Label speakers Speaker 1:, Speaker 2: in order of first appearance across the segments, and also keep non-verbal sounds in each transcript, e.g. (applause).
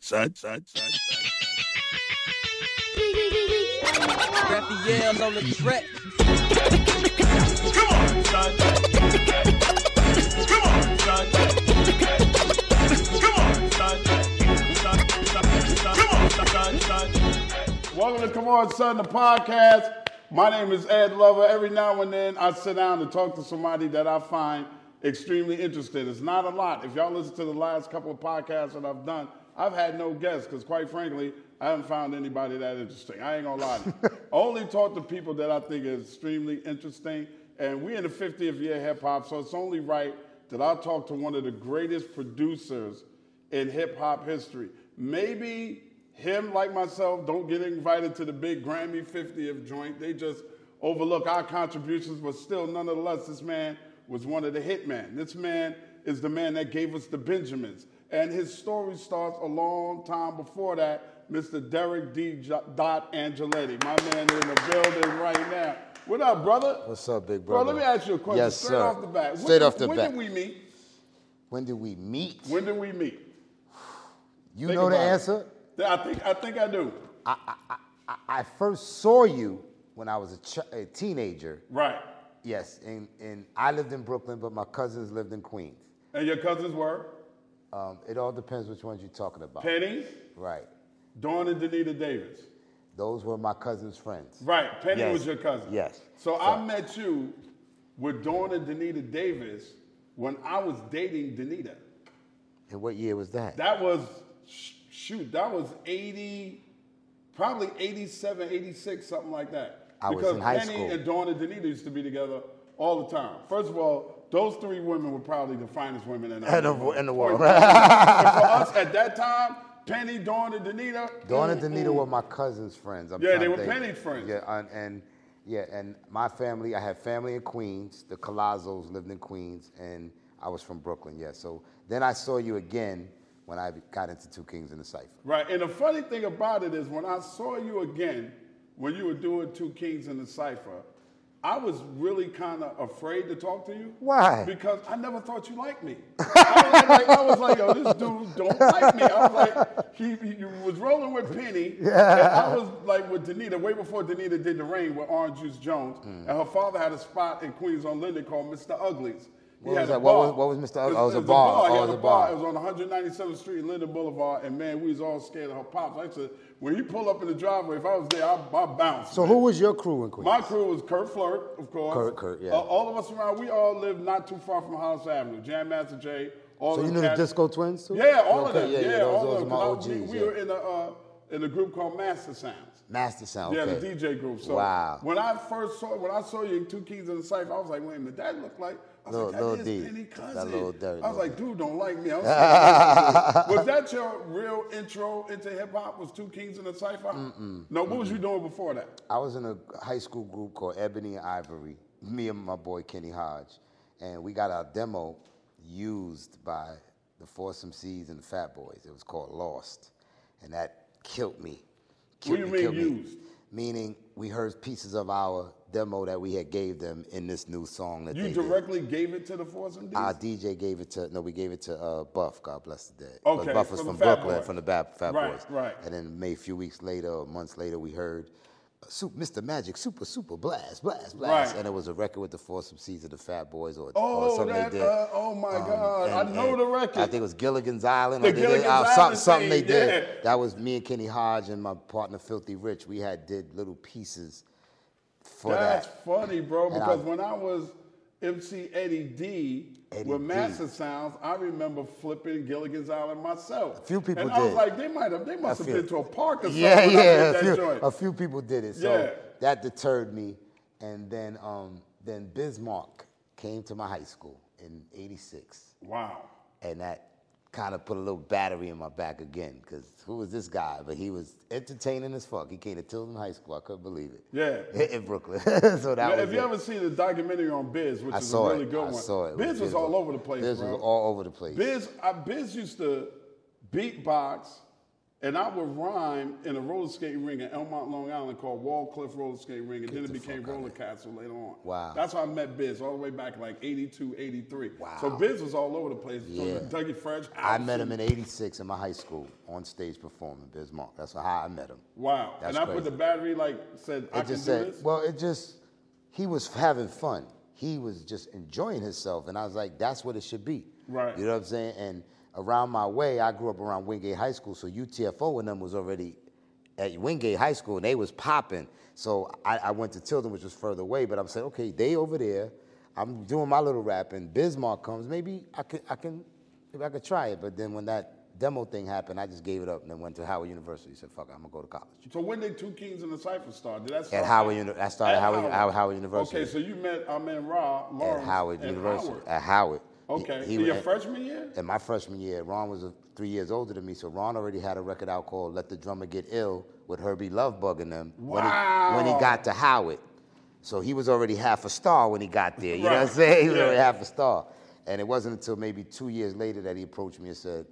Speaker 1: side, side, side, side.
Speaker 2: Raphael on the track.
Speaker 3: Welcome to Come On Son, the podcast. My name is Ed Lover. Every now and then I sit down and talk to somebody that I find extremely interested. It's not a lot. If y'all listen to the last couple of podcasts that I've done, I've had no guests because, quite frankly, I haven't found anybody that interesting. I ain't gonna lie to you. I only talk to people that I think are extremely interesting. And we in the 50th year of hip hop, so it's only right that I talk to one of the greatest producers in hip hop history. Maybe him, like myself, don't get invited to the big Grammy 50th joint. They just overlook our contributions, but still, nonetheless, this man was one of the hitmen. This man is the man that gave us the Benjamins. And his story starts a long time before that. Mr. Derek D. Jo- Dot Angeletti, my man in the building right now. What up, brother?
Speaker 4: What's up, big
Speaker 3: Bro, let
Speaker 4: brother?
Speaker 3: me ask you a question
Speaker 4: Yes,
Speaker 3: straight
Speaker 4: sir.
Speaker 3: off the bat. When
Speaker 4: Straight
Speaker 3: did-
Speaker 4: off the bat.
Speaker 3: When did we meet?
Speaker 4: When did we meet?
Speaker 3: When did we meet?
Speaker 4: you
Speaker 3: Think
Speaker 4: know the
Speaker 3: about it.
Speaker 4: answer?
Speaker 3: I think I think I do.
Speaker 4: I, I first saw you when I was a, ch- a teenager.
Speaker 3: Right.
Speaker 4: Yes, and, and I lived in Brooklyn, but my cousins lived in Queens.
Speaker 3: And your cousins were
Speaker 4: Um, it all depends which ones you're talking about.
Speaker 3: Penny,
Speaker 4: Right.
Speaker 3: Dawn, and Danita Davis.
Speaker 4: Those were my cousin's friends.
Speaker 3: Right. Penny
Speaker 4: Yes.
Speaker 3: was your cousin.
Speaker 4: Yes.
Speaker 3: So, I met you with Dawn and Danita Davis when I was dating Danita.
Speaker 4: And what year was that?
Speaker 3: That was sh- shoot. That was eighty, probably 87, 86, something like that.
Speaker 4: I was
Speaker 3: because
Speaker 4: in high
Speaker 3: Penny
Speaker 4: school.
Speaker 3: and Dawn and Danita used to be together all the time. First of all, those three women were probably the finest women in
Speaker 4: (laughs)
Speaker 3: the,
Speaker 4: In the- in the world.
Speaker 3: Point blank. and
Speaker 4: (laughs)
Speaker 3: for us at that time, Penny, Dawn, and Danita.
Speaker 4: Dawn and
Speaker 3: mm,
Speaker 4: Danita
Speaker 3: mm.
Speaker 4: were my cousin's friends. I'm
Speaker 3: Yeah,
Speaker 4: trying
Speaker 3: they
Speaker 4: to
Speaker 3: were
Speaker 4: think.
Speaker 3: Penny's friends.
Speaker 4: Yeah, and, and yeah, and my family. I had family in Queens. The Colazzos lived in Queens, and I was from Brooklyn. Yeah, so then I saw you again when I got into Two Kings and the Cipher.
Speaker 3: Right. And the funny thing about it is when I saw you again, when you were doing Two Kings and the Cypher, I was really kind of afraid to talk to you.
Speaker 4: Why?
Speaker 3: Because I never thought you liked me. (laughs) I was like, I was like yo, this dude don't like me. I was like, he, he- you was rolling with Penny. Yeah. And I was like with Danita, way before Danita did The Rain with Orange Juice Jones.
Speaker 4: Mm.
Speaker 3: And her father had a spot in Queens on Linden called Mr. Ugly's. He
Speaker 4: What
Speaker 3: had
Speaker 4: was
Speaker 3: a
Speaker 4: that? What
Speaker 3: bar.
Speaker 4: was- what was Mr. Ugly?
Speaker 3: It
Speaker 4: Oh, it was a
Speaker 3: it
Speaker 4: bar.
Speaker 3: He
Speaker 4: Oh, it
Speaker 3: had
Speaker 4: was
Speaker 3: a
Speaker 4: a
Speaker 3: bar.
Speaker 4: bar.
Speaker 3: It was on 197th Street, Linden Boulevard, and man, we was all scared of her pops. I said, when he pull up in the driveway, if I was there, I, I bounce.
Speaker 4: So who was your crew in Queens?
Speaker 3: My crew was Kurt Flirt, of course.
Speaker 4: Kurt, Kurt, yeah.
Speaker 3: Uh, all of us around, we all lived not too far from Hollis Avenue. Jam Master Jay, all
Speaker 4: so you
Speaker 3: them
Speaker 4: knew the
Speaker 3: cats-
Speaker 4: Disco Twins too?
Speaker 3: Yeah, all
Speaker 4: Okay,
Speaker 3: of them.
Speaker 4: Yeah, yeah, those,
Speaker 3: all of
Speaker 4: those are
Speaker 3: them.
Speaker 4: my OGs.
Speaker 3: 'Cause I- we- We
Speaker 4: yeah.
Speaker 3: were in a, uh, in a group called Master Sounds.
Speaker 4: Master Sound.
Speaker 3: Yeah,
Speaker 4: okay.
Speaker 3: the DJ group. So
Speaker 4: wow.
Speaker 3: when I first saw when I saw you in Two Kings and the Cypher, I was like, wait a minute, that looked like I was
Speaker 4: Lil-
Speaker 3: like,
Speaker 4: Lil
Speaker 3: that
Speaker 4: D.
Speaker 3: is Penny
Speaker 4: That
Speaker 3: Cousin.
Speaker 4: Lil Dirk,
Speaker 3: I was
Speaker 4: Lil
Speaker 3: like, dude don't like me. I was,
Speaker 4: (laughs)
Speaker 3: like, was that your real intro into hip hop? Was Two Kings and the Cypher? No, what was you doing before that?
Speaker 4: I was in a high school group called Ebony and Ivory. Me and my boy Kenny Hodge, and we got our demo used by the Foursome Seeds and the Fat Boys. It was called Lost, and that killed me.
Speaker 3: What
Speaker 4: Killed
Speaker 3: do you
Speaker 4: me,
Speaker 3: mean
Speaker 4: killed me.
Speaker 3: used?
Speaker 4: Meaning we heard pieces of our demo that we had gave them in this new song that
Speaker 3: You
Speaker 4: they did.
Speaker 3: directly gave it to the Force and
Speaker 4: Our
Speaker 3: D's?
Speaker 4: DJ gave it to no, we gave it to uh, Buff. God bless the dead.
Speaker 3: Okay,
Speaker 4: but Buff was
Speaker 3: from
Speaker 4: from,
Speaker 3: the Fat
Speaker 4: Brooklyn,
Speaker 3: Boys.
Speaker 4: from the Bab, Fat
Speaker 3: Right,
Speaker 4: Boys.
Speaker 3: right.
Speaker 4: And then maybe a few weeks later, or months later, we heard uh, Sup- Mr. Magic, super, super blast, blast, blast,
Speaker 3: Right.
Speaker 4: and it was a record with the Foursome Seeds of the Fat Boys, or, or
Speaker 3: Oh,
Speaker 4: something
Speaker 3: that,
Speaker 4: they did.
Speaker 3: uh, oh my God. I
Speaker 4: Um, and-
Speaker 3: know
Speaker 4: and
Speaker 3: the record.
Speaker 4: I think it was Gilligan's Island.
Speaker 3: The
Speaker 4: or they did-
Speaker 3: Gilligan's
Speaker 4: uh, some-
Speaker 3: Island
Speaker 4: something they
Speaker 3: thing,
Speaker 4: did.
Speaker 3: yeah.
Speaker 4: That was me and Kenny Hodge and my partner Filthy Rich. We had did little pieces for
Speaker 3: That's
Speaker 4: that.
Speaker 3: funny, bro.
Speaker 4: And I-
Speaker 3: Because when I was MC Eddie D
Speaker 4: Eddie
Speaker 3: with
Speaker 4: D.
Speaker 3: Master Sounds, I remember flipping Gilligan's Island myself.
Speaker 4: A few people
Speaker 3: and I was
Speaker 4: did.
Speaker 3: like, they might have, they must
Speaker 4: A
Speaker 3: have
Speaker 4: few.
Speaker 3: been to a (laughs) park or something.
Speaker 4: Yeah,
Speaker 3: when I
Speaker 4: yeah.
Speaker 3: did
Speaker 4: A
Speaker 3: that
Speaker 4: few,
Speaker 3: joint.
Speaker 4: a few people did it, so
Speaker 3: Yeah.
Speaker 4: that deterred me. And then, um, then Bismarck came to my high school in '86,
Speaker 3: Wow.
Speaker 4: and that kind of put a little battery in my back again. Cause who was this guy? But he was entertaining as fuck. He came to Tilden High School. I couldn't believe it.
Speaker 3: Yeah.
Speaker 4: (laughs) in Brooklyn. so that
Speaker 3: Now,
Speaker 4: was
Speaker 3: if you
Speaker 4: it.
Speaker 3: ever seen the documentary on Biz, which
Speaker 4: I
Speaker 3: is a
Speaker 4: saw
Speaker 3: really
Speaker 4: it.
Speaker 3: good
Speaker 4: I
Speaker 3: one,
Speaker 4: saw it.
Speaker 3: Biz was all over the place,
Speaker 4: Biz
Speaker 3: bro.
Speaker 4: was all over the place.
Speaker 3: Biz, I, Biz used to beatbox And I would rhyme in a roller skating ring in Elmont, Long Island called Wall Cliff Roller Skating Ring, and then it
Speaker 4: the
Speaker 3: became
Speaker 4: fuck outta
Speaker 3: Roller Castle later on.
Speaker 4: Wow.
Speaker 3: That's how I met Biz all the way back like 82, 83.
Speaker 4: Wow.
Speaker 3: So Biz was all over the place.
Speaker 4: Yeah.
Speaker 3: Yeah. Dougie Fresh.
Speaker 4: I met him in 86 in my high school on stage performing Bismarck. That's how I met him.
Speaker 3: Wow.
Speaker 4: That's
Speaker 3: and I
Speaker 4: crazy.
Speaker 3: put the battery, like, said, I
Speaker 4: It
Speaker 3: can
Speaker 4: just
Speaker 3: do
Speaker 4: said,
Speaker 3: this.
Speaker 4: well, it just, he was having fun. He was just enjoying himself. And I was like, that's what it should be.
Speaker 3: Right.
Speaker 4: You know what I'm saying? And around my way, I grew up around Wingate High School. So UTFO and them was already at Wingate High School and they was popping. So I, I went to Tilden, which was further away. But I'm saying, okay, they over there. I'm doing my little rapping. Bismarck comes. Maybe I could, I can, maybe I could try it. But then when that demo thing happened, I just gave it up and then went to Howard University. Said, fuck it, I'm going to go to college.
Speaker 3: So when did Two Kings and the Cypher start? Did that start
Speaker 4: At Howard, Uni- I started at
Speaker 3: At
Speaker 4: Howard, Howard. University.
Speaker 3: Okay, so you met our man Ra
Speaker 4: at
Speaker 3: Lawrence
Speaker 4: Howard
Speaker 3: at
Speaker 4: University.
Speaker 3: Howard.
Speaker 4: At Howard. He-
Speaker 3: Okay,
Speaker 4: he
Speaker 3: in your
Speaker 4: was-
Speaker 3: freshman year?
Speaker 4: In my freshman year, Ron was uh, three years older than me, so Ron already had a record out called "Let the Drummer Get Ill" with Herbie Love bugging them when, he, when
Speaker 3: Wow.
Speaker 4: he got to Howard. So he was already half a star when he got there. You know what I'm
Speaker 3: Right,
Speaker 4: saying? He was
Speaker 3: yeah.
Speaker 4: already half a star. And it wasn't until maybe two years later that he approached me and said,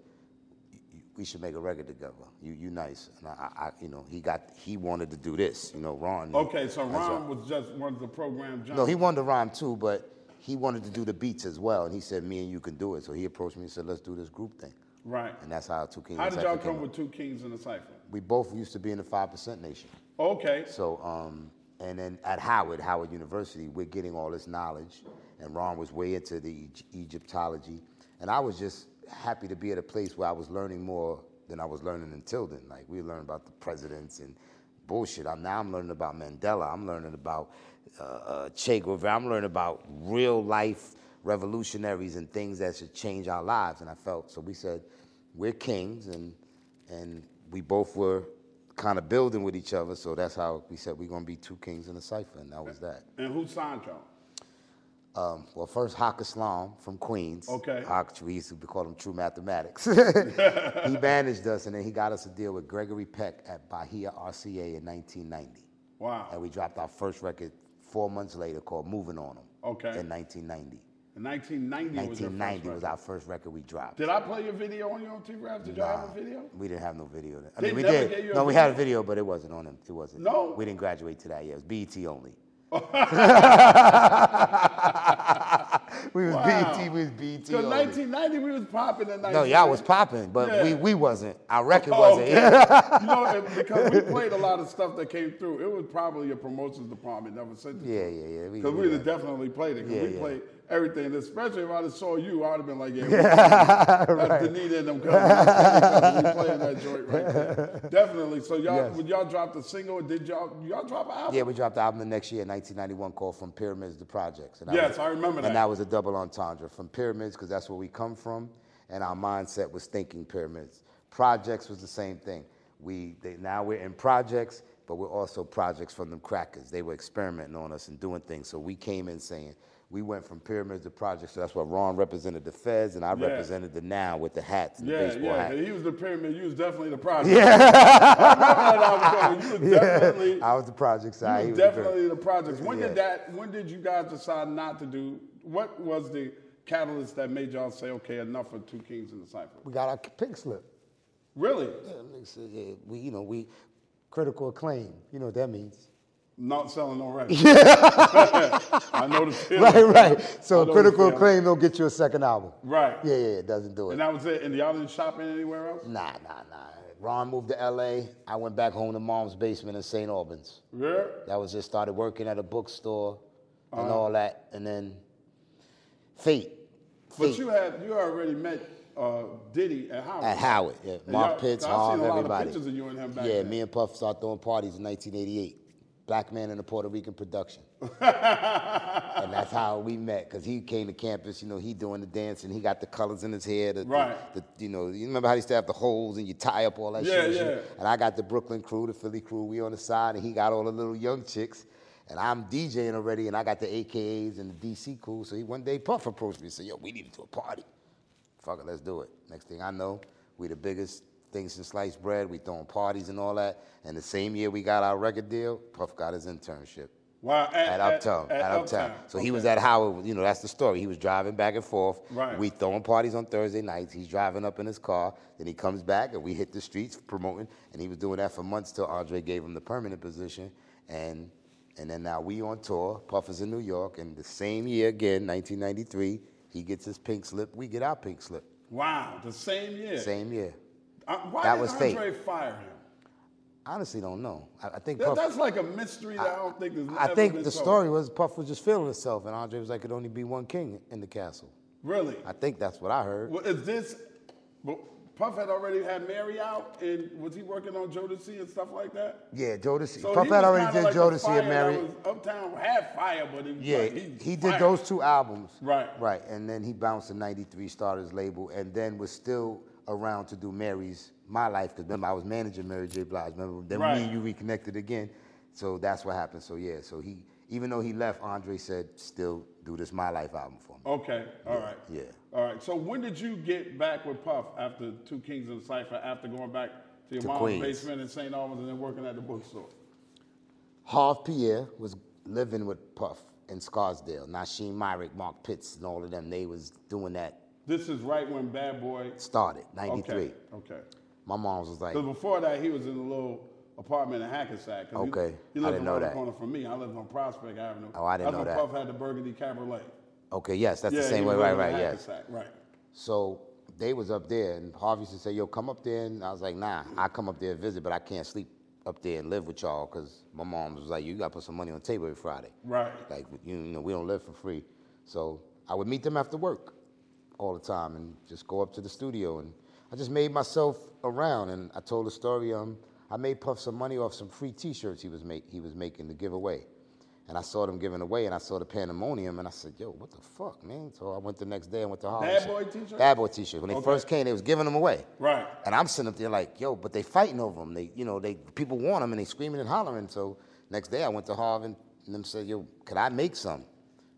Speaker 4: we should make a record together. You, you nice, and I, I, I- you know, he got, he wanted to do this, you know, Ron.
Speaker 3: Okay, so
Speaker 4: That's right.
Speaker 3: Ron was just one of the program
Speaker 4: No, he
Speaker 3: junkies.
Speaker 4: wanted to rhyme too, but he wanted to do the beats as well. And he said, "Me and you can do it." So he approached me and said, "Let's do this group thing."
Speaker 3: Right.
Speaker 4: And that's how Two Kings.
Speaker 3: How did
Speaker 4: Cypher
Speaker 3: y'all
Speaker 4: came
Speaker 3: come
Speaker 4: up.
Speaker 3: with Two Kings and the Cypher?
Speaker 4: We both used to be in the Five Percent Nation.
Speaker 3: Okay,
Speaker 4: So, um, and then at Howard, Howard University, we're getting all this knowledge. And Ron was way into the Egy- Egyptology, and I was just happy to be at a place where I was learning more than I was learning until then. Like we learned about the presidents and bullshit. I'm, now I'm learning about Mandela. I'm learning about uh, uh, Che Guevara. I'm learning about real life revolutionaries and things that should change our lives. And I felt so. We said we're kings, and and we both were kind of building with each other. So that's how we said we're gonna be two kings in a cipher, and that was that.
Speaker 3: and who signed y'all?
Speaker 4: Um, well, first Haq Islam from Queens.
Speaker 3: Okay.
Speaker 4: Haq, we used to call him True
Speaker 3: (laughs)
Speaker 4: Mathematics. he managed us, and then he got us a deal with Gregory Peck at Bahia RCA in 1990, and
Speaker 3: Wow.
Speaker 4: we dropped our first record four months later called "Moving On 'Em
Speaker 3: Okay.
Speaker 4: in 1990.
Speaker 3: In 1990 was your first
Speaker 4: 1990 was
Speaker 3: record.
Speaker 4: our first record we dropped.
Speaker 3: Did I play your video on your own T-Raps? Did y'all have a video?
Speaker 4: We didn't have no video. Then. I
Speaker 3: They
Speaker 4: mean, we
Speaker 3: never
Speaker 4: did.
Speaker 3: gave you a
Speaker 4: no, we
Speaker 3: video?
Speaker 4: had a video, but it wasn't on him. It wasn't.
Speaker 3: No.
Speaker 4: We didn't graduate to that yet. It was BET
Speaker 3: (laughs)
Speaker 4: only. we was
Speaker 3: Wow.
Speaker 4: BET. We was BET
Speaker 3: So
Speaker 4: only.
Speaker 3: 1990 we was popping in 1990.
Speaker 4: no, y'all was popping, but we,
Speaker 3: Yeah.
Speaker 4: we wasn't. Our record
Speaker 3: Oh,
Speaker 4: wasn't.
Speaker 3: okay. you know, it- because we played a lot of stuff that came through. It was probably your promotions department never sent
Speaker 4: (laughs)
Speaker 3: it.
Speaker 4: yeah, yeah, yeah. We,
Speaker 3: Because we'd have definitely played it. 'cause
Speaker 4: Yeah,
Speaker 3: we
Speaker 4: yeah.
Speaker 3: played everything. And Especially if I'd have saw you, I'd have been like,
Speaker 4: (laughs)
Speaker 3: yeah, we- that's Danita and them cousins. we playing that joint
Speaker 4: (laughs)
Speaker 3: right there. Definitely. So y'all,
Speaker 4: Yes.
Speaker 3: when y'all dropped a single, did y'all y'all drop an album?
Speaker 4: Yeah, we dropped the album the next year, in 1991, called From Pyramids to Projects. And that
Speaker 3: Yes, I remember that.
Speaker 4: And that was a double entendre. From Pyramids, because that's where we come from, and our mindset was thinking pyramids. Projects was the same thing. We they, Now we're in projects, but we're also projects from them crackers. They were experimenting on us and doing things, so we came in saying, we went from pyramids to projects, so that's why Ron represented the feds, and I
Speaker 3: Yeah.
Speaker 4: represented the now with the hats and the
Speaker 3: Yeah,
Speaker 4: baseball
Speaker 3: yeah.
Speaker 4: hat. (laughs)
Speaker 3: He was the pyramid. You was definitely the project. Yeah. (laughs) I remember that album
Speaker 4: (laughs)
Speaker 3: cover. You was definitely,
Speaker 4: I was the project side.
Speaker 3: you
Speaker 4: he
Speaker 3: was
Speaker 4: was the pyramid.
Speaker 3: definitely the project. When
Speaker 4: Yeah.
Speaker 3: did that? When did you guys decide not to do? What was the catalyst that made y'all say, okay, enough of Two Kings and the Cipher?
Speaker 4: We got our pink slip.
Speaker 3: Really?
Speaker 4: Yeah, niggas, uh, yeah, we, you know, we critical acclaim. You know what that
Speaker 3: (laughs)
Speaker 4: means. (laughs)
Speaker 3: Not selling no records. I know the feeling.
Speaker 4: Right, right.
Speaker 3: I
Speaker 4: So
Speaker 3: know the
Speaker 4: critical
Speaker 3: feeling.
Speaker 4: acclaim don't get you a second album.
Speaker 3: Right.
Speaker 4: Yeah, yeah, it doesn't do it.
Speaker 3: And that was it. And y'all didn't shop in anywhere else?
Speaker 4: Nah, nah, nah. Ron moved to L.A. I went back home to mom's basement in St. Albans.
Speaker 3: Yeah.
Speaker 4: That was just started working at a bookstore and
Speaker 3: Uh-huh.
Speaker 4: all that, and then fate.
Speaker 3: But
Speaker 4: Fate
Speaker 3: you had you already met uh, Diddy at Howard.
Speaker 4: at Howard. Yeah. Mark
Speaker 3: y'all-
Speaker 4: Pitts,
Speaker 3: I've seen
Speaker 4: Harv,
Speaker 3: a lot of
Speaker 4: everybody.
Speaker 3: pictures of you and him back
Speaker 4: Yeah,
Speaker 3: then.
Speaker 4: me and Puff started throwing parties in 1988. Black man in a Puerto Rican
Speaker 3: (laughs)
Speaker 4: production. and that's how we met because he came to campus. You know, he doing the dance and he got the colors in his hair. The, the-
Speaker 3: Right.
Speaker 4: The, you know, you remember how they used to have the holes and you tie up all that
Speaker 3: Yeah,
Speaker 4: shit. and
Speaker 3: yeah.
Speaker 4: shit? And I got the Brooklyn crew, the Philly crew. We on the side and he got all the little young chicks. And I'm DJing already and I got the AKAs and the DC crew. So he, one day Puff approached me and said, "Yo, we need to do a party." Fuck it, let's do it. Next thing I know, we the biggest thing since sliced bread. We throwing parties and all that. And the same year we got our record deal, Puff got his internship.
Speaker 3: Wow, at,
Speaker 4: at Uptown.
Speaker 3: at
Speaker 4: At, Uptown. So he
Speaker 3: Okay.
Speaker 4: was at Howard. You know, that's the story. He was driving back and forth.
Speaker 3: Right.
Speaker 4: We throwing parties on Thursday nights. He's driving up in his car. Then he comes back, and we hit the streets promoting. And he was doing that for months till Andre gave him the permanent position. And and then now we on tour. Puff is in New York, and the same year again, 1993, he gets his pink slip. We get our pink slip.
Speaker 3: Wow, the same year.
Speaker 4: Same year.
Speaker 3: Uh, why
Speaker 4: That
Speaker 3: did
Speaker 4: was fake.
Speaker 3: Andre fire him?
Speaker 4: Honestly, don't know. I, I think
Speaker 3: That-
Speaker 4: Puff.
Speaker 3: that's like a mystery that I, don't think is.
Speaker 4: I think the story was Puff was just feeling himself, and Andre was like, "Could only be one king in the castle."
Speaker 3: Really?
Speaker 4: I think that's what I heard.
Speaker 3: Well, is this? well, Puff had already had Mary out, and was he working on Jodeci and stuff like that?
Speaker 4: Yeah, Jodeci.
Speaker 3: So
Speaker 4: Puff
Speaker 3: he
Speaker 4: had
Speaker 3: was
Speaker 4: already
Speaker 3: kinda
Speaker 4: did
Speaker 3: like the
Speaker 4: Jodeci
Speaker 3: fire
Speaker 4: and
Speaker 3: that
Speaker 4: Mary.
Speaker 3: was- Uptown had fire, but it was
Speaker 4: Yeah,
Speaker 3: like,
Speaker 4: he,
Speaker 3: he's
Speaker 4: he did
Speaker 3: fire.
Speaker 4: those two albums.
Speaker 3: Right.
Speaker 4: Right, and then he bounced in '93, started his label, and then was still around to do Mary's My Life. Because remember, I was managing Mary J. Blige. Remember, then
Speaker 3: Right.
Speaker 4: me and you reconnected again. So that's what happened. So yeah, so he, even though he left, Andre said, "Still do this My Life album for me."
Speaker 3: Okay, all right.
Speaker 4: yeah.
Speaker 3: All right. So when did you get back with Puff after Two Kings and Cipher? After going back to your
Speaker 4: To
Speaker 3: mom's
Speaker 4: Queens.
Speaker 3: basement in St. Albans and then working at the bookstore?
Speaker 4: Harv Pierre was living with Puff in Scarsdale. Nasheem Myrick, Mark Pitts, and all of them. They was doing that.
Speaker 3: This is right when Bad Boy.
Speaker 4: Started
Speaker 3: Okay.
Speaker 4: '93.
Speaker 3: Okay.
Speaker 4: My mom's was like,
Speaker 3: Because before that, he was in a little apartment in Hackensack. 'cause he-
Speaker 4: Okay.
Speaker 3: He,
Speaker 4: I
Speaker 3: lived
Speaker 4: didn't know
Speaker 3: around
Speaker 4: that.
Speaker 3: the corner from me. I lived on Prospect Avenue.
Speaker 4: Oh, I didn't
Speaker 3: That's
Speaker 4: know
Speaker 3: when
Speaker 4: that.
Speaker 3: Puff had the Burgundy Cabaret.
Speaker 4: Okay, yes, that's
Speaker 3: yeah,
Speaker 4: the
Speaker 3: he
Speaker 4: same way,
Speaker 3: was
Speaker 4: right,
Speaker 3: living in
Speaker 4: right, yes.
Speaker 3: Hackensack, Right.
Speaker 4: So they was up there, and Harvey used to say, "Yo, come up there," and I was like, "Nah, I come up there and visit, but I can't sleep up there and live with y'all because my mom was like, you gotta put some money on the table every Friday,
Speaker 3: Right.
Speaker 4: Like, you know, we don't live for free." So I would meet them after work all the time and just go up to the studio, and I just made myself around, and I told the story. Um, I made Puff some money off some free T-shirts he was make, he was making to give away. And I saw them giving away, and I saw the pandemonium, and I said, "Yo, what the fuck, man?" So I went the next day and went to Harlem.
Speaker 3: Bad boy t-shirts?
Speaker 4: Bad boy t-shirts. When they
Speaker 3: Okay.
Speaker 4: first came, they was giving them away.
Speaker 3: Right.
Speaker 4: And I'm sitting up there like, "Yo," but they fighting over them. They, you know, they people want them, and they screaming and hollering. So next day, I went to Harlem, and them said, "Yo, could I make some?"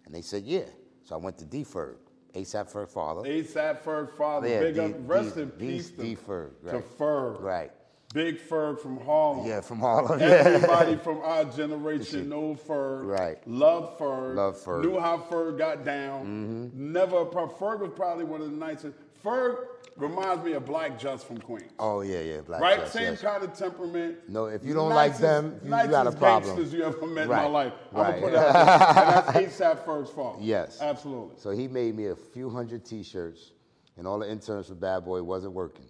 Speaker 4: And they said, "Yeah." So I went to Deferred, ASAP Ferg father.
Speaker 3: ASAP Ferg Father.
Speaker 4: Yeah,
Speaker 3: big
Speaker 4: D-
Speaker 3: up. Rest
Speaker 4: D-
Speaker 3: in
Speaker 4: D-
Speaker 3: peace to,
Speaker 4: D Ferg,
Speaker 3: to
Speaker 4: right.
Speaker 3: Ferg.
Speaker 4: Right.
Speaker 3: Big Ferg from Harlem.
Speaker 4: Yeah, (laughs) from Harlem. Yeah.
Speaker 3: Everybody from our generation know Ferg.
Speaker 4: Right.
Speaker 3: Love Ferg.
Speaker 4: Love Mm-hmm. Ferg.
Speaker 3: Knew how Ferg got down. Never. pro- Ferg was probably one of the nicest. Ferg reminds me of Black Just from Queens.
Speaker 4: oh yeah, yeah. Black
Speaker 3: right?
Speaker 4: Jets,
Speaker 3: Same
Speaker 4: yes.
Speaker 3: kind of temperament.
Speaker 4: No, if you don't like them, you- you
Speaker 3: nicest
Speaker 4: got a problem.
Speaker 3: gangsters you ever met
Speaker 4: Right,
Speaker 3: in my life.
Speaker 4: right.
Speaker 3: I'm gonna put that.
Speaker 4: (laughs)
Speaker 3: out there. and that's ASAP Ferg's fault.
Speaker 4: Yes.
Speaker 3: absolutely.
Speaker 4: So he made me a few hundred T-shirts, and all the interns for Bad Boy wasn't working.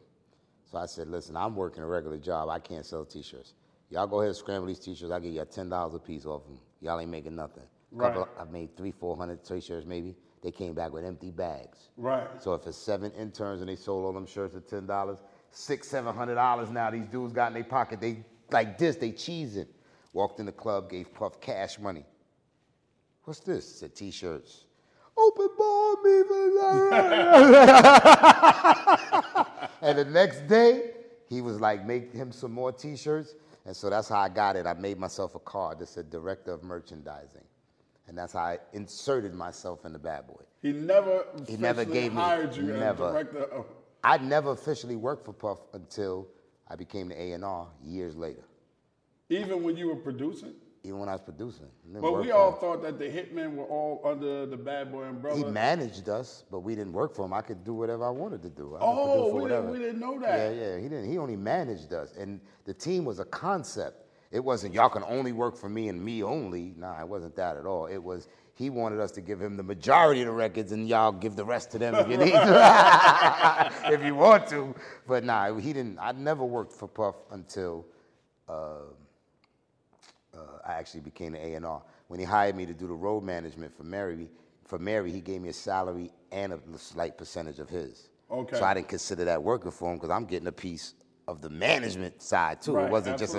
Speaker 4: So I said, "Listen, I'm working a regular job. I can't sell T-shirts. Y'all go ahead and scramble these T-shirts. I'll give y'all ten dollars a piece off them. Y'all ain't making nothing.
Speaker 3: Right.
Speaker 4: I made three, four hundred T-shirts maybe. They came back with empty bags.
Speaker 3: Right.
Speaker 4: So if it's seven interns and they sold all them shirts at ten dollars, six, seven hundred dollars now these dudes got in their pocket. They like this, they cheesing. Walked in the club, gave Puff cash money. What's this? Said t-shirts. Open ball me (laughs) And the next day, he was like, make him some more t-shirts. And so that's how I got it. I made myself a card that said director of merchandising. And that's how I inserted myself in the bad boy.
Speaker 3: He never.
Speaker 4: He never
Speaker 3: officially
Speaker 4: gave me-
Speaker 3: hired you
Speaker 4: never.
Speaker 3: as director. Of,
Speaker 4: I never officially worked for Puff until I became the A&R years later,
Speaker 3: even when you were producing.
Speaker 4: even when I was producing. I didn't
Speaker 3: But
Speaker 4: work
Speaker 3: we
Speaker 4: for
Speaker 3: all
Speaker 4: him.
Speaker 3: thought that the hitmen were all under the bad boy umbrella.
Speaker 4: he managed us, but we didn't work for him. I could do whatever I wanted to do. I could
Speaker 3: Oh,
Speaker 4: produce or
Speaker 3: we didn't-
Speaker 4: whatever.
Speaker 3: we didn't know that.
Speaker 4: Yeah, yeah, he didn't. He only managed us, and the team was a concept. It wasn't y'all can only work for me and me only. Nah, it wasn't that at all. It was he wanted us to give him the majority of the records, and y'all give the rest to them if you need to, (laughs) if you want to. But nah, he didn't. I never worked for Puff until uh, I actually became an A&R. When he hired me to do the road management for Mary, for Mary, he gave me a salary and a slight percentage of his.
Speaker 3: Okay.
Speaker 4: So I didn't consider that working for him because I'm getting a piece of the management side too.
Speaker 3: Right,
Speaker 4: it wasn't just a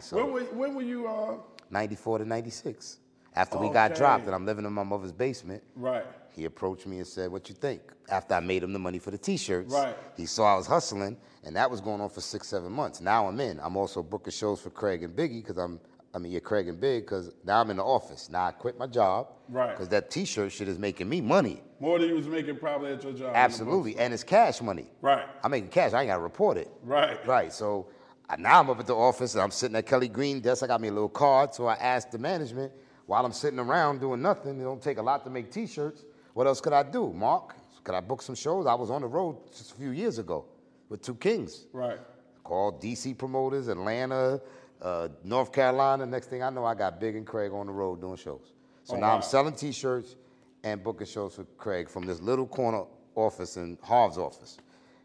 Speaker 4: salary. So
Speaker 3: When were, when were you? Uh,
Speaker 4: 94 to 96. After we got
Speaker 3: Okay.
Speaker 4: dropped and I'm living in my mother's basement,
Speaker 3: right.
Speaker 4: he approached me and said, "What you think?" After I made him the money for the T-shirts,
Speaker 3: Right.
Speaker 4: He saw I was hustling, and that was going on for six, seven months. Now I'm in. I'm also booking shows for Craig and Biggie because I'm, I mean, yeah, Craig and Big because now I'm in the office. Now I quit my job,
Speaker 3: Right.
Speaker 4: Because that T-shirt shit is making me money,
Speaker 3: More than you was making probably at your job.
Speaker 4: absolutely, and it's cash money,
Speaker 3: Right.
Speaker 4: I'm making cash. I ain't gotta report it,
Speaker 3: Right.
Speaker 4: Right. So uh, I, now I'm up at the office and I'm sitting at Kelly Green desk. I got me a little card, so I asked the management. while I'm sitting around doing nothing, it don't take a lot to make T-shirts. What else could I do, Mark? Could I book some shows? I was on the road just a few years ago with Two Kings.
Speaker 3: Right.
Speaker 4: Called DC promoters, Atlanta, uh, North Carolina. Next thing I know, I got Big and Craig on the road doing shows. So
Speaker 3: Oh,
Speaker 4: now
Speaker 3: wow.
Speaker 4: I'm selling T-shirts and booking shows for Craig from this little corner office in Harv's office.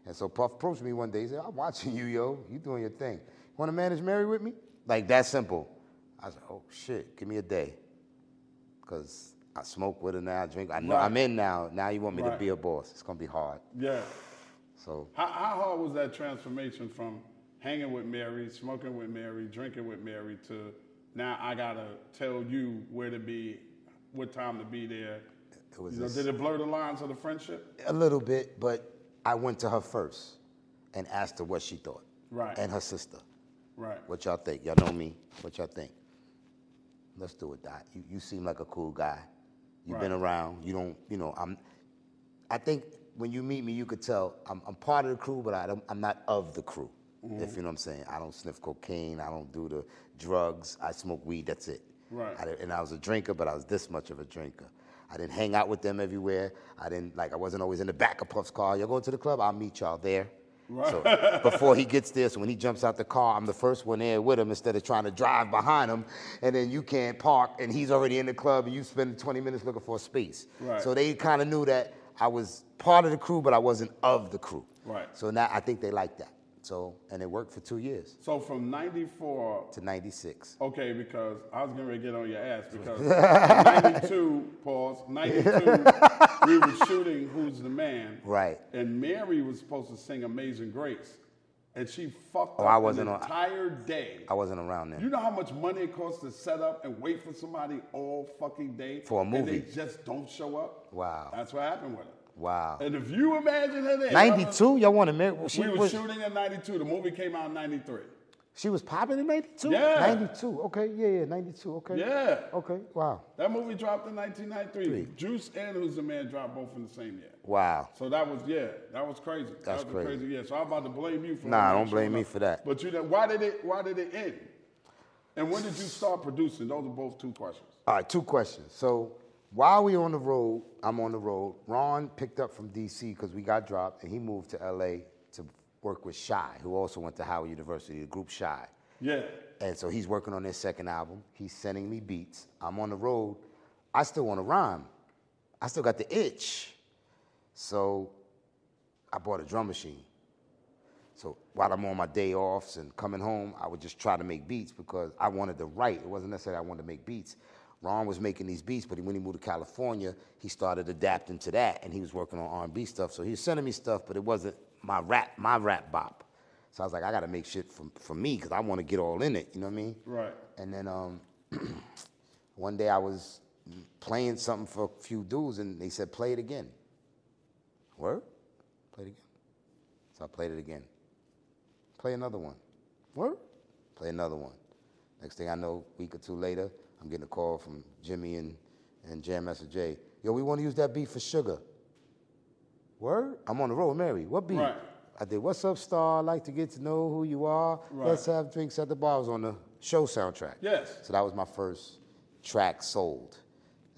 Speaker 4: And so Puff approached me one day. He said, "I'm watching you, yo. You doing your thing. Want to manage Mary with me? Like that simple." I said, "Oh shit, give me a day, cause I smoke with her now. I drink. I know
Speaker 3: Right.
Speaker 4: I'm in now. Now you want me to
Speaker 3: Right.
Speaker 4: be a boss? It's gonna be hard.
Speaker 3: Yeah.
Speaker 4: So
Speaker 3: How, how hard was that transformation from hanging with Mary, smoking with Mary, drinking with Mary to now I gotta tell you where to be, what time to be there?
Speaker 4: it was
Speaker 3: You know,
Speaker 4: this-
Speaker 3: did it blur the lines of the friendship?
Speaker 4: A little bit, but I went to her first and asked her what she thought.
Speaker 3: Right.
Speaker 4: And her sister.
Speaker 3: Right.
Speaker 4: What y'all think? Y'all know me? What y'all think? Let's do it, Doc. You, you seem like a cool guy. You've been
Speaker 3: Right.
Speaker 4: around. You don't, you know, I'm, I think when you meet me, you could tell I'm, I'm part of the crew, but I don't, I'm not of the crew.
Speaker 3: Mm-hmm.
Speaker 4: If you know what I'm saying. I don't sniff cocaine. I don't do the drugs. I smoke weed. That's it.
Speaker 3: Right.
Speaker 4: I di- and I was a drinker, but I was this much of a drinker. I didn't hang out with them everywhere. I didn't like. I wasn't always in the back of Puff's car. Y'all going to the club? I'll meet y'all there.
Speaker 3: Right.
Speaker 4: So before he gets there, so when he jumps out the car, I'm the first one there with him instead of trying to drive behind him. And then you can't park, and he's already in the club, and you spend 20 minutes looking for a space.
Speaker 3: Right.
Speaker 4: So they kind of knew that I was part of the crew, but I wasn't of the crew.
Speaker 3: Right.
Speaker 4: So now I think they like that. So and it worked for two years
Speaker 3: So from '94
Speaker 4: to '96.
Speaker 3: Okay, because I was getting ready to get on your ass because
Speaker 4: (laughs)
Speaker 3: ninety-two pause ninety-two we were shooting Who's the Man,
Speaker 4: Right.
Speaker 3: And Mary was supposed to sing Amazing Grace, and she fucked
Speaker 4: Oh,
Speaker 3: up
Speaker 4: I wasn't
Speaker 3: an
Speaker 4: on-
Speaker 3: entire day.
Speaker 4: I wasn't around then.
Speaker 3: you know how much money it costs to set up and wait for somebody all fucking day
Speaker 4: For a movie.
Speaker 3: And they just don't show up.
Speaker 4: Wow.
Speaker 3: that's what happened with it.
Speaker 4: Wow. (laughs)
Speaker 3: And if you imagine her there,
Speaker 4: 92? Y'all want to marry? Well, she,
Speaker 3: we were
Speaker 4: was,
Speaker 3: shooting in ninety-two. The movie came out in ninety-three.
Speaker 4: she was popping in 92?
Speaker 3: Yeah.
Speaker 4: 92. Okay. Yeah, yeah, 92. Okay.
Speaker 3: Yeah.
Speaker 4: Okay. Wow.
Speaker 3: That movie dropped in 1993. Juice and Who's the Man dropped both in the same year.
Speaker 4: Wow.
Speaker 3: So that was yeah, that was crazy.
Speaker 4: That's
Speaker 3: that was a
Speaker 4: crazy.
Speaker 3: crazy. Yeah, so I'm about to blame you for.
Speaker 4: Nah,
Speaker 3: not
Speaker 4: don't blame
Speaker 3: showing
Speaker 4: me
Speaker 3: up.
Speaker 4: for that.
Speaker 3: But you know why did it why did it end? And when did you start producing? Those are both two questions.
Speaker 4: All right, two questions. So while we on the road, I'm on the road. Ron picked up from DC because we got dropped, and he moved to LA to work with Shy, who also went to Howard University, the group Shy.
Speaker 3: Yeah,
Speaker 4: And so he's working on his second album. He's sending me beats. I'm on the road. I still want to rhyme. I still got the itch. So I bought a drum machine. So while I'm on my day offs and coming home, I would just try to make beats because I wanted to write. It wasn't necessarily I wanted to make beats. Ron was making these beats, but when he moved to California, he started adapting to that, and he was working on R&B stuff. So he was sending me stuff, but it wasn't my rap, my rap bop. So I was like, I got to make shit for, for me because I want to get all in it. You know what I mean?
Speaker 3: right.
Speaker 4: And then um, (clears throat) one day I was playing something for a few dudes, and they said, play it again. Word? Play it again. So I played it again. Play another one. Word? Play another one. Next thing I know, week or two later, I'm getting a call from Jimmy and, and Jam Master J. Yo, we want to use that beat for Sugar. Word? I'm on the road, Mary. What beat?
Speaker 3: Right.
Speaker 4: I did What's Up, Star? Like to get to know who you are.
Speaker 3: Right.
Speaker 4: Let's have drinks at the bar. I was on the show soundtrack.
Speaker 3: Yes.
Speaker 4: So that was my first track sold.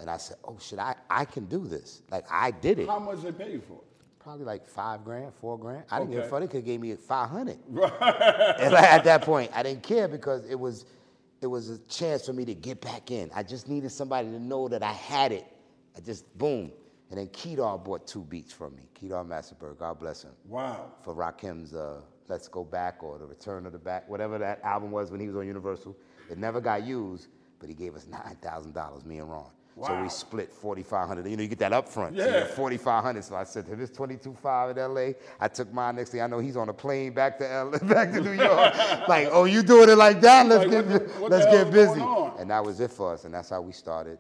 Speaker 4: And I said, oh shit, I, I can do this. Like I did it.
Speaker 3: How much they paid you for? it?
Speaker 4: Probably like five grand, four grand. I didn't give a
Speaker 3: Okay.
Speaker 4: fuck. They could have gave me five hundred. and like, at that point, I didn't care because it was, it was a chance for me to get back in. I just needed somebody to know that I had it. I just boom. And then Kedar bought two beats from me. Kedar Massenberg, God bless him,
Speaker 3: Wow.
Speaker 4: for Rakim's uh, "Let's Go Back" or "The Return of the Back," whatever that album was when he was on Universal. It never got used, but he gave us nine thousand dollars, me and Ron. So
Speaker 3: Wow.
Speaker 4: we split 4500 You know, you get that up front.
Speaker 3: Yeah.
Speaker 4: 4500 So I said to him, it's 22.5 in LA. I took mine. Next thing I know, he's on a plane back to LA, (laughs) back to New
Speaker 3: (laughs)
Speaker 4: York. like, oh, you doing it like that? Let's
Speaker 3: Like,
Speaker 4: get,
Speaker 3: what the- what
Speaker 4: let's
Speaker 3: the hell
Speaker 4: get
Speaker 3: is
Speaker 4: busy.
Speaker 3: going on?
Speaker 4: And that was it for us. And that's how we started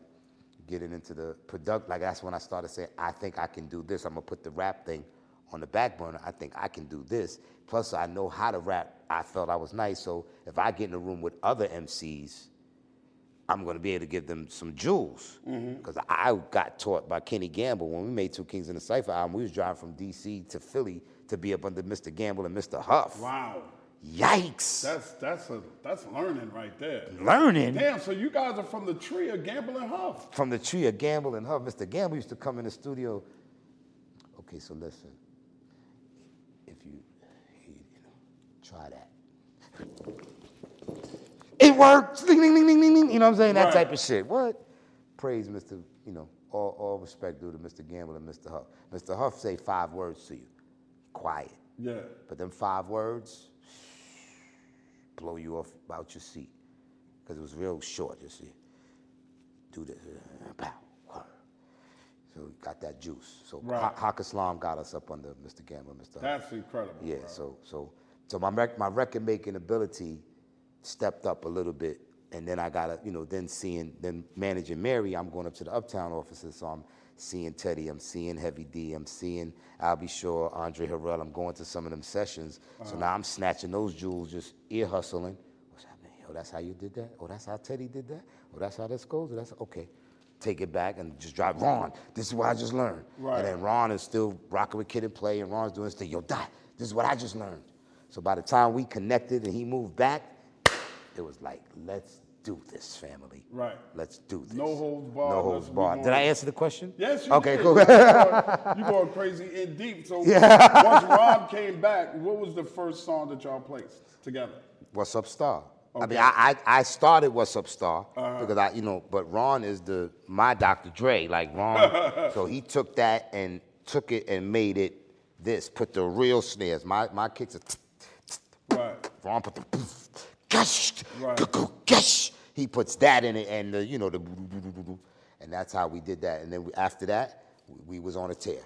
Speaker 4: getting into the product. Like, that's when I started saying, I think I can do this. I'm going to put the rap thing on the back burner. I think I can do this. Plus, I know how to rap. I felt I was nice. So if I get in a room with other MCs, I'm going to be able to give them some jewels.
Speaker 3: Mm-hmm.
Speaker 4: Because I got taught by Kenny Gamble when we made Two Kings in the Cypher album, we was driving from DC to Philly to be up under Mr. Gamble and Mr. Huff.
Speaker 3: Wow.
Speaker 4: Yikes.
Speaker 3: That's that's a that's learning right there.
Speaker 4: Learning
Speaker 3: Damn, so you guys are from the tree of gambling huff.
Speaker 4: from the tree of Gamble and Huff. Mr. Gamble used to come in the studio. Okay, so listen. If you, you know, try that. It works. Ding, ding, ding, ding, ding, ding. You know what I'm saying? That
Speaker 3: Right.
Speaker 4: type of shit. What? Praise Mr. You know, all, all respect due to Mr. Gamble and Mr. Huff. Mr. Huff say five words to you. Quiet.
Speaker 3: Yeah.
Speaker 4: But them five words blow you off about your seat. Because it was real short, you see. Do this, uh, pow, whir. So we got that juice. So
Speaker 3: Right.
Speaker 4: Ha- Hak Islam got us up under Mr. Gamble, Mr. Huff.
Speaker 3: That's incredible.
Speaker 4: Yeah,
Speaker 3: bro.
Speaker 4: so so so my rec- my record making ability stepped up a little bit, and then I got to you know then seeing then managing Mary, I'm going up to the Uptown offices, so I'm seeing Teddy, I'm seeing Heavy D, I'm seeing Albie Shaw, Andre Harrell, I'm going to some of them sessions, so now I'm snatching those jewels, just ear hustling. What's happening? Oh, that's how you did that. Oh, that's how Teddy did that. Oh, that's how this goes. Oh, that's okay. Take it back and just drive Ron. This is what I just learned.
Speaker 3: Right.
Speaker 4: And then Ron is still rocking with Kid and Play, and Ron's doing his thing. Yo, Dot, this is what I just learned. So by the time we connected and he moved back, it was like, let's do this, family.
Speaker 3: Right.
Speaker 4: Let's do this.
Speaker 3: No holds barred.
Speaker 4: No
Speaker 3: Let's
Speaker 4: holds
Speaker 3: move
Speaker 4: barred. Did
Speaker 3: on.
Speaker 4: I answer the question?
Speaker 3: Yes, you
Speaker 4: Okay,
Speaker 3: did.
Speaker 4: cool.
Speaker 3: You're
Speaker 4: (laughs)
Speaker 3: going, you're going crazy in deep. So once Rob came back, what was the first song that y'all placed together?
Speaker 4: What's Up Star. I
Speaker 3: Okay. Uh-huh.
Speaker 4: mean, I, I, I started What's Up Star because I, you know, but Ron is the my Dr. Dre, like
Speaker 3: (laughs)
Speaker 4: Ron. so he took that and took it and made it this. Put the real snares. My my kicks are.
Speaker 3: Right.
Speaker 4: Ron put the poof, gush,
Speaker 3: Right.
Speaker 4: cuckoo, gush. He puts that in it, and the, you know the, boo- boo- boo- boo- boo. and that's how we did that. And then we, after that, we, we was on a tear.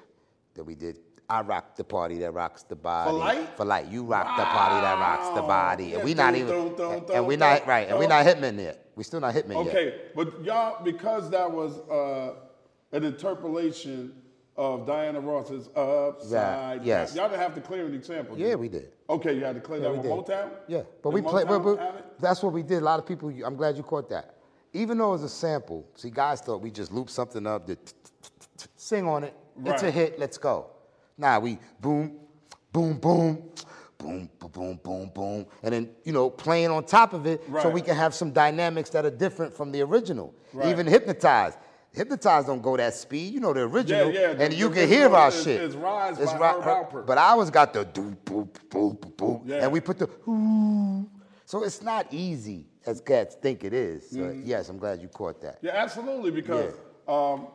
Speaker 4: Then we did. I rock the party that rocks the body.
Speaker 3: light?
Speaker 4: For light. You rock the party that rocks the
Speaker 3: Wow.
Speaker 4: body. And
Speaker 3: Yeah,
Speaker 4: we not
Speaker 3: dun,
Speaker 4: even.
Speaker 3: dun, dun,
Speaker 4: and-
Speaker 3: dun,
Speaker 4: and we not
Speaker 3: dun,
Speaker 4: right. And we
Speaker 3: dun.
Speaker 4: not hitmen yet. We still not hitmen yet.
Speaker 3: Okay, but y'all, because that was uh, an interpolation of Diana Ross's upside. down,
Speaker 4: yes.
Speaker 3: Y'all didn't have to clear an example. did
Speaker 4: Yeah,
Speaker 3: you?
Speaker 4: we did.
Speaker 3: Okay, you had to clear
Speaker 4: Yeah,
Speaker 3: that
Speaker 4: we
Speaker 3: one
Speaker 4: did.
Speaker 3: Motown.
Speaker 4: Yeah, but
Speaker 3: The
Speaker 4: we played.
Speaker 3: Motown
Speaker 4: but- but
Speaker 3: alley?
Speaker 4: that's what we did. A lot of people. I'm glad you caught that. Even though it's a sample, see, guys thought we just loop something up, did t- t- t- t- sing on it. It's a
Speaker 3: Right.
Speaker 4: hit. Let's go. Nah, we boom, boom, boom, boom, boom, boom, boom, boom, and then you know playing on top of it, so
Speaker 3: Right.
Speaker 4: we can have some dynamics that are different from the original.
Speaker 3: Right.
Speaker 4: Even hypnotized. Hypnotized don't go that speed. You know the original,
Speaker 3: yeah, the-
Speaker 4: and you
Speaker 3: the
Speaker 4: can hear
Speaker 3: original
Speaker 4: our
Speaker 3: is-
Speaker 4: shit.
Speaker 3: is Rise by
Speaker 4: Ri-
Speaker 3: Herb Alpert.
Speaker 4: But I always got the doop, boop, boop, boop, boop,
Speaker 3: Yeah.
Speaker 4: and we put the ooh. So it's not easy as cats think it is. So yes, I'm glad you caught that.
Speaker 3: Mm-hmm. Yeah, absolutely. Because um,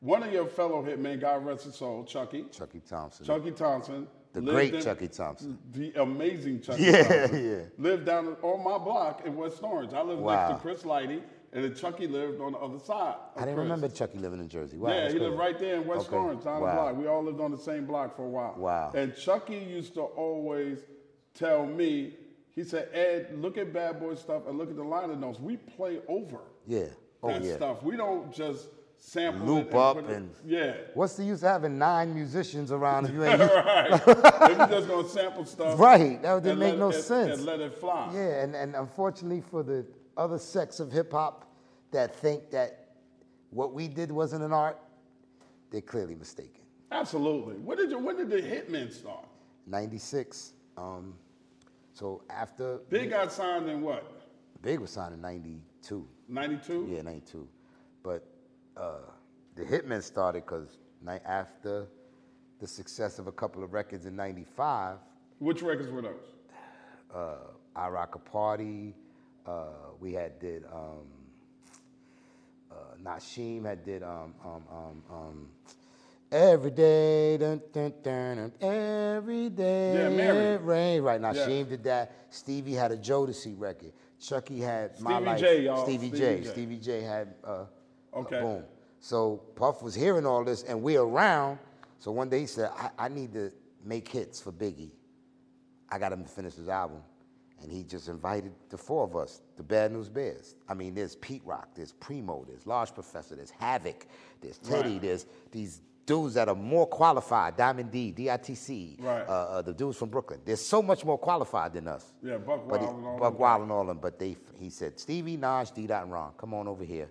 Speaker 3: one of your fellow hitmen, God rest his soul, Chucky,
Speaker 4: Chucky Thompson.
Speaker 3: Chucky Thompson,
Speaker 4: The
Speaker 3: lived
Speaker 4: great
Speaker 3: in-
Speaker 4: Chucky Thompson.
Speaker 3: the amazing Chucky
Speaker 4: Yeah,
Speaker 3: Thompson,
Speaker 4: (laughs) yeah.
Speaker 3: lived down on my block in West Orange. I lived
Speaker 4: Wow.
Speaker 3: next to Chris Lighty, and then Chucky lived on the other side. of
Speaker 4: I didn't
Speaker 3: Chris.
Speaker 4: remember Chucky living in Jersey. Wow,
Speaker 3: Yeah,
Speaker 4: that's
Speaker 3: he lived
Speaker 4: crazy.
Speaker 3: right there in West
Speaker 4: Okay.
Speaker 3: Orange, down the
Speaker 4: Wow.
Speaker 3: block. We all lived on the same block for a while.
Speaker 4: Wow.
Speaker 3: And Chucky used to always tell me, he said, Ed, look at Bad Boy stuff and look at the liner notes. We play over
Speaker 4: Yeah. Oh
Speaker 3: that
Speaker 4: yeah.
Speaker 3: stuff. We don't just sample
Speaker 4: Loop
Speaker 3: it
Speaker 4: up
Speaker 3: put it-
Speaker 4: and-
Speaker 3: (laughs)
Speaker 4: (laughs)
Speaker 3: yeah.
Speaker 4: What's the use of having nine musicians around if you (laughs) ain't?
Speaker 3: (laughs) All right. if you're just gonna sample stuff,
Speaker 4: Right, that didn't
Speaker 3: and
Speaker 4: make
Speaker 3: let-
Speaker 4: no
Speaker 3: and-
Speaker 4: sense.
Speaker 3: And let it fly.
Speaker 4: Yeah, and, and unfortunately for the other sects of hip hop that think that what we did wasn't an art, they're clearly mistaken.
Speaker 3: Absolutely. When did you, when did the Hitmen start?
Speaker 4: 96. Um, so after
Speaker 3: Big got signed in what?
Speaker 4: Big was signed in 92.
Speaker 3: 92?
Speaker 4: Yeah, 92. But uh, the Hitmen started because after the success of a couple of records in 95,
Speaker 3: Which records were those?
Speaker 4: uh, I Rock a Party, uh, we had did, um, uh, Nasheem had did um, um, um, um, Every Day, dun, dun, dun, dun, Every Day,
Speaker 3: Yeah, Mary.
Speaker 4: it rain. Right,
Speaker 3: Yeah.
Speaker 4: Nasheem did that. Stevie had a Jodeci record. Chucky had My
Speaker 3: Stevie
Speaker 4: Life.
Speaker 3: J, y'all.
Speaker 4: Stevie,
Speaker 3: Stevie
Speaker 4: J.
Speaker 3: J.
Speaker 4: Stevie J had uh,
Speaker 3: Okay.
Speaker 4: uh, Boom. So Puff was hearing all this, and we're around. So one day he said, I, I need to make hits for Biggie. I got him to finish his album. And he just invited the four of us, the Bad News Bears. I mean, there's Pete Rock, there's Primo, there's Large Professor, there's Havoc, there's Teddy,
Speaker 3: Right.
Speaker 4: there's these dudes that are more qualified, Diamond D, DITC,
Speaker 3: Right.
Speaker 4: uh, uh, the dudes from Brooklyn. They're so much more qualified than us.
Speaker 3: Yeah, Buck
Speaker 4: But he-
Speaker 3: Wild and all
Speaker 4: Buck
Speaker 3: them.
Speaker 4: Wild and all them. But they, he said, Stevie, Naj, D. Dot, and Ron, come on over here,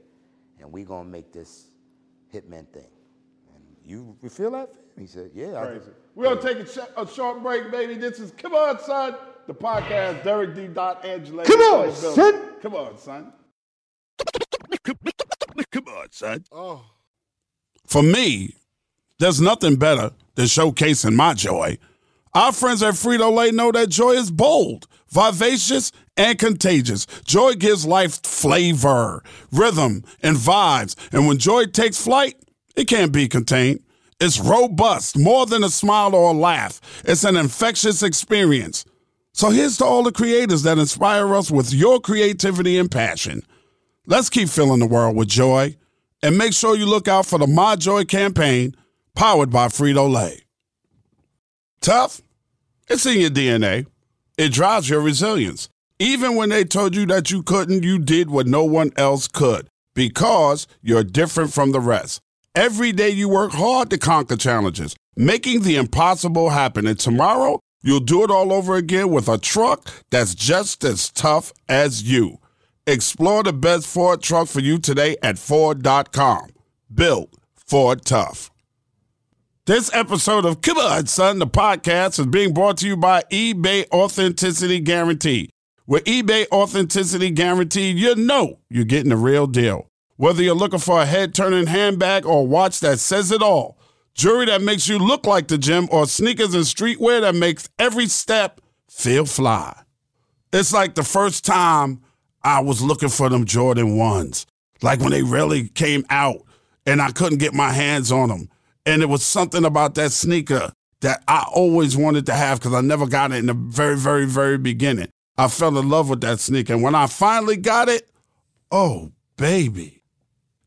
Speaker 4: and we gonna make this hitman thing. And you, you feel that? He said, Yeah. I do."
Speaker 3: Crazy. We're going to take a, sh- a short break, baby. This is Come On Son The podcast, Derek D. Dot Angela.
Speaker 4: Come on, son.
Speaker 3: Come on, son.
Speaker 1: Come on, son.
Speaker 3: For me, there's nothing better than showcasing my joy. Our friends at Frito Lay know that joy is bold, vivacious, and contagious. Joy gives life flavor, rhythm, and vibes. And when joy takes flight, it can't be contained. It's robust, more than a smile or a laugh. It's an infectious experience. So here's to all the creators that inspire us with your creativity and passion. Let's keep filling the world with joy and make sure you look out for the My Joy campaign powered by Frito Lay. Tough? It's in your DNA. It drives your resilience. Even when they told you that you couldn't, you did what no one else could because you're different from the rest. Every day you work hard to conquer challenges, making the impossible happen. And tomorrow, you'll do it all over again with a truck that's just as tough as you. Explore the best Ford truck for you today at Ford.com. Built Ford Tough. This episode of Come On Son, the podcast, is being brought to you by eBay Authenticity Guarantee. With eBay Authenticity Guarantee, you know you're getting the real deal. Whether you're looking for a head turning handbag or watch that says it all, jewelry that makes you look like the gym, or sneakers and streetwear that makes every step feel fly. It's like the first time I was looking for them Jordan 1s, like when they really came out and I couldn't get my hands on them. And it was something about that sneaker that I always wanted to have because I never got it in the very, very, very beginning. I fell in love with that sneaker. And when I finally got it, oh, baby.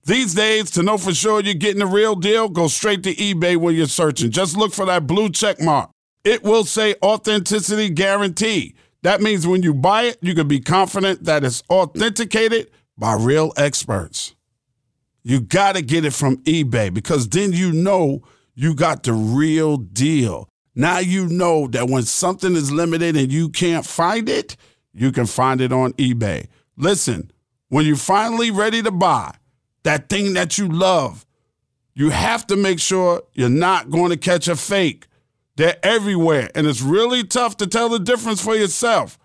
Speaker 3: These days, to know for sure you're getting the real deal, go straight to eBay when you're searching. Just look for that blue check mark. It will say authenticity guarantee. That means when you buy it, you can be confident that it's authenticated by real experts. You got to get it from eBay because then you know you got the real deal. Now you know that when something is limited and you can't find it, you can find it on eBay. Listen, when you're finally ready to buy that thing that you love, you have to make sure you're not going to catch a fake. They're everywhere, and it's really tough to tell the difference for yourself.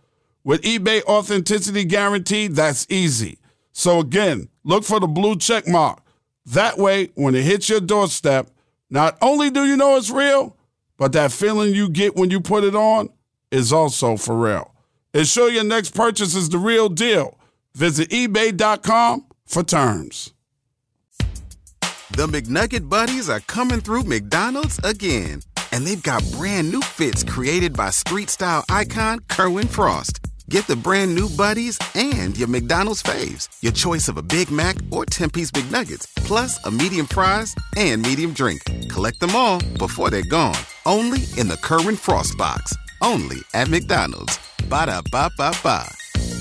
Speaker 3: With eBay Authenticity Guarantee, that's easy. So again, look for the blue check mark. That way, when it hits your doorstep, not only do you know it's real, but that feeling you get when you put it on is also for real. Ensure your next purchase is the real deal. Visit eBay.com for terms.
Speaker 5: The McNugget Buddies are coming through McDonald's again. And they've got brand new fits created by street style icon Kerwin Frost. Get the brand new Buddies and your McDonald's faves, your choice of a Big Mac or 10 piece McNuggets, plus a medium fries and medium drink. Collect them all before they're gone. Only in the Kerwin Frost box. Only at McDonald's. Ba da ba ba ba.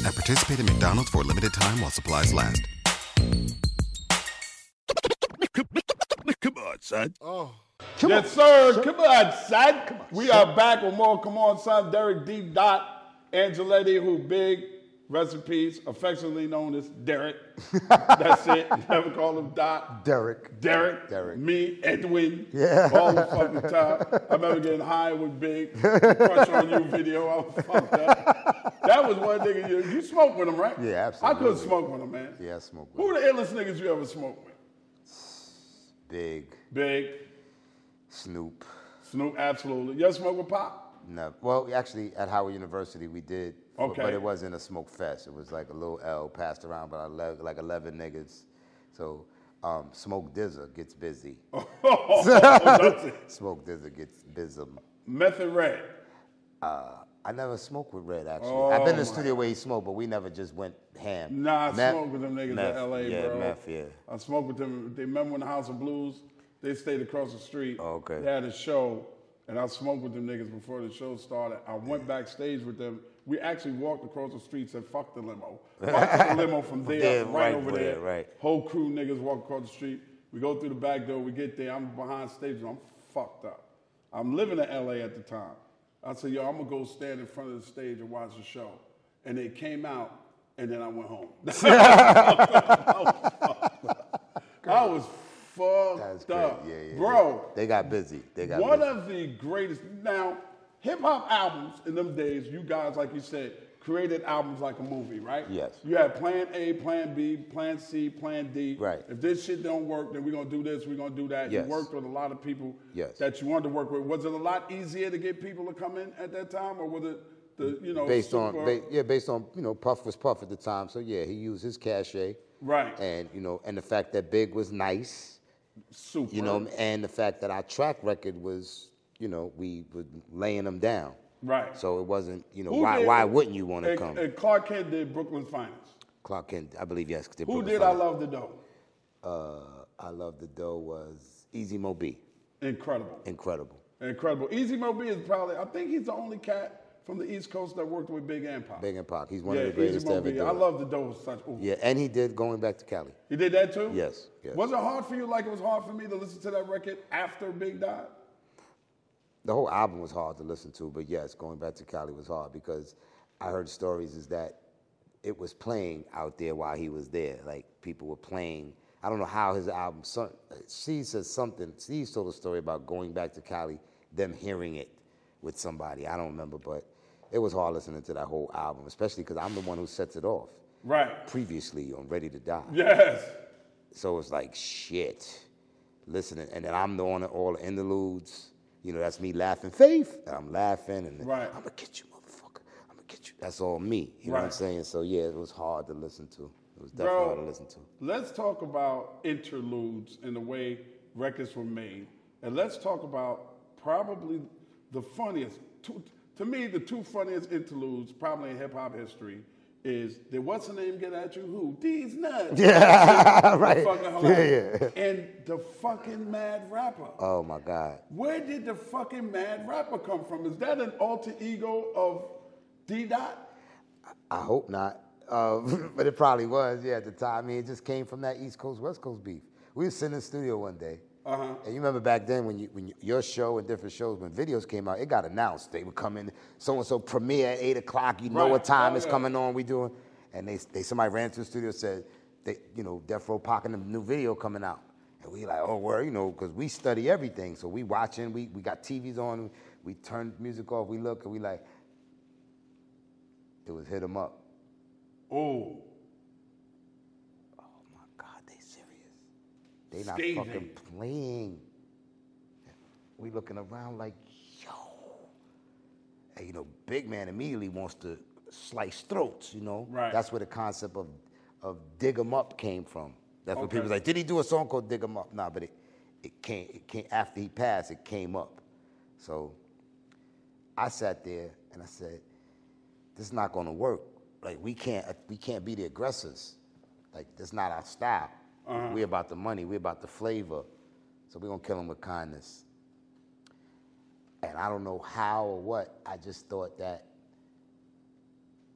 Speaker 5: And participate in McDonald's for a limited time while supplies last.
Speaker 1: Come on, son.
Speaker 3: yes, sir. Come on, son. we are back with more. Come on, son. Derek D. Dot Angeletti, who big recipes, affectionately known as
Speaker 4: (laughs)
Speaker 3: Derek. That's it. Never call him Dot.
Speaker 4: Derek.
Speaker 3: Derek,
Speaker 4: Derek.
Speaker 3: me, Edwin,
Speaker 4: Yeah.
Speaker 3: all the fucking time. I remember getting high with Big, Crush on You video. I was fucked up. That was one nigga you, you smoked with him, right?
Speaker 4: Yeah,
Speaker 3: I couldn't
Speaker 4: absolutely.
Speaker 3: smoke with him, man.
Speaker 4: Yeah, I smoke
Speaker 3: Who
Speaker 4: with
Speaker 3: were the illest niggas you ever smoked with?
Speaker 4: Big,
Speaker 3: Big,
Speaker 4: Snoop.
Speaker 3: Snoop, absolutely. You ever smoke with Pop?
Speaker 4: No. Well, actually, at Howard University, we did. but-
Speaker 3: Okay.
Speaker 4: But it wasn't a smoke fest. It was like a little L passed around by ele- like 11 niggas. So, um, Smoke Dizza gets busy.
Speaker 3: (laughs) Oh, that's it.
Speaker 4: (laughs) Smoke Dizza gets bism.
Speaker 3: Method Red.
Speaker 4: I never smoked with Red, actually. I've been in the studio where he smoked, but we never just went ham.
Speaker 3: Oh, Nah, I
Speaker 4: Meth-
Speaker 3: smoked with them niggas
Speaker 4: meth,
Speaker 3: in LA,
Speaker 4: yeah,
Speaker 3: bro.
Speaker 4: Meth, yeah.
Speaker 3: I smoked with them. They remember when the House of Blues, they stayed across the street.
Speaker 4: Oh, okay.
Speaker 3: They had a show, and I smoked with them niggas before the show started. I went backstage with them. We actually walked across the streets and fucked
Speaker 4: (laughs)
Speaker 3: the limo. Fucked the limo from there,
Speaker 4: there,
Speaker 3: right,
Speaker 4: right
Speaker 3: over
Speaker 4: there,
Speaker 3: there.
Speaker 4: right.
Speaker 3: Whole crew niggas walk across the street. We go through the back door. We get there. I'm behind stage. And I'm fucked up. I'm living in LA at the time. I said, yo, I'm gonna go stand in front of the stage and watch the show. And they came out, and then I
Speaker 4: (laughs)
Speaker 3: went home. (laughs) I was fucked
Speaker 4: That's great.
Speaker 3: up,
Speaker 4: Yeah, yeah.
Speaker 3: bro.
Speaker 4: They got busy. They got
Speaker 3: One
Speaker 4: busy.
Speaker 3: of the greatest. Now, Hip hop albums in them days, you guys, like you said, created albums like a movie, right?
Speaker 4: Yes.
Speaker 3: You had plan A, plan B, plan C, plan D.
Speaker 4: Right.
Speaker 3: If this shit don't work, then we're gonna do this, we're gonna do that.
Speaker 4: Yes.
Speaker 3: You worked with a lot of people
Speaker 4: Yes.
Speaker 3: that you wanted to work with. Was it a lot easier to get people to come in at that time, or was it the you know
Speaker 4: based on
Speaker 3: super-
Speaker 4: ba- yeah, based on you know Puff was Puff at the time, so yeah, he used his cachet,
Speaker 3: Right.
Speaker 4: And you know, and the fact that Big was nice,
Speaker 3: super?
Speaker 4: you know, and the fact that our track record was, you know, we were laying them down,
Speaker 3: Right.
Speaker 4: So it wasn't, you know,
Speaker 3: Who
Speaker 4: why
Speaker 3: did-
Speaker 4: why wouldn't you want to
Speaker 3: and-
Speaker 4: come?
Speaker 3: And Clark Kent did Brooklyn Finance.
Speaker 4: Clark Kent, I believe yes. 'cause they
Speaker 3: Who
Speaker 4: broke
Speaker 3: did
Speaker 4: us
Speaker 3: I
Speaker 4: up.
Speaker 3: Love the Dough?
Speaker 4: Uh, I love the dough was Easy Mo B,
Speaker 3: Incredible.
Speaker 4: incredible.
Speaker 3: Incredible. Easy Mo B is probably, I think he's the only cat from the East Coast that worked with Big and Pop.
Speaker 4: Big and Pac, he's one
Speaker 3: yeah,
Speaker 4: of the greatest
Speaker 3: Easy
Speaker 4: to
Speaker 3: Mo
Speaker 4: ever
Speaker 3: B.
Speaker 4: do
Speaker 3: I
Speaker 4: it.
Speaker 3: love the dough such. Ooh.
Speaker 4: Yeah, and he did going back to Cali.
Speaker 3: He did that too?
Speaker 4: Yes, yes.
Speaker 3: Was it hard for you like it was hard for me to listen to that record after Big died?
Speaker 4: the whole album was hard to listen to, but yes, going back to Cali was hard because I heard stories is that it was playing out there while he was there. Like people were playing. I don't know how his album. Some, she says something. Steve told a story about going back to Cali, them hearing it with somebody. I don't remember, but it was hard listening to that whole album, especially because I'm the one who sets it off
Speaker 3: Right.
Speaker 4: previously on Ready to Die.
Speaker 3: Yes.
Speaker 4: So it's like shit. Listening, and then I'm doing all the interludes. You know, that's me laughing, faith. And I'm laughing, and
Speaker 3: Right.
Speaker 4: I'm gonna get you, motherfucker. I'm gonna get you. That's all me. You know what I'm
Speaker 3: Right.
Speaker 4: saying? So yeah, it was hard to listen to. It was definitely
Speaker 3: Bro,
Speaker 4: hard to listen to. (laughs)
Speaker 3: let's talk about interludes and the way records were made. And let's talk about probably the funniest, two, to me, the two funniest interludes probably in hip hop history is the What's the Name Get At You Who? These Nuts.
Speaker 4: Yeah, (laughs) right.
Speaker 3: Fucking
Speaker 4: Yeah,
Speaker 3: hilarious.
Speaker 4: yeah.
Speaker 3: And the fucking Mad Rapper.
Speaker 4: Oh my God.
Speaker 3: Where did the fucking Mad Rapper come from? Is that an alter ego of D Dot?
Speaker 4: I hope not. Uh, (laughs) but it probably was, yeah, at the time. I mean, it just came from that East Coast, West Coast beef. We were sitting in the studio one day.
Speaker 3: Uh-huh.
Speaker 4: And you remember back then when, you, when you- your show and different shows, when videos came out, it got announced. They would come in, so and so premiere at 8 o'clock. You know
Speaker 3: Right.
Speaker 4: what time
Speaker 3: Oh,
Speaker 4: it's
Speaker 3: yeah.
Speaker 4: coming on, we doing. And they, they somebody ran to the studio said, they, you know, Death Row Pac and the new video coming out. And we like, oh, word, you know, because we study everything. So we watching, we, we got TVs on, we turn music off, we look, and we like, it was hit 'em up.
Speaker 3: Oh,
Speaker 4: Oh my God, they serious. They not
Speaker 3: Scathing.
Speaker 4: fucking playing. We looking around like, yo. And you know, big man immediately wants to slice throats, you know?
Speaker 3: Right.
Speaker 4: That's where the concept of of dig 'em up came from. That's what
Speaker 3: Okay.
Speaker 4: people was like, did he do a song called Dig 'em Up? Nah, but it it came it came after he passed, it came up. So I sat there and I said, this is not gonna work. Like we can't uh, we can't be the aggressors. Like that's not our style. We're about the money. We're about the flavor. So we're gonna kill them with kindness. And I don't know how or what. I just thought that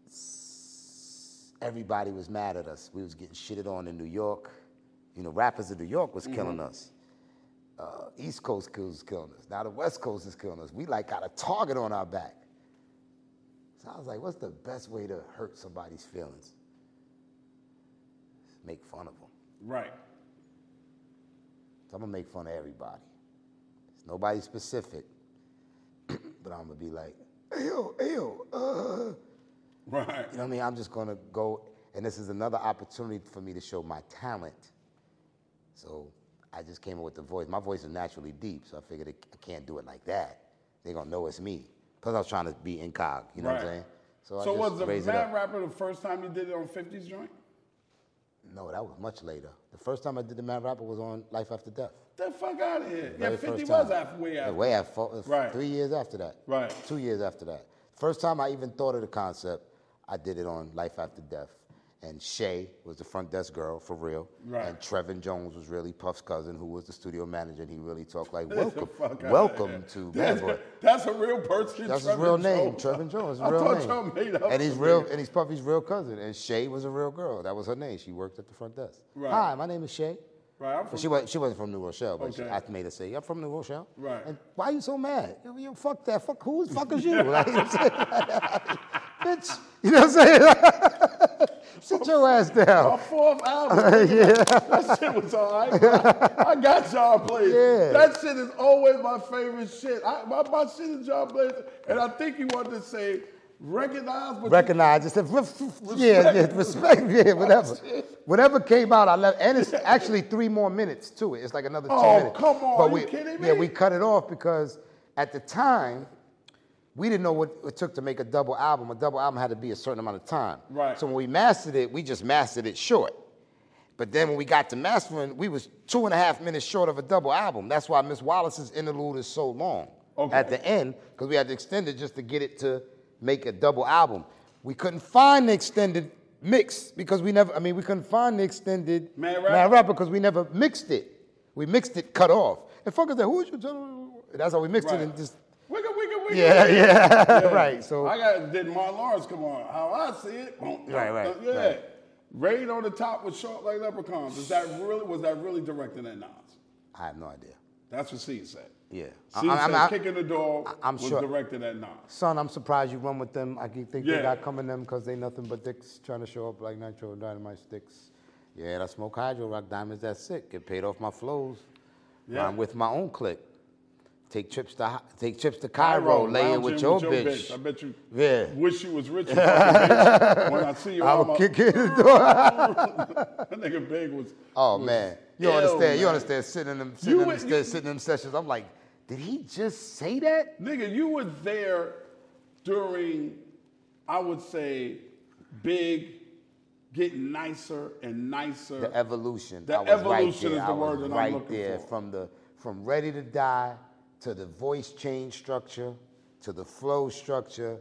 Speaker 4: s- everybody was mad at us. We was getting shitted on in New York. You know, rappers in New York was killing us. Uh, East Coast was killing us. Now the West Coast is killing us. We like got a target on our back. So I was like, what's the best way to hurt somebody's feelings? Make fun of them.
Speaker 3: right.
Speaker 4: So I'm gonna make fun of everybody. It's nobody specific, (clears throat) but I'm gonna be like, ew, ew, uh.
Speaker 3: Right.
Speaker 4: You know what I mean? I'm just gonna go, and this is another opportunity for me to show my talent. So I just came up with the voice. My voice is naturally deep, so I figured it, I can't do it like that. They're gonna know it's me. Plus, I was trying to be incog. You know what I'm
Speaker 3: Right.
Speaker 4: saying? I
Speaker 3: So
Speaker 4: just
Speaker 3: was the
Speaker 4: raised it up.
Speaker 3: Mad Rapper the first time you did it on 50s joint?
Speaker 4: No, that was much later. The first time I did the Mad Rapper was on Life After Death.
Speaker 3: The fuck out of here. Yeah,
Speaker 4: Very
Speaker 3: 50
Speaker 4: first
Speaker 3: was
Speaker 4: time.
Speaker 3: after, way
Speaker 4: Yeah,
Speaker 3: after.
Speaker 4: way after. four-
Speaker 3: Right.
Speaker 4: Three years after that.
Speaker 3: Right.
Speaker 4: Two years after that. First time I even thought of the concept, I did it on Life After Death. And Shay was the front desk girl for real.
Speaker 3: Right.
Speaker 4: And Trevin Jones was really Puff's cousin, who was the studio manager, and he really talked like,
Speaker 3: (laughs) Get the
Speaker 4: "Welcome,
Speaker 3: fuck outta here.
Speaker 4: welcome to Bad
Speaker 3: that's,
Speaker 4: Boy."
Speaker 3: (laughs) That's a real person.
Speaker 4: That's his
Speaker 3: Trevin
Speaker 4: real name,
Speaker 3: Jones.
Speaker 4: Trevin Jones. His
Speaker 3: (laughs) I
Speaker 4: real
Speaker 3: thought
Speaker 4: name.
Speaker 3: y'all made up.
Speaker 4: and he's
Speaker 3: some
Speaker 4: real,
Speaker 3: nigga.
Speaker 4: and he's Puffy's real cousin. And Shay was a real girl. That was her name. She worked at the front desk.
Speaker 3: Right.
Speaker 4: Hi, my name is Shay.
Speaker 3: Right, I'm
Speaker 4: But
Speaker 3: from-
Speaker 4: she wasn't. She wasn't from New Rochelle, but she,
Speaker 3: Okay.
Speaker 4: I made her say, "I'm from New Rochelle."
Speaker 3: Right.
Speaker 4: And why are you so mad? You, you fuck that. Fuck who? the Fuck (laughs) is you? Like, you know what I'm saying? (laughs) Bitch. You know what I'm saying? Shut Sit your ass down.
Speaker 3: Our fourth
Speaker 4: (laughs)
Speaker 3: album. That shit was all right. I, I got y'all plays.
Speaker 4: Yeah.
Speaker 3: That shit is always my favorite shit. I, my, my shit is y'all plays. And I think you wanted to say recognize, but
Speaker 4: Recognize. It's a, yeah, yeah, respect. Yeah, whatever. Whatever came out, I left. And it's actually three more minutes to it. It's like another two
Speaker 3: Oh,
Speaker 4: minutes.
Speaker 3: come on,
Speaker 4: But we,
Speaker 3: you kidding
Speaker 4: Yeah,
Speaker 3: me?
Speaker 4: we cut it off because at the time, we didn't know what it took to make a double album. A double album had to be a certain amount of time.
Speaker 3: Right.
Speaker 4: So when we mastered it, we just mastered it short. But then when we got to mastering, we was two and a half minutes short of a double album. That's why Miss Wallace's interlude is so long
Speaker 3: Okay.
Speaker 4: at the end because we had to extend it just to get it to make a double album. We couldn't find the extended mix because we never. I mean, we couldn't find the extended
Speaker 3: Mad
Speaker 4: Mad
Speaker 3: Rapper?
Speaker 4: Rapper because we never mixed it. We mixed it cut off. And fuckers said, "Who is you?" telling-" That's how we mixed
Speaker 3: Right.
Speaker 4: it and just (laughs)
Speaker 3: Wiggle, wiggle, wiggle.
Speaker 4: yeah, yeah, (laughs) right. So
Speaker 3: I got did Martin Lawrence come on? How I see it. boom,
Speaker 4: Right,
Speaker 3: boom,
Speaker 4: right,
Speaker 3: boom, Yeah.
Speaker 4: right.
Speaker 3: Raid on the top with short like leprechauns. Is that really was that really directed at Nas?
Speaker 4: I have no idea.
Speaker 3: That's what C said.
Speaker 4: Yeah. I-
Speaker 3: C
Speaker 4: I-
Speaker 3: said
Speaker 4: I'm- I-
Speaker 3: kicking the door
Speaker 4: I- I'm
Speaker 3: was
Speaker 4: sure-
Speaker 3: directed at Nas.
Speaker 4: Son, I'm surprised you run with them. I keep think
Speaker 3: Yeah.
Speaker 4: they got coming them because they nothing but dicks trying to show up like nitro and dynamite sticks. Yeah, that smoke hydro rock diamonds. That's sick. Get paid off my flows.
Speaker 3: Yeah.
Speaker 4: I'm with my own clique. Take trips to Hi- take trips to Cairo. lay in
Speaker 3: lounging
Speaker 4: with your,
Speaker 3: I
Speaker 4: bitch.
Speaker 3: bet you
Speaker 4: Yeah.
Speaker 3: wish you was
Speaker 4: (laughs)
Speaker 3: rich. you fucking bitch. when I see you,
Speaker 4: I
Speaker 3: I'm
Speaker 4: will
Speaker 3: a-
Speaker 4: kick in
Speaker 3: (laughs)
Speaker 4: the door.
Speaker 3: that nigga Big was.
Speaker 4: Oh man, you
Speaker 3: ill,
Speaker 4: understand? You
Speaker 3: man.
Speaker 4: understand? Sitting in them, sitting
Speaker 3: You
Speaker 4: in them,
Speaker 3: would-
Speaker 4: sta-
Speaker 3: you-
Speaker 4: sitting in them sessions. I'm like, did he just say that?
Speaker 3: Nigga, you were there during, I would say, Big getting nicer and nicer.
Speaker 4: The evolution.
Speaker 3: The
Speaker 4: I was
Speaker 3: evolution
Speaker 4: right there.
Speaker 3: is the
Speaker 4: I was
Speaker 3: word that I'm
Speaker 4: right
Speaker 3: looking
Speaker 4: there
Speaker 3: for.
Speaker 4: from the from ready to die to the voice change structure to the flow structure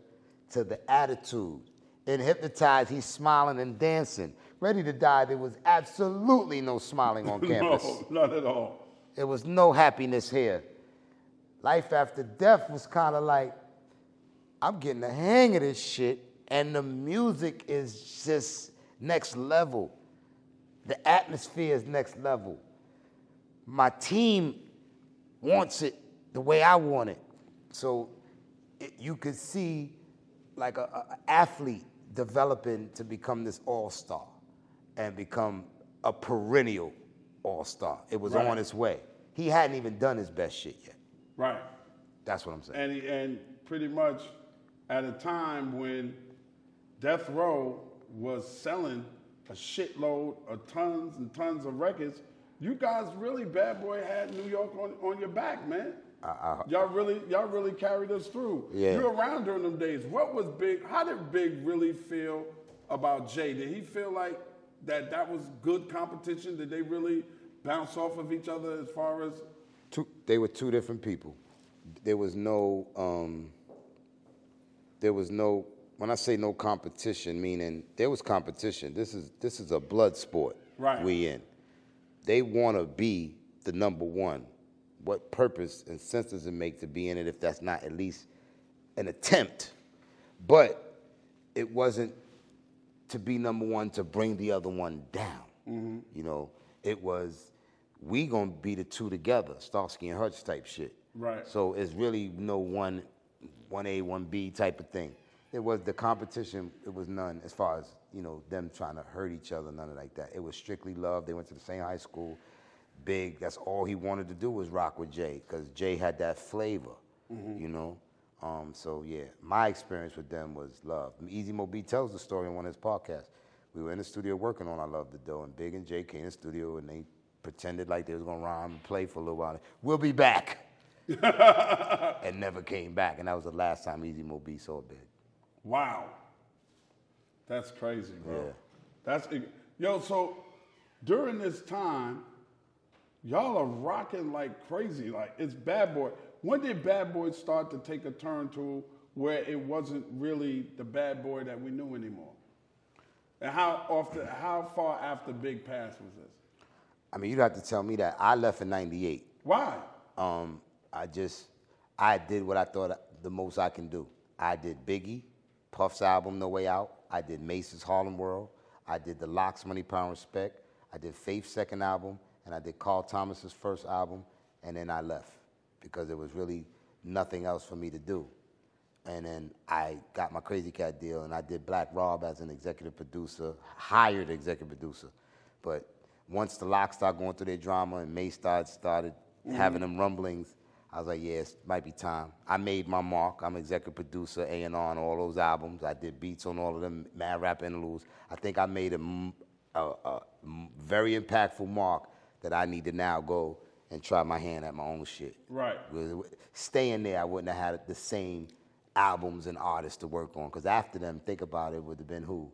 Speaker 4: to the attitude. In hypnotized, he's smiling and dancing. Ready to die, there was absolutely no smiling on campus.
Speaker 3: (laughs) (laughs) no, not at all.
Speaker 4: There was no happiness here. Life after death was kind of like, I'm getting the hang of this shit, and the music is just next level. The atmosphere is next level. My team wants it the way I want it. So it, you could see like a, a- a athlete developing to become this all-star and become a perennial all-star. It was
Speaker 3: Right.
Speaker 4: on its way. He hadn't even done his best shit yet.
Speaker 3: Right.
Speaker 4: That's what I'm saying.
Speaker 3: And, he, and pretty much at a time when Death Row was selling a shitload of tons and tons of records, you guys really, Bad Boy had New York on, on your back, man. y'all really, y'all really carried us through.
Speaker 4: Yeah.
Speaker 3: You're around during them days. What was Big? How did Big really feel about Jay? Did he feel like that that was good competition? Did they really bounce off of each other as far as
Speaker 4: two, they were two different people. There was no, um, there was no. When I say no competition, meaning there was competition. This is this is a blood sport.
Speaker 3: Right.
Speaker 4: We in. They want to be the number one. What purpose and sense does it make to be in it if that's not at least an attempt? But it wasn't to be number one to bring the other one down. You know, it was we gonna be the two together, Starsky and Hutch type shit.
Speaker 3: Right.
Speaker 4: So it's really no one, one A, one B type of thing. It was the competition. It was none as far as you know them trying to hurt each other, none of like that. It was strictly love. They went to the same high school. Big. That's all he wanted to do was rock with Jay, because Jay had that flavor. You know. Um, so yeah, my experience with them was love. Easy Mo B tells the story in one of his podcasts. We were in the studio working on I Love the Dough, and Big and Jay came in the studio and they pretended like they was gonna rhyme and play for a little while. We'll be back and never came back. And that was the last time Easy Mo B saw Big.
Speaker 3: Wow. That's crazy, bro.
Speaker 4: Yeah.
Speaker 3: That's yo, so during this time, y'all are rocking like crazy. Like it's bad boy. When did bad boy start to take a turn to where it wasn't really the bad boy that we knew anymore? And how often how far after Big Pass was this?
Speaker 4: I mean, you'd have to tell me that I left in '98.
Speaker 3: Why?
Speaker 4: Um, I just, I did what I thought the most I can do. I did Biggie, Puff's album No Way Out. I did Mace's Harlem World. I did The Locks Money Pound Respect. I did Faith's second album, and I did Carl Thomas's first album, and then I left because there was really nothing else for me to do. and then I got my Crazy Cat deal, and I did Black Rob as an executive producer, hired executive producer. But once the Lock started going through their drama and May started, started having them rumblings, I was like, yeah, it might be time. I made my mark. I'm executive producer, A&R on all those albums. I did beats on all of them, Mad Rap Interludes. I think I made a, m- a- a m- very impactful mark that I need to now go and try my hand at my own shit.
Speaker 3: Right.
Speaker 4: With- Staying there, I wouldn't have had the same albums and artists to work on. Because after them, think about it, would have been who?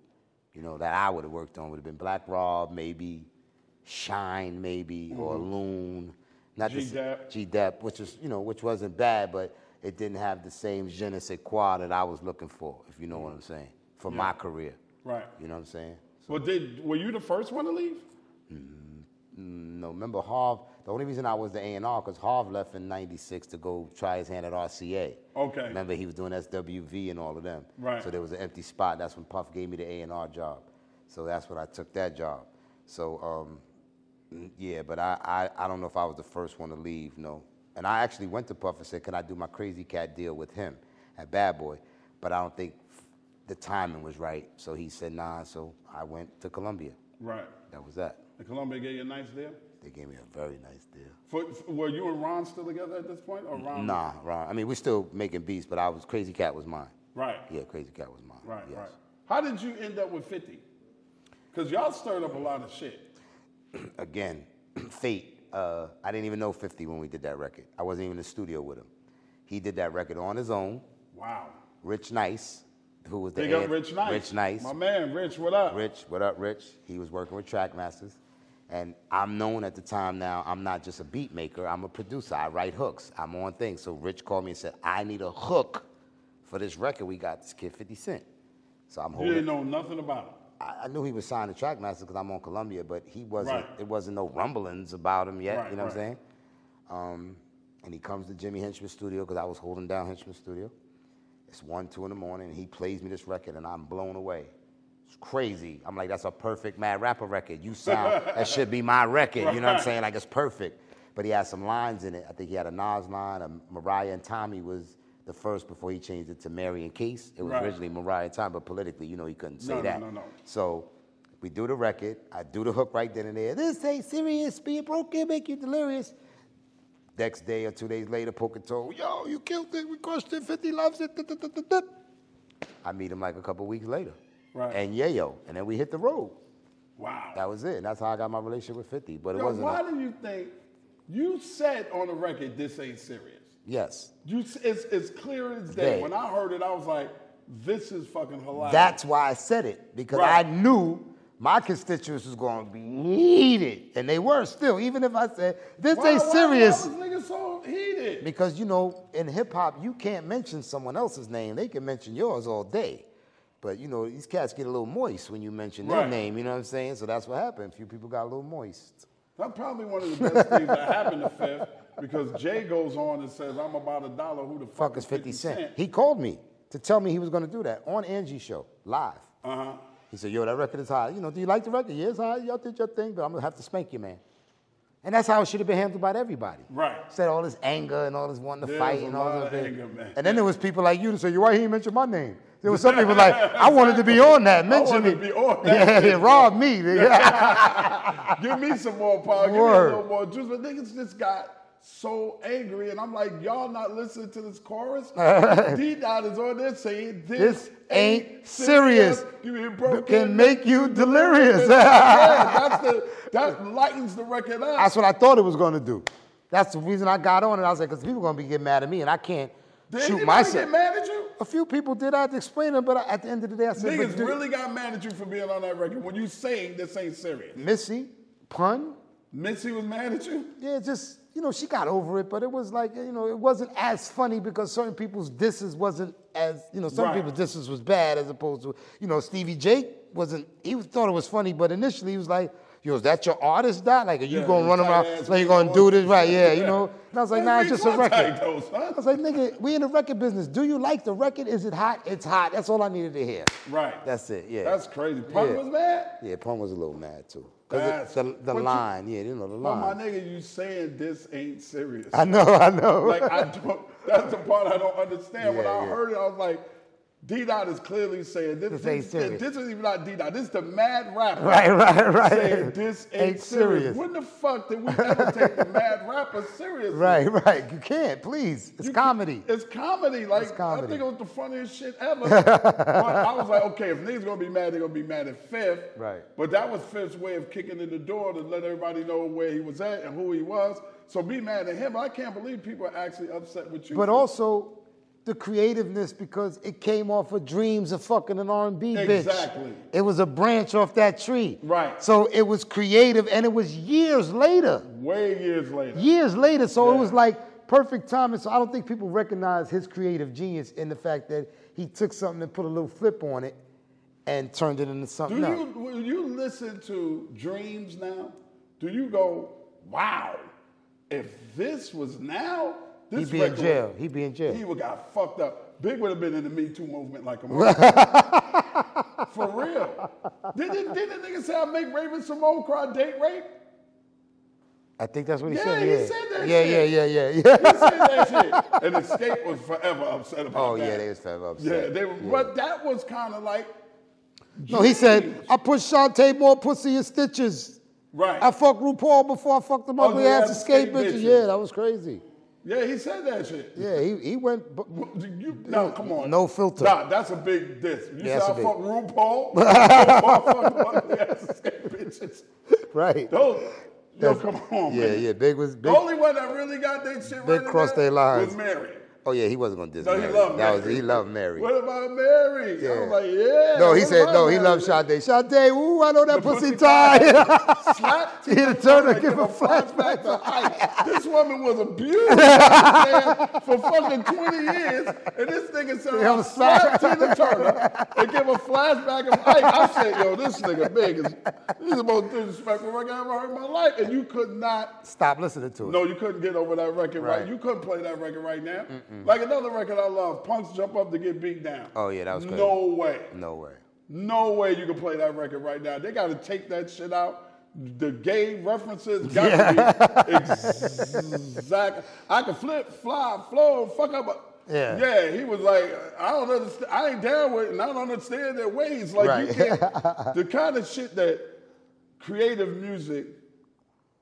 Speaker 4: You know, that I would have worked on would have been Black Rob, maybe Shine, maybe, or Loon. Not the s-
Speaker 3: Mm-hmm. G-Dep.
Speaker 4: G-Dep, which is, you know, which wasn't bad, but it didn't have the same je ne sais quoi that I was looking for, if you know what I'm saying, for my career.
Speaker 3: Mm-hmm. Right.
Speaker 4: You know what I'm saying?
Speaker 3: Well, did were you the first one to leave?
Speaker 4: No, remember Harv. The only reason I was the A and R because Harv left in '96 to go try his hand at RCA.
Speaker 3: Okay.
Speaker 4: Remember he was doing SWV and all of them.
Speaker 3: Right.
Speaker 4: So there was an empty spot. That's when Puff gave me the A and R job. So that's when I took that job. So um, mm, yeah, but I, I I don't know if I was the first one to leave. No. And I actually went to Puff and said, "Can I do my Crazy Cat deal with him at Bad Boy?" But I don't think the timing was right. So he said, "Nah." So I went to Columbia.
Speaker 3: Right.
Speaker 4: That was that.
Speaker 3: The Columbia gave you a nice deal.
Speaker 4: They gave me a very nice deal.
Speaker 3: For, were you and Ron still together at this point, or Ron?
Speaker 4: Nah, Ron. I mean, we're still making beats, but I was Crazy Cat was mine.
Speaker 3: Right.
Speaker 4: Yeah, Crazy Cat was mine.
Speaker 3: Right.
Speaker 4: yes.
Speaker 3: Right. How did you end up with Fifty? Because y'all stirred up a lot of shit.
Speaker 4: (clears throat) Again, (clears throat) Fate. Uh, I didn't even know 50 when we did that record. I wasn't even in the studio with him. He did that record on his own.
Speaker 3: Wow.
Speaker 4: Rich Nice, who was the
Speaker 3: Big
Speaker 4: A-
Speaker 3: up Rich Nice.
Speaker 4: Rich Nice.
Speaker 3: My man, Rich. What up?
Speaker 4: Rich, what up, Rich? He was working with Trackmasters. And I'm known at the time now, I'm not just a beat maker, I'm a producer. I write hooks, I'm on things. So Rich called me and said, I need a hook for this record we got this kid 50 Cent. So I'm
Speaker 3: You
Speaker 4: holding
Speaker 3: didn't know nothing about him.
Speaker 4: I, I knew he was signed to Trackmasters because I'm on Columbia, but he wasn't.
Speaker 3: Right.
Speaker 4: There wasn't no rumblings about him yet.
Speaker 3: Right,
Speaker 4: you know what I'm
Speaker 3: right.
Speaker 4: saying? Um, and he comes to Jimmy Henchman's studio because I was holding down Henchman's studio. It's one, two in the morning, and he plays me this record, and I'm blown away. It's crazy. I'm like, that's a perfect Mad Rapper record. You
Speaker 3: (laughs)
Speaker 4: sound that should be my record. You know what I'm saying? Like it's perfect. But he had some lines in it. I think he had a Nas line. A Mariah and Tommy was the first before he changed it to Mary and Keese. It was
Speaker 3: Right.
Speaker 4: originally Mariah and Tommy, but politically, you know, he couldn't say
Speaker 3: No, no,
Speaker 4: that.
Speaker 3: no, no.
Speaker 4: So we do the record. I do the hook right then and there. This ain't serious. Speed broken, make you delirious. Next day or two days later, Poker told, yo, you killed it. We crushed it. 50 loves it. duh, duh, duh, duh, duh." I meet him like a couple weeks later.
Speaker 3: Right.
Speaker 4: And yayo. And then we hit the road.
Speaker 3: Wow.
Speaker 4: That was it. And that's how I got my relationship with 50. But it
Speaker 3: Yo,
Speaker 4: wasn't. a-
Speaker 3: why do you think you said on the record this ain't serious?
Speaker 4: yes.
Speaker 3: You, s- it's as clear as day.
Speaker 4: Day.
Speaker 3: When I heard it, I was like, "This is fucking hilarious."
Speaker 4: That's why I said it because
Speaker 3: Right.
Speaker 4: I knew my constituents was going to be needed, and they were still. Even if I said this
Speaker 3: why,
Speaker 4: ain't
Speaker 3: why-
Speaker 4: serious,
Speaker 3: Why was niggas so heated?
Speaker 4: because you know in hip hop you can't mention someone else's name; they can mention yours all day. But you know these cats get a little moist when you mention their
Speaker 3: Right.
Speaker 4: name. You know what I'm saying? So that's what happened. A few people got a little moist.
Speaker 3: That's probably one of the best things that happened to Fifth because Jay goes on and says, "I'm about a dollar. Who the
Speaker 4: Fuck is 50 Cent.
Speaker 3: Cent?
Speaker 4: He called me to tell me he was going to do that on Angie's show live. Uh
Speaker 3: Uh-huh.
Speaker 4: huh. He said, "Yo, that record is high. You know, do you like the record? Yeah, it's high. Y'all did your thing, but I'm gonna have to spank you, man." And that's how it should have been handled by everybody.
Speaker 3: Right.
Speaker 4: Said all this anger and all this wanting to
Speaker 3: There
Speaker 4: fight
Speaker 3: was a
Speaker 4: and all
Speaker 3: lot
Speaker 4: this.
Speaker 3: of anger, man.
Speaker 4: And then there was people like you that said, "Yo, why he ain't mention my name?" There
Speaker 3: (laughs)
Speaker 4: was some people like, "I wanted to be on that.
Speaker 3: I
Speaker 4: Mention
Speaker 3: wanted
Speaker 4: me.
Speaker 3: to be
Speaker 4: (laughs)
Speaker 3: on that.
Speaker 4: Yeah, they robbed me. (laughs) nigga.
Speaker 3: (laughs) Give me some more power. Give me a
Speaker 4: Word.
Speaker 3: little more juice. But niggas just got so angry, and I'm like, y'all not listening to
Speaker 4: (laughs)
Speaker 3: this chorus? D Dot is on there saying this,
Speaker 4: This ain't serious.
Speaker 3: You ain't broken.
Speaker 4: Can make you delirious.
Speaker 3: (laughs) yeah, that's the
Speaker 4: (laughs)
Speaker 3: that lightens the record up.
Speaker 4: That's what I thought it was going to do. That's the reason I got on it. I was like, because people going to be getting mad at me, and I can't
Speaker 3: Did
Speaker 4: shoot
Speaker 3: anybody
Speaker 4: myself.
Speaker 3: get mad at you?
Speaker 4: A few people did. I had to explain it, but I, at the end of the day, I said, but
Speaker 3: Niggas
Speaker 4: dude,
Speaker 3: really got mad at you for being on that record when you saying this ain't serious.
Speaker 4: Missy, pun.
Speaker 3: Missy was mad at you.
Speaker 4: Yeah, just you know, she got over it, but it was like you know, it wasn't as funny because certain people's disses wasn't as you know, some
Speaker 3: Right.
Speaker 4: people's disses was bad as opposed to you know, Stevie J wasn't. He was- thought it was funny, but initially he was like, yo, is that your artist, Dot? Like, are you
Speaker 3: Yeah,
Speaker 4: gonna
Speaker 3: you
Speaker 4: run
Speaker 3: tight
Speaker 4: around?
Speaker 3: ass
Speaker 4: Like, you
Speaker 3: beat
Speaker 4: gonna
Speaker 3: boy.
Speaker 4: do this, right? Yeah, you know. And I was like,
Speaker 3: Where's
Speaker 4: nah,
Speaker 3: Big
Speaker 4: it's just a
Speaker 3: Boy
Speaker 4: record.
Speaker 3: Tight though, son?
Speaker 4: I was like, nigga, we in the record business. Do you like the record? Is it hot? It's hot. That's all I needed to hear.
Speaker 3: Right.
Speaker 4: That's it. Yeah.
Speaker 3: That's crazy. Punk
Speaker 4: Yeah.
Speaker 3: was mad?
Speaker 4: Yeah, Pun was a little mad too.
Speaker 3: That's-
Speaker 4: Cause it, the the
Speaker 3: what you-
Speaker 4: line, yeah, you know the
Speaker 3: Oh, my
Speaker 4: line.
Speaker 3: nigga, you saying this ain't serious.
Speaker 4: I know, I know.
Speaker 3: Like I don't. That's the part I don't understand. when
Speaker 4: Yeah,
Speaker 3: I
Speaker 4: yeah.
Speaker 3: heard it, I was like, "D Dot is clearly saying this.
Speaker 4: This ain't serious.
Speaker 3: This is even not D Dot. This is the mad
Speaker 4: (laughs)
Speaker 3: rapper
Speaker 4: right, right, right. (laughs)
Speaker 3: saying this ain't, serious. When the fuck did we ever take the mad rapper seriously?
Speaker 4: Right, right. You can't, please. It's
Speaker 3: You-
Speaker 4: comedy.
Speaker 3: It's comedy. Like
Speaker 4: It's comedy.
Speaker 3: I think it was the funniest shit
Speaker 4: (laughs)
Speaker 3: ever. but I was like, okay, if niggas gonna be mad, they're gonna be mad at Fifth.
Speaker 4: Right.
Speaker 3: But that was Fifth's way of kicking in the door to let everybody know where he was at and who he was. So be mad at him. I can't believe people are actually upset with you.
Speaker 4: But
Speaker 3: for-
Speaker 4: also the creativeness because it came off of dreams of fucking an R&B bitch.
Speaker 3: Exactly.
Speaker 4: It was a branch off that tree.
Speaker 3: Right.
Speaker 4: So it was creative and it was years later.
Speaker 3: way years later.
Speaker 4: years later. So it
Speaker 3: Yeah.
Speaker 4: was like perfect timing. So I don't think people recognize his creative genius in the fact that he took something and put a little flip on it and turned it into
Speaker 3: Do
Speaker 4: something
Speaker 3: you
Speaker 4: else.
Speaker 3: will you listen to dreams now? Do you go, wow, if this was now, this
Speaker 4: He'd be in
Speaker 3: record-
Speaker 4: jail. He'd be in jail.
Speaker 3: He would got fucked up. Big would have been in the Me Too
Speaker 4: (laughs)
Speaker 3: movement like a motherfucker. For real. Didn't did the nigga say I make Raven Simone cry date rape?
Speaker 4: I think that's what he
Speaker 3: Yeah,
Speaker 4: said.
Speaker 3: he
Speaker 4: Yeah,
Speaker 3: said that
Speaker 4: yeah,
Speaker 3: shit.
Speaker 4: yeah, yeah,
Speaker 3: (laughs)
Speaker 4: yeah, yeah.
Speaker 3: He said that shit. And Escape was forever upset about
Speaker 4: Oh
Speaker 3: that.
Speaker 4: yeah, they was forever upset.
Speaker 3: Yeah, they were but that was kind of like
Speaker 4: No, he said,
Speaker 3: Dreams.
Speaker 4: I put Shantae more pussy in stitches.
Speaker 3: Right.
Speaker 4: I fucked RuPaul before I fucked them ugly
Speaker 3: Ugly
Speaker 4: ass
Speaker 3: ass
Speaker 4: escape
Speaker 3: escape
Speaker 4: bitches.
Speaker 3: bitches.
Speaker 4: Yeah, that was crazy.
Speaker 3: yeah, he said that shit.
Speaker 4: Yeah, he, he went b-
Speaker 3: Well, do You, no, come on.
Speaker 4: No filter.
Speaker 3: Nah, that's a big diss. You
Speaker 4: Yeah,
Speaker 3: said
Speaker 4: that's
Speaker 3: I
Speaker 4: a big- (laughs)
Speaker 3: fuck RuPaul. RuPaul fucked one of the (laughs) ass escape bitches.
Speaker 4: right.
Speaker 3: Those, yo,
Speaker 4: That's-
Speaker 3: come on,
Speaker 4: yeah,
Speaker 3: man.
Speaker 4: yeah. Big was
Speaker 3: The
Speaker 4: big.
Speaker 3: only one that really got that shit
Speaker 4: They
Speaker 3: right.
Speaker 4: crossed their
Speaker 3: Was
Speaker 4: lines.
Speaker 3: Mary.
Speaker 4: Oh yeah, he wasn't gonna diss
Speaker 3: No,
Speaker 4: Mary.
Speaker 3: he loved
Speaker 4: that
Speaker 3: Mary.
Speaker 4: Was, he loved Mary.
Speaker 3: What about Mary? I
Speaker 4: Yeah.
Speaker 3: was like, yeah.
Speaker 4: No, he
Speaker 3: what
Speaker 4: said
Speaker 3: about
Speaker 4: no. He
Speaker 3: Mary?
Speaker 4: loved Sade. Sade, ooh, I know that
Speaker 3: The
Speaker 4: pussy,
Speaker 3: pussy
Speaker 4: tight. (laughs)
Speaker 3: Slap
Speaker 4: He had to (laughs) turn her, give her flashback (laughs)
Speaker 3: to ice. This woman was abused man, for fucking 20 years, and this nigga said,
Speaker 4: Yeah,
Speaker 3: I'm
Speaker 4: I'm sorry.
Speaker 3: slap
Speaker 4: (laughs)
Speaker 3: Tina Turner and give a flashback of Ike. I said, yo, this nigga big is, this is the most disrespectful record I ever heard in my life. And you could not,
Speaker 4: Stop listening to it.
Speaker 3: no, you couldn't get over that record right.
Speaker 4: Right.
Speaker 3: You couldn't play that record right now. Like another record I love, Punks Jump Up to Get Beat Down.
Speaker 4: Oh, yeah, that was crazy.
Speaker 3: No way.
Speaker 4: no way.
Speaker 3: No way you can play that record right now. They got to take that shit out. The gay references got to be (laughs) exact. I can flip, fly, flow, fuck up. A,
Speaker 4: Yeah.
Speaker 3: Yeah. He was like, I don't understand. I ain't down with, it, and I don't understand their ways. Like you
Speaker 4: Right. (laughs)
Speaker 3: can't. the kind of shit that creative music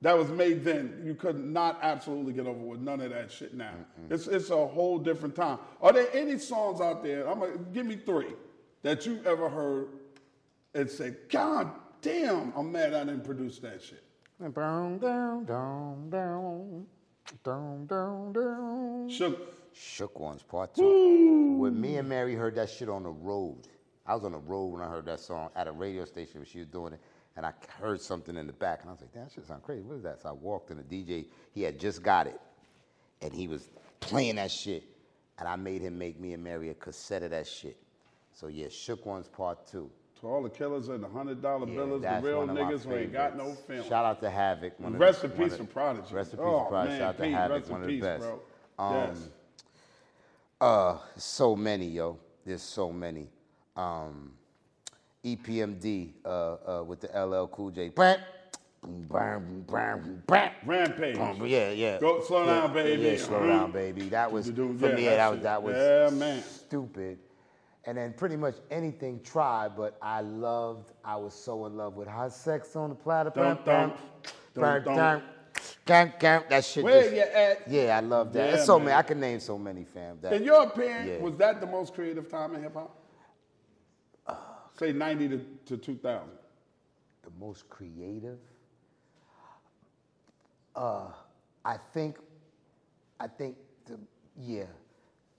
Speaker 3: that was made then, you could not absolutely get over with none of that shit now. It's it's a whole different time. Are there any songs out there? I'm gonna give me three that you ever heard and say, God damn, I'm mad I didn't produce that shit.
Speaker 4: Down, down, down, down, down, down, down.
Speaker 3: Shook.
Speaker 4: Shook ones part two. When me and Mary heard that shit on the road, I was on the road when I heard that song at a radio station when she was doing it, and I heard something in the back, and I was like, "Damn, that shit sound crazy. What is that?" So I walked, and the DJ he had just got it, and he was playing that shit, and I made him make me and Mary a cassette of that shit. So yeah, Shook ones part two.
Speaker 3: To all the killers and the hundred dollar
Speaker 4: Yeah,
Speaker 3: billers, the
Speaker 4: that's
Speaker 3: real
Speaker 4: one of my
Speaker 3: niggas who ain't got no
Speaker 4: favorites.
Speaker 3: film.
Speaker 4: Shout out to Havoc. one of the-
Speaker 3: Rest in
Speaker 4: one
Speaker 3: peace
Speaker 4: of-
Speaker 3: to Prodigy.
Speaker 4: Rest in peace
Speaker 3: Oh,
Speaker 4: to Prodigy.
Speaker 3: man,
Speaker 4: Shout out to
Speaker 3: peace,
Speaker 4: Havoc,
Speaker 3: rest in
Speaker 4: one of the
Speaker 3: peace,
Speaker 4: best.
Speaker 3: bro.
Speaker 4: Um,
Speaker 3: Yes.
Speaker 4: Uh, so many, yo. There's so many. Um, EPMD uh, uh, with the LL Cool J. Bam, boom, bam, boom, bam, bam.
Speaker 3: Rampage.
Speaker 4: Boom, Yeah, yeah.
Speaker 3: Go- slow
Speaker 4: Yeah,
Speaker 3: down, baby.
Speaker 4: Yeah, slow
Speaker 3: Mhm.
Speaker 4: down, baby. That was
Speaker 3: You do-
Speaker 4: for
Speaker 3: yeah,
Speaker 4: me.
Speaker 3: that
Speaker 4: That was
Speaker 3: shit.
Speaker 4: that was
Speaker 3: Yeah, man.
Speaker 4: stupid. And then pretty much anything tried, but I loved. I was so in love with hot sex on the platter.
Speaker 3: Dun,
Speaker 4: bam,
Speaker 3: dun.
Speaker 4: bam,
Speaker 3: Dun,
Speaker 4: bam, bam, bam. That shit.
Speaker 3: Where
Speaker 4: just-
Speaker 3: you at?
Speaker 4: Yeah, I love that.
Speaker 3: Yeah,
Speaker 4: There's so
Speaker 3: man.
Speaker 4: many. I can name so many, fam. That
Speaker 3: In your opinion,
Speaker 4: Yeah.
Speaker 3: was that the most creative time in hip hop?
Speaker 4: Uh,
Speaker 3: Say 90 to, to 2000.
Speaker 4: the most creative. Uh, I think, I think, the, yeah.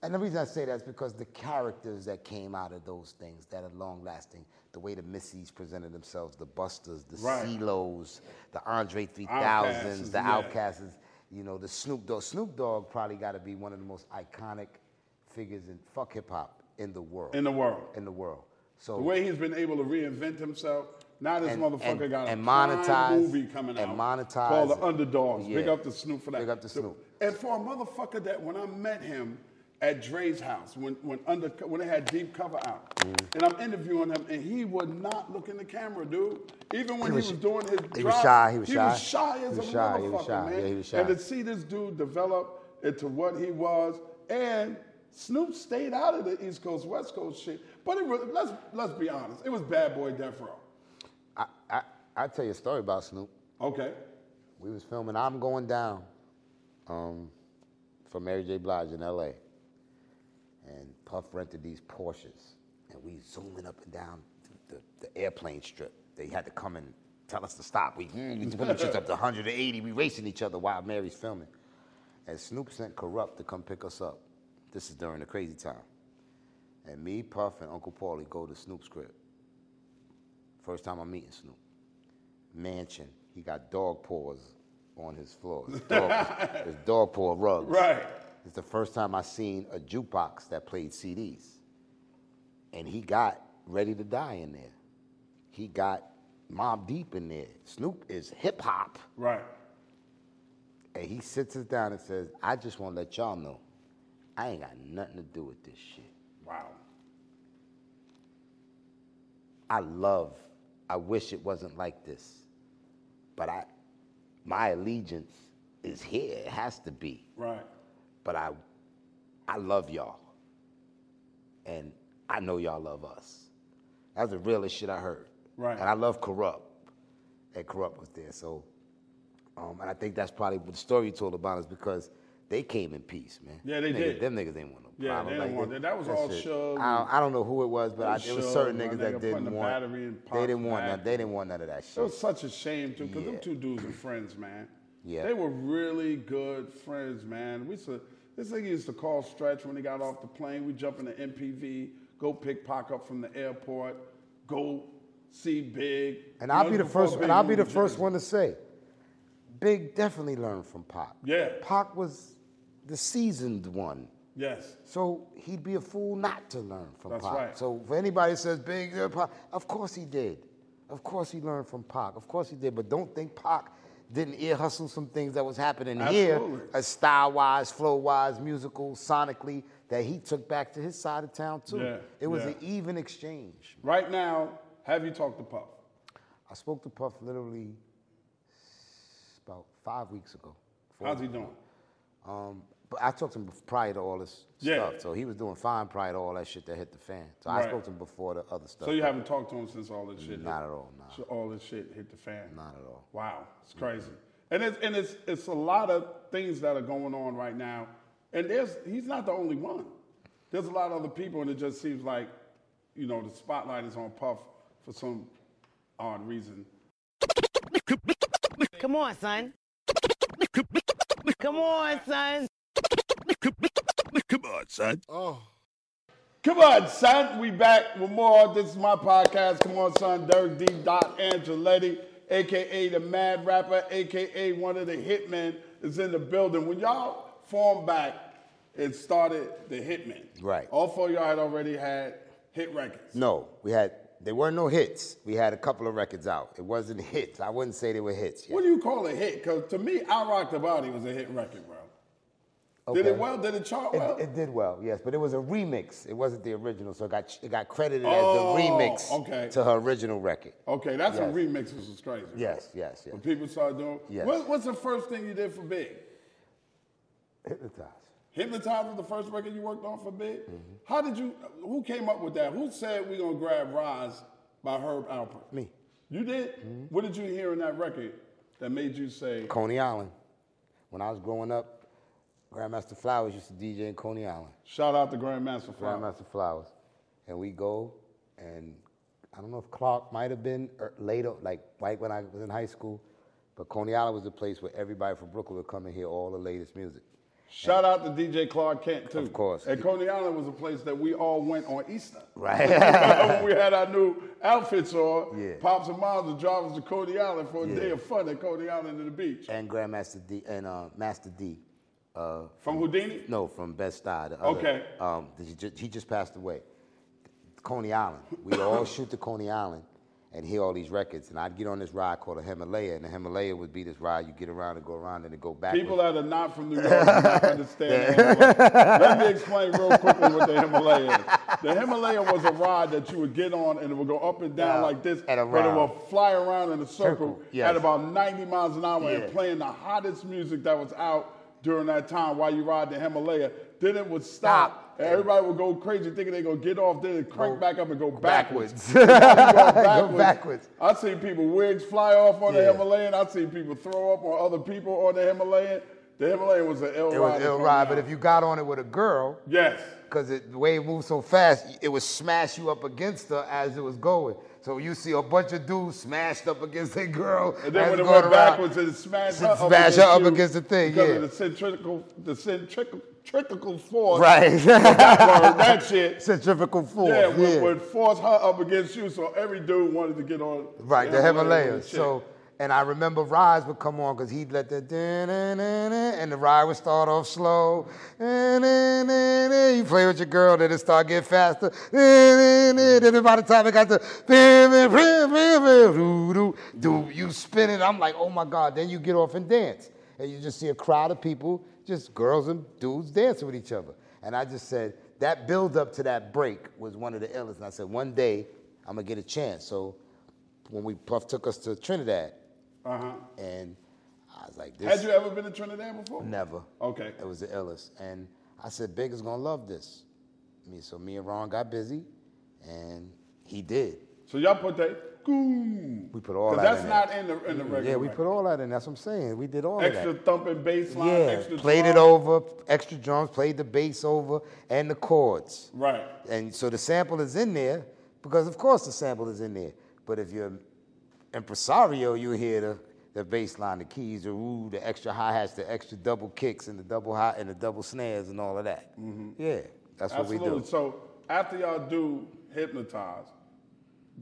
Speaker 4: And the reason I say that is because the characters that came out of those things that are long lasting, the way the Missies presented themselves, the Busters, the
Speaker 3: Right.
Speaker 4: CeeLos, the Andre 3000s,
Speaker 3: Outcasts,
Speaker 4: the
Speaker 3: yeah.
Speaker 4: Outcasts, you know, the Snoop Dogg. Snoop Dogg probably got to be one of the most iconic figures in fuck hip hop in the world.
Speaker 3: In the world.
Speaker 4: in the world. So
Speaker 3: The way he's been able to reinvent himself, Now this
Speaker 4: and-
Speaker 3: motherfucker
Speaker 4: and-
Speaker 3: got a
Speaker 4: and
Speaker 3: prime
Speaker 4: monetize-
Speaker 3: movie coming
Speaker 4: and
Speaker 3: out
Speaker 4: monetize
Speaker 3: called
Speaker 4: it.
Speaker 3: The Underdogs. Big
Speaker 4: Yeah.
Speaker 3: up to Snoop for that.
Speaker 4: Big up to
Speaker 3: The-
Speaker 4: Snoop.
Speaker 3: And for a motherfucker that when I met him at Dre's house, when when under when they had deep cover out,
Speaker 4: Mm.
Speaker 3: and I'm interviewing him, and he would not look in the camera, dude. Even when he was,
Speaker 4: was-
Speaker 3: doing his
Speaker 4: he was
Speaker 3: drops,
Speaker 4: shy, he was shy.
Speaker 3: shy
Speaker 4: He
Speaker 3: as
Speaker 4: was
Speaker 3: a
Speaker 4: shy,
Speaker 3: motherfucker,
Speaker 4: he was shy.
Speaker 3: man.
Speaker 4: Yeah, he was
Speaker 3: And
Speaker 4: shy.
Speaker 3: to see this dude develop into what he was, and Snoop stayed out of the East Coast West Coast shit. But it was, let's let's be honest, it was Bad Boy Death Row.
Speaker 4: I, I, I'll tell you a story about Snoop.
Speaker 3: Okay.
Speaker 4: We was filming I'm Going Down um, for Mary J. Blige in L.A. And Puff rented these Porsches. And we zooming up and down the, the, the airplane strip. They had to come and tell us to stop. We, "Mm, we put them shits up to 180. We racing each other while Mary's filming. And Snoop sent Corrupt to come pick us up. This is during the crazy time. And me, Puff, and Uncle Paulie go to Snoop's crib. First time I'm meeting Snoop mansion. He got dog paws on his floor. His dog, (laughs) his dog paw rugs.
Speaker 3: Right.
Speaker 4: It's the first time I seen a jukebox that played CDs. And he got Ready to Die in there. He got Mob Deep in there. Snoop is hip hop.
Speaker 3: Right.
Speaker 4: And he sits us down and says, I just want to let y'all know, I ain't got nothing to do with this shit.
Speaker 3: Wow.
Speaker 4: I love, I wish it wasn't like this. But I, my allegiance is here. It has to be.
Speaker 3: Right.
Speaker 4: but I, I love y'all, and I know y'all love us. That's the realest shit I heard.
Speaker 3: Right.
Speaker 4: And I love corrupt, and corrupt was there. So, um, and I think that's probably what the story you told about is because they came in peace, man.
Speaker 3: Yeah, they
Speaker 4: Niggas-
Speaker 3: did.
Speaker 4: Them niggas didn't want no
Speaker 3: Yeah,
Speaker 4: problem.
Speaker 3: they didn't
Speaker 4: like,
Speaker 3: want that. That was all
Speaker 4: shit.
Speaker 3: Shug
Speaker 4: I don't, I don't know who it was, but I,
Speaker 3: and
Speaker 4: it was
Speaker 3: Shug,
Speaker 4: certain
Speaker 3: my
Speaker 4: niggas
Speaker 3: nigga,
Speaker 4: that
Speaker 3: putting
Speaker 4: didn't
Speaker 3: the
Speaker 4: want.
Speaker 3: battery in
Speaker 4: They
Speaker 3: Pop's
Speaker 4: didn't want
Speaker 3: back.
Speaker 4: none. They didn't want none of that
Speaker 3: It was
Speaker 4: shit.
Speaker 3: such a shame too, because
Speaker 4: Yeah.
Speaker 3: them two dudes were friends, man.
Speaker 4: Yeah.
Speaker 3: They were really good friends, man. We used to, this nigga used to call Stretch when he got off the plane. We jump in the MPV, go pick Pac up from the airport, go see Big.
Speaker 4: And I'll
Speaker 3: That
Speaker 4: be
Speaker 3: was
Speaker 4: the
Speaker 3: before
Speaker 4: first.
Speaker 3: Big
Speaker 4: And I'll be the
Speaker 3: moved to
Speaker 4: first
Speaker 3: Jersey.
Speaker 4: one to say, Big definitely learned from Pop.
Speaker 3: Yeah.
Speaker 4: Pac was the seasoned one,
Speaker 3: Yes.
Speaker 4: so he'd be a fool not to learn from
Speaker 3: That's
Speaker 4: Pop.
Speaker 3: right.
Speaker 4: So for anybody that says Big, uh, Pac, of course he did. Of course he learned from Pac. Of course he did. But don't think Pac didn't ear hustle some things that was happening here,
Speaker 3: Absolutely.
Speaker 4: uh, style wise, flow wise, musical, sonically, that he took back to his side of town too.
Speaker 3: Yeah,
Speaker 4: It was
Speaker 3: yeah.
Speaker 4: an even exchange.
Speaker 3: Right now, have you talked to Puff?
Speaker 4: I spoke to Puff literally s- about five weeks ago. Four
Speaker 3: How's he
Speaker 4: weeks ago.
Speaker 3: doing?
Speaker 4: Um, but I talked to him bef- prior to all this
Speaker 3: Yeah.
Speaker 4: stuff, so he was doing fine prior to all that shit that hit the fan. So I
Speaker 3: Right.
Speaker 4: spoke to him before the other stuff.
Speaker 3: So you
Speaker 4: but
Speaker 3: haven't talked to him since all this shit?
Speaker 4: Not
Speaker 3: hit-
Speaker 4: at all, nah.
Speaker 3: so All this shit hit the fan.
Speaker 4: Not at all.
Speaker 3: Wow, it's crazy. And it's and it's it's a lot of things that are going on right now. And there's he's not the only one. There's a lot of other people, and it just seems like, you know, the spotlight is on Puff for some odd reason.
Speaker 6: Come on, son. Come on, son.
Speaker 1: Come on, son.
Speaker 3: Come on, son. We back with more. This is my podcast. Come on, son. Derek D. Dot Angeletti, aka the Mad Rapper, aka one of the Hitmen, is in the building. When y'all formed back, it started the Hitmen.
Speaker 4: Right.
Speaker 3: All four of y'all had already had hit records.
Speaker 4: No, we had there were no hits. We had a couple of records out. It wasn't (laughs) hits. I wouldn't say they were hits. Yet.
Speaker 3: What do you call a hit? Because to me, I Rock the Body was a hit record, bro. Did it
Speaker 4: Okay.
Speaker 3: well? Did it chart well?
Speaker 4: It, it did well, yes, but it was a remix. It wasn't the original, so it got it got credited
Speaker 3: Oh,
Speaker 4: as the remix
Speaker 3: okay.
Speaker 4: to her original record.
Speaker 3: okay, that's
Speaker 4: Yes.
Speaker 3: when remixes was crazy. bro.
Speaker 4: Yes, yes, yes.
Speaker 3: When people started doing.
Speaker 4: Yes.
Speaker 3: What, what's the first thing you did for Big?
Speaker 4: Hypnotized.
Speaker 3: Hypnotized was the first record you worked on for Big. How did you? Who came up with that? Who said we gonna grab Rise by Herb Alpert?
Speaker 4: Me.
Speaker 3: You did. What did you hear in that record that made you say?
Speaker 4: Coney Island. When I was growing up, Grandmaster Flowers used to DJ in Coney Island.
Speaker 3: Shout out to Grandmaster Fly.
Speaker 4: Grandmaster Flowers. And we go, and I don't know if Clark might have been er, later, like right when I was in high school, but Coney Island was the place where everybody from Brooklyn would come and hear all the latest music.
Speaker 3: Shout out to DJ Clark Kent too.
Speaker 4: Of course.
Speaker 3: And Coney Island was a place that we all went on Easter.
Speaker 4: Right?
Speaker 3: when (laughs) we had our new outfits on,
Speaker 4: Yeah.
Speaker 3: pops and moms would drive us to Coney Island for a
Speaker 4: Yeah.
Speaker 3: day of fun at Coney Island and the beach.
Speaker 4: and Grandmaster D and uh, Master D. Uh,
Speaker 3: From Houdini?
Speaker 4: No, from Best Eye. The other,
Speaker 3: Okay. (laughs)
Speaker 4: Um, he just, he just passed away. Coney Island. We all shoot to Coney Island, and hear all these records. And I'd get on this ride called a Himalaya, and the Himalaya would be this ride you get around and go around and then go back.
Speaker 3: People that are not from New York
Speaker 4: (laughs)
Speaker 3: do not understand the Himalaya. Let me explain real quickly what the Himalaya is. The Himalaya was a ride that you would get on and it would go up and down
Speaker 4: Yeah,
Speaker 3: like this,
Speaker 4: and
Speaker 3: but it
Speaker 4: around.
Speaker 3: would fly around in a circle,
Speaker 4: Circle, yes.
Speaker 3: at about 90 miles an hour
Speaker 4: Yeah.
Speaker 3: and playing the hottest music that was out during that time while you ride the Himalaya. Then it would stop.
Speaker 4: Stop.
Speaker 3: And everybody would go crazy thinking they're going to get off, then it crank back up and go backwards.
Speaker 4: backwards. go (laughs)
Speaker 3: backwards.
Speaker 4: backwards.
Speaker 3: I've seen people wigs fly off on the
Speaker 4: Yeah.
Speaker 3: Himalayan. I've seen people throw up on other people on the Himalayan. The Himalayan was an L
Speaker 4: It was
Speaker 3: ride.
Speaker 4: ill ride, but if you got on it with a girl,
Speaker 3: yes,
Speaker 4: because the way it moved so fast, it would smash you up against her as it was going. So you see a bunch of dudes smashed up against a girl.
Speaker 3: and then
Speaker 4: as
Speaker 3: when it
Speaker 4: going
Speaker 3: went
Speaker 4: around.
Speaker 3: backwards, it smashed her up,
Speaker 4: Smash
Speaker 3: against,
Speaker 4: her up
Speaker 3: you
Speaker 4: against the thing,
Speaker 3: because
Speaker 4: yeah.
Speaker 3: of the centrifugal, the centrifugal centrifugal force.
Speaker 4: Right.
Speaker 3: That
Speaker 4: (laughs)
Speaker 3: word, that shit.
Speaker 4: Centrifugal force.
Speaker 3: Yeah,
Speaker 4: Yeah,
Speaker 3: would, would force her up against you, so every dude wanted to get on.
Speaker 4: Right, the
Speaker 3: with
Speaker 4: Himalayas.
Speaker 3: the chick.
Speaker 4: So, and I remember Rise would come on because he'd let the da-na-na-na, and the ride would start off slow. Da-na-na-na. You play with your girl, then it start getting faster. Da-na-na. Then by the time it got to do do you spin it. I'm like, oh my god. Then you get off and dance, and you just see a crowd of people, just girls and dudes dancing with each other. And I just said that build up to that break was one of the illest. And I said one day I'm gonna get a chance. So when we Puff took us to Trinidad,
Speaker 3: Uh-huh.
Speaker 4: and I was like,
Speaker 3: Had
Speaker 4: "This
Speaker 3: you ever been to Trinidad before?
Speaker 4: never."
Speaker 3: Okay.
Speaker 4: It was the illest, and I said, "Big is gonna love this." Me, so me and Ron got busy, and he did.
Speaker 3: So y'all put that. Goo.
Speaker 4: We put all
Speaker 3: 'Cause
Speaker 4: that
Speaker 3: That's
Speaker 4: in there.
Speaker 3: not in the in the regular.
Speaker 4: Yeah, we
Speaker 3: record.
Speaker 4: put all that in. That's what I'm saying. We did all
Speaker 3: extra
Speaker 4: of that.
Speaker 3: thumping bass line,
Speaker 4: Oh, yeah,
Speaker 3: extra
Speaker 4: played it
Speaker 3: drum.
Speaker 4: over, extra drums, played the bass over, and the chords.
Speaker 3: Right.
Speaker 4: And so the sample is in there because, of course, the sample is in there. But if you're impresario, you hear the, the bass line, the keys, the ooh, the extra hi hats, the extra double kicks, and the double high and the double snares, and all of that. Yeah, that's
Speaker 3: Mm-hmm. Absolutely.
Speaker 4: what we do.
Speaker 3: So after y'all do hypnotize,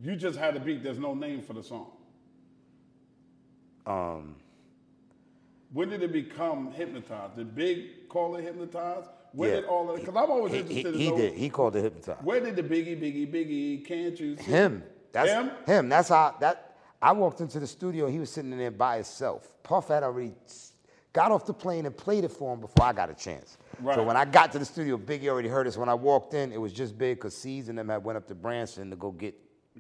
Speaker 3: you just had a beat. There's no name for the song.
Speaker 4: Um,
Speaker 3: When did it become hypnotized? Did Big call it hypnotized? When
Speaker 4: yeah.
Speaker 3: did all of it? Because I'm always
Speaker 4: he,
Speaker 3: interested
Speaker 4: he,
Speaker 3: in
Speaker 4: he
Speaker 3: those-
Speaker 4: did. He called it hypnotize.
Speaker 3: Where did the Biggie, Biggie, Biggie? Can't you see?
Speaker 4: Him. That's
Speaker 3: Him?
Speaker 4: him. That's how that. I walked into the studio. He was sitting in there by himself. Puff had already s- got off the plane and played it for him before I got a chance.
Speaker 3: Right.
Speaker 4: So when I got to the studio, Biggie already heard us. When I walked in, it was just big because C's and them had went up to Branson to go get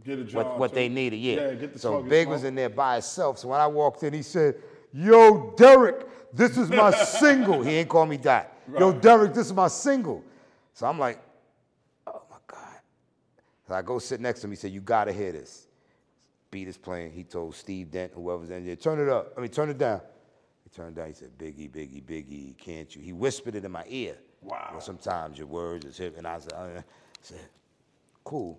Speaker 3: Get a job.
Speaker 4: what, what
Speaker 3: too.
Speaker 4: they needed. Yeah.
Speaker 3: Yeah. Get the
Speaker 4: so
Speaker 3: smoking
Speaker 4: Big
Speaker 3: smoke.
Speaker 4: was in there by himself. So when I walked in, he said, "Yo, Derek, this is
Speaker 3: (laughs)
Speaker 4: my single." He ain't called me Dot. Yo,
Speaker 3: Right.
Speaker 4: Derek, this is my single. So I'm like, "Oh my god." So I go sit next to him. He said, "You gotta hear this." Beat is playing. He told Steve Dent, whoever's in there, turn it up. I mean, turn it down. He turned it down. He said, "Biggie, Biggie, Biggie, can't you?" He whispered it in my ear.
Speaker 3: Wow.
Speaker 4: Well, sometimes your words is hip, and I said, uh, I said, "Cool."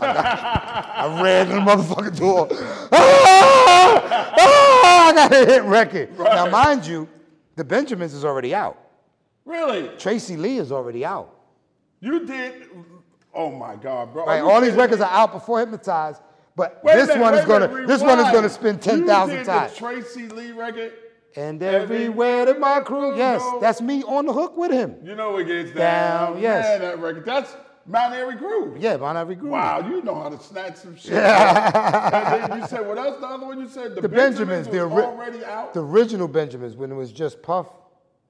Speaker 4: I ran to the motherfucking door. (laughs) Ah! Ah! I got a hit record. Now, mind you, the Benjamins is already out.
Speaker 3: Really?
Speaker 4: Tracy Lee is already out.
Speaker 3: You did? Oh my God, bro! Are
Speaker 4: Right,
Speaker 3: you
Speaker 4: all these
Speaker 3: kidding me?
Speaker 4: records are out before Hypnotized, but
Speaker 3: Wait a
Speaker 4: this
Speaker 3: minute,
Speaker 4: one
Speaker 3: wait
Speaker 4: is
Speaker 3: a
Speaker 4: gonna
Speaker 3: minute,
Speaker 4: this one is
Speaker 3: rewind.
Speaker 4: gonna spin ten
Speaker 3: You
Speaker 4: thousand
Speaker 3: did
Speaker 4: times.
Speaker 3: The Tracy Lee record.
Speaker 4: and
Speaker 3: everywhere
Speaker 4: everywhere that my crew, yes,
Speaker 3: goes.
Speaker 4: that's me on the hook with him.
Speaker 3: You know it gets down.
Speaker 4: Down, yes.
Speaker 3: Man, that record. That's Mount Airy Groove.
Speaker 4: Yeah, Bon Ivory Groove.
Speaker 3: Wow, you know how to snatch some shit. and then you said, well, that's the other one you said. The,
Speaker 4: The Benjamins, the,
Speaker 3: was
Speaker 4: ori-
Speaker 3: already out.
Speaker 4: the original Benjamins, when it was just Puff,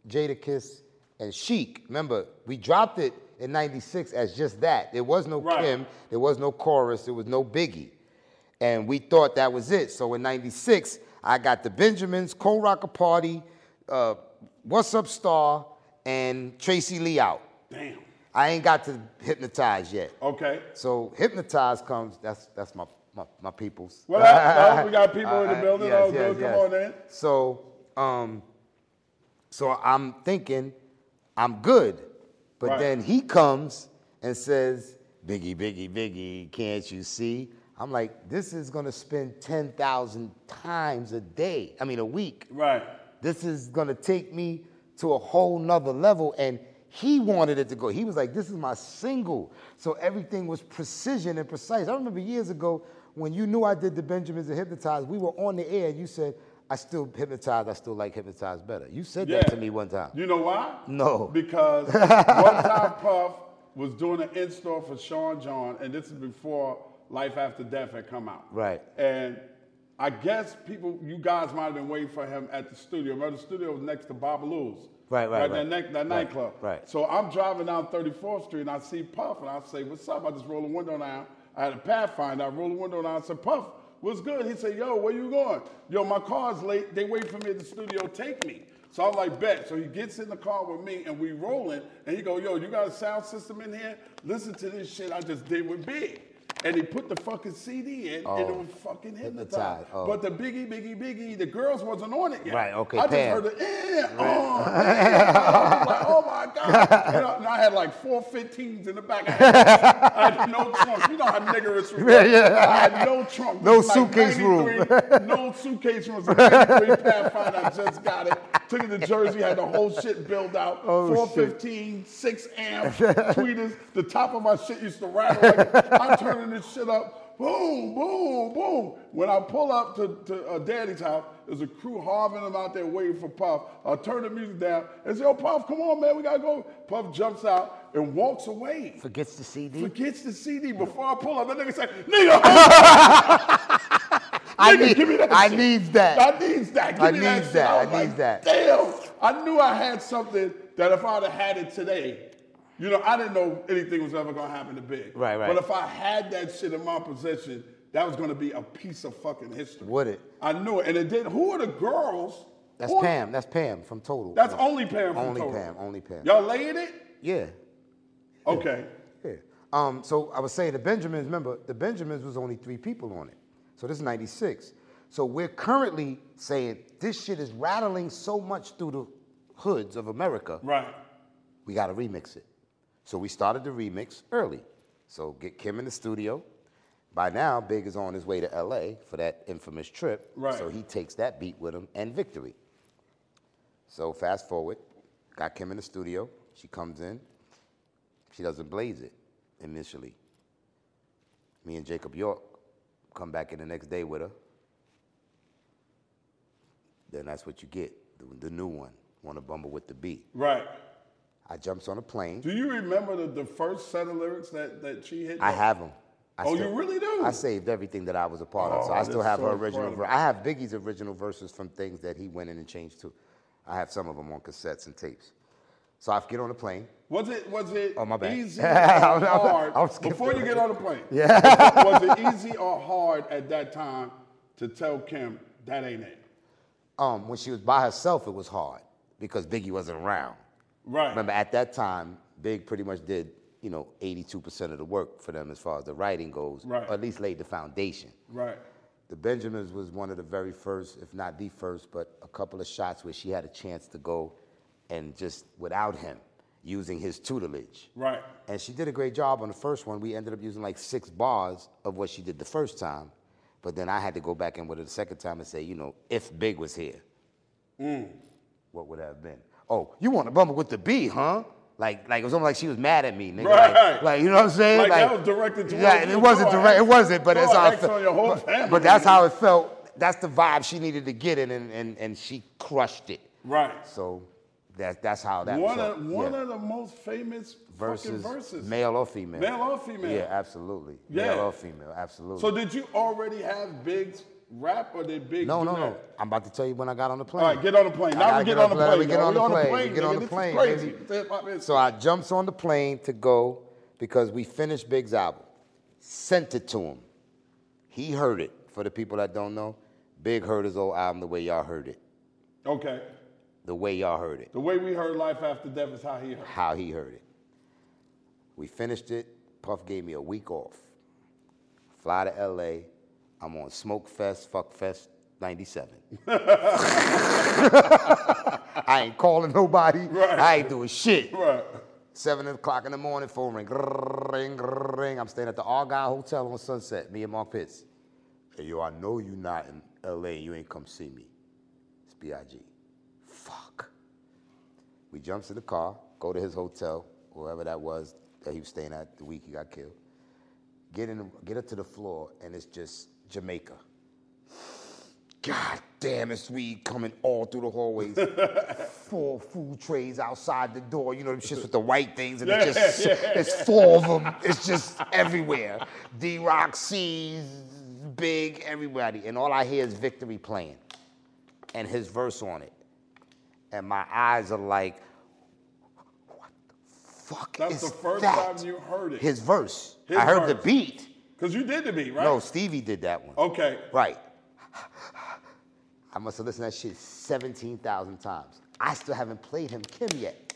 Speaker 4: Jada Kiss, and Chic. Remember, we dropped it in '96 as just that. There was no
Speaker 3: Right.
Speaker 4: Kim, there was no chorus, there was no Biggie, and we thought that was it. So in '96, I got the Benjamins, Cold Rocker Party, uh, What's Up Star, and Tracy Lee out.
Speaker 3: Damn.
Speaker 4: I ain't got to hypnotize yet.
Speaker 3: Okay.
Speaker 4: So hypnotize comes. That's that's my my, my people's.
Speaker 3: Well, I- I hope we got people in the
Speaker 4: (laughs) Uh,
Speaker 3: building.
Speaker 4: yes,
Speaker 3: Oh, good.
Speaker 4: yes,
Speaker 3: Come
Speaker 4: yes.
Speaker 3: on in.
Speaker 4: So, um, so I'm thinking I'm good, but
Speaker 3: Right.
Speaker 4: then he comes and says, "Biggie, Biggie, Biggie, can't you see?" I'm like, "This is gonna spin ten thousand times a day. I mean, a week."
Speaker 3: Right.
Speaker 4: this is gonna take me to a whole nother level. And he wanted it to go. He was like, this is my single. So everything was precision and precise. I remember years ago when you knew I did the Benjamins and Hypnotized, we were on the air and you said, I still hypnotized, I still like hypnotized better. You said that to me one time.
Speaker 3: You know why?
Speaker 4: No. (laughs)
Speaker 3: Because one time Puff was doing an in store for Sean John, and this is before Life After Death had come out.
Speaker 4: Right.
Speaker 3: And I guess people, you guys might have been waiting for him at the studio. Remember, the studio was next to Babalu's.
Speaker 4: Right, right,
Speaker 3: That,
Speaker 4: right.
Speaker 3: neck- that
Speaker 4: Right,
Speaker 3: nightclub.
Speaker 4: right.
Speaker 3: So I'm driving down 34th Street and I see Puff and I say, What's up? I just roll the window down. I had a Pathfinder. I roll the window down. I said, Puff, what's good? He said, Yo, where you going? Yo, my car's late. They wait for me at the studio. Take me. So I'm like, Bet. So he gets in the car with me and we rolling. And he go, Yo, you got a sound system in here? Listen to this shit I just did with Big. And he put the fucking CD in and it was fucking hypnotized.
Speaker 4: Hypnotized, oh.
Speaker 3: But the Biggie, Biggie, Biggie, the girls wasn't on it yet.
Speaker 4: Right, okay,
Speaker 3: I just
Speaker 4: Pam.
Speaker 3: heard the yeah,
Speaker 4: (laughs)
Speaker 3: oh, yeah. I was like, oh my God. You know, and I had like four 15s in the back. I had, I had no trunk. You know how niggerish we
Speaker 4: Yeah, (laughs) yeah.
Speaker 3: I had no trunk.
Speaker 4: No
Speaker 3: This is like
Speaker 4: suitcase room.
Speaker 3: 93. No suitcase room. It was a 93 Pathfinder. I just got it. Took it to Jersey, had the whole shit built out.
Speaker 4: Oh, shit.
Speaker 3: 415, 6 amps, tweeters. The top of my shit used to rattle. Like, I'm turning this shit up. Boom, boom, boom. When I pull up to, to uh, Daddy's house, there's a crew harving them out there waiting for Puff. I turn the music down and say, Yo, Puff, come on, man, we gotta go. Puff jumps out and walks away.
Speaker 4: Forgets the CD.
Speaker 3: Forgets the CD before I pull up. That nigga say, Nigga,
Speaker 4: I
Speaker 3: Nigga,
Speaker 4: need,
Speaker 3: give me that
Speaker 4: I
Speaker 3: shit.
Speaker 4: needs that.
Speaker 3: I needs that. Give
Speaker 4: I
Speaker 3: me
Speaker 4: needs
Speaker 3: that.
Speaker 4: that.
Speaker 3: Shit. was
Speaker 4: I
Speaker 3: like,
Speaker 4: needs that.
Speaker 3: Damn. I knew I had something that if I'd have had it today, you know, I didn't know anything was ever gonna happen to Big.
Speaker 4: Right, right.
Speaker 3: But if I had that shit in my possession, that was gonna be a piece of fucking history.
Speaker 4: Would it?
Speaker 3: I knew it. And it did. Who are the girls?
Speaker 4: That's
Speaker 3: Who are-
Speaker 4: Pam. That's Pam from Total.
Speaker 3: That's only Pam. from
Speaker 4: Only
Speaker 3: Total.
Speaker 4: Pam. Only Pam.
Speaker 3: Y'all laying it?
Speaker 4: Yeah.
Speaker 3: Okay.
Speaker 4: Yeah. Um, so I was saying the Benjamins, remember, the Benjamins was only three people on it. So this is 96. So we're currently saying this shit is rattling so much through the hoods of America,
Speaker 3: Right.
Speaker 4: we gotta remix it. So we started the remix early. So get Kim in the studio. By now, Big is on his way to LA for that infamous trip.
Speaker 3: Right.
Speaker 4: So he takes that beat with him and victory. So fast forward, got Kim in the studio. She comes in. She doesn't blaze it initially. Me and Jacob York come back in the next day with her. Then that's what you get the, the new one, Wanna Bumble with the B.
Speaker 3: Right.
Speaker 4: I jumps on a plane.
Speaker 3: Do you remember the, the first set of lyrics that, that she hit?
Speaker 4: I have them. I
Speaker 3: Oh, you really do?
Speaker 4: I saved everything that I was a part of, so
Speaker 3: Oh,
Speaker 4: I still
Speaker 3: that's
Speaker 4: have
Speaker 3: so
Speaker 4: her original.
Speaker 3: incredible.
Speaker 4: Ver- I have Biggie's original verses from things that he went in and changed too. I have some of them on cassettes and tapes. So I get on the plane.
Speaker 3: Was it was it
Speaker 4: Oh, my bad. (laughs)
Speaker 3: easy or
Speaker 4: I'm- I'm-
Speaker 3: hard
Speaker 4: I'm skipping.
Speaker 3: before you get on the plane? Yeah. (laughs) was it easy or hard at that time to tell Kim that ain't it?
Speaker 4: Um, when she was by herself, it was hard because Biggie wasn't around.
Speaker 3: Right.
Speaker 4: Remember, at that time, Big pretty much did you know 82% of the work for them as far as the writing goes,
Speaker 3: Right.
Speaker 4: or at least laid the foundation.
Speaker 3: Right.
Speaker 4: The Benjamins was one of the very first, if not the first, but a couple of shots where she had a chance to go and just without him, using his tutelage.
Speaker 3: Right.
Speaker 4: And she did a great job on the first one. We ended up using like six bars of what she did the first time. But then I had to go back in with her the second time and say, you know, if Big was here,
Speaker 3: Mm.
Speaker 4: what would that have been? Oh, you want to bumble with the B, huh? Like, like it was almost like she was mad at me, nigga. Like-
Speaker 3: Right.
Speaker 4: Like, you know what I'm saying?
Speaker 3: Like, that was directed towards
Speaker 4: Yeah,
Speaker 3: you.
Speaker 4: it wasn't
Speaker 3: Throw a
Speaker 4: direct. It
Speaker 3: axe-
Speaker 4: wasn't, but
Speaker 3: throw
Speaker 4: that's
Speaker 3: a
Speaker 4: how.
Speaker 3: axe
Speaker 4: It felt,
Speaker 3: on your whole
Speaker 4: but,
Speaker 3: family,
Speaker 4: but that's
Speaker 3: nigga.
Speaker 4: how it felt. That's the vibe she needed to get in, and and, and she crushed it.
Speaker 3: Right.
Speaker 4: So that that's how that
Speaker 3: One
Speaker 4: felt.
Speaker 3: of one
Speaker 4: Yeah.
Speaker 3: of the most famous
Speaker 4: versus,
Speaker 3: fucking verses.
Speaker 4: male or female.
Speaker 3: Male or female.
Speaker 4: Yeah, absolutely.
Speaker 3: Yeah.
Speaker 4: Male or female, absolutely.
Speaker 3: So did you already have Big's rap or did Big
Speaker 4: no,
Speaker 3: do
Speaker 4: no,
Speaker 3: that?
Speaker 4: no. I'm about to tell you when I got on the plane.
Speaker 3: All right, get on the plane.
Speaker 4: I
Speaker 3: Now
Speaker 4: gotta
Speaker 3: we get
Speaker 4: get
Speaker 3: on
Speaker 4: on
Speaker 3: the
Speaker 4: the plane, we
Speaker 3: plane.
Speaker 4: get
Speaker 3: yo.
Speaker 4: on
Speaker 3: We
Speaker 4: the
Speaker 3: on
Speaker 4: plane, we get on the
Speaker 3: nigga.
Speaker 4: plane,
Speaker 3: This is
Speaker 4: baby.
Speaker 3: crazy.
Speaker 4: So I jumps on the plane to go because we finished Big's album. Sent it to him. He heard it. For the people that don't know, Big heard his old album the way y'all heard it.
Speaker 3: Okay.
Speaker 4: The way y'all heard it.
Speaker 3: The way we heard Life After Death is how he heard.
Speaker 4: How he heard it. We finished it. Puff gave me a week off. Fly to LA. I'm on Smoke Fest, Fuck Fest 97. (laughs) I ain't calling nobody.
Speaker 3: Right.
Speaker 4: I ain't doing shit.
Speaker 3: Right.
Speaker 4: Seven o'clock in the morning, phone ring, grrr, ring, grrr, ring. I'm staying at the Argyle Hotel on Sunset. Me and Mark Pitts. Hey, yo, I know you not in L.A. You ain't come see me. It's B.I.G. Fuck. We jumps in the car, go to his hotel, wherever that was that he was staying at the week he got killed. Get in, get up to the floor, and it's just Jamaica. God damn, it's weed coming all through the hallways. four food trays outside the door. You know them shits with the white things, and it's just it's four of them. It's just everywhere. D Rock, C's, Big, everybody, and all I hear is Victory playing, and his verse on it, and my eyes are like, what the fuck
Speaker 3: That's
Speaker 4: is
Speaker 3: the first
Speaker 4: that?
Speaker 3: time you heard it.
Speaker 4: His verse.
Speaker 3: His
Speaker 4: I heard the
Speaker 3: verse.
Speaker 4: beat.
Speaker 3: Because you did to me, right?
Speaker 4: No, Stevie did that one.
Speaker 3: Okay.
Speaker 4: Right. I must have listened to that shit 17,000 times. I still haven't played him Kim yet.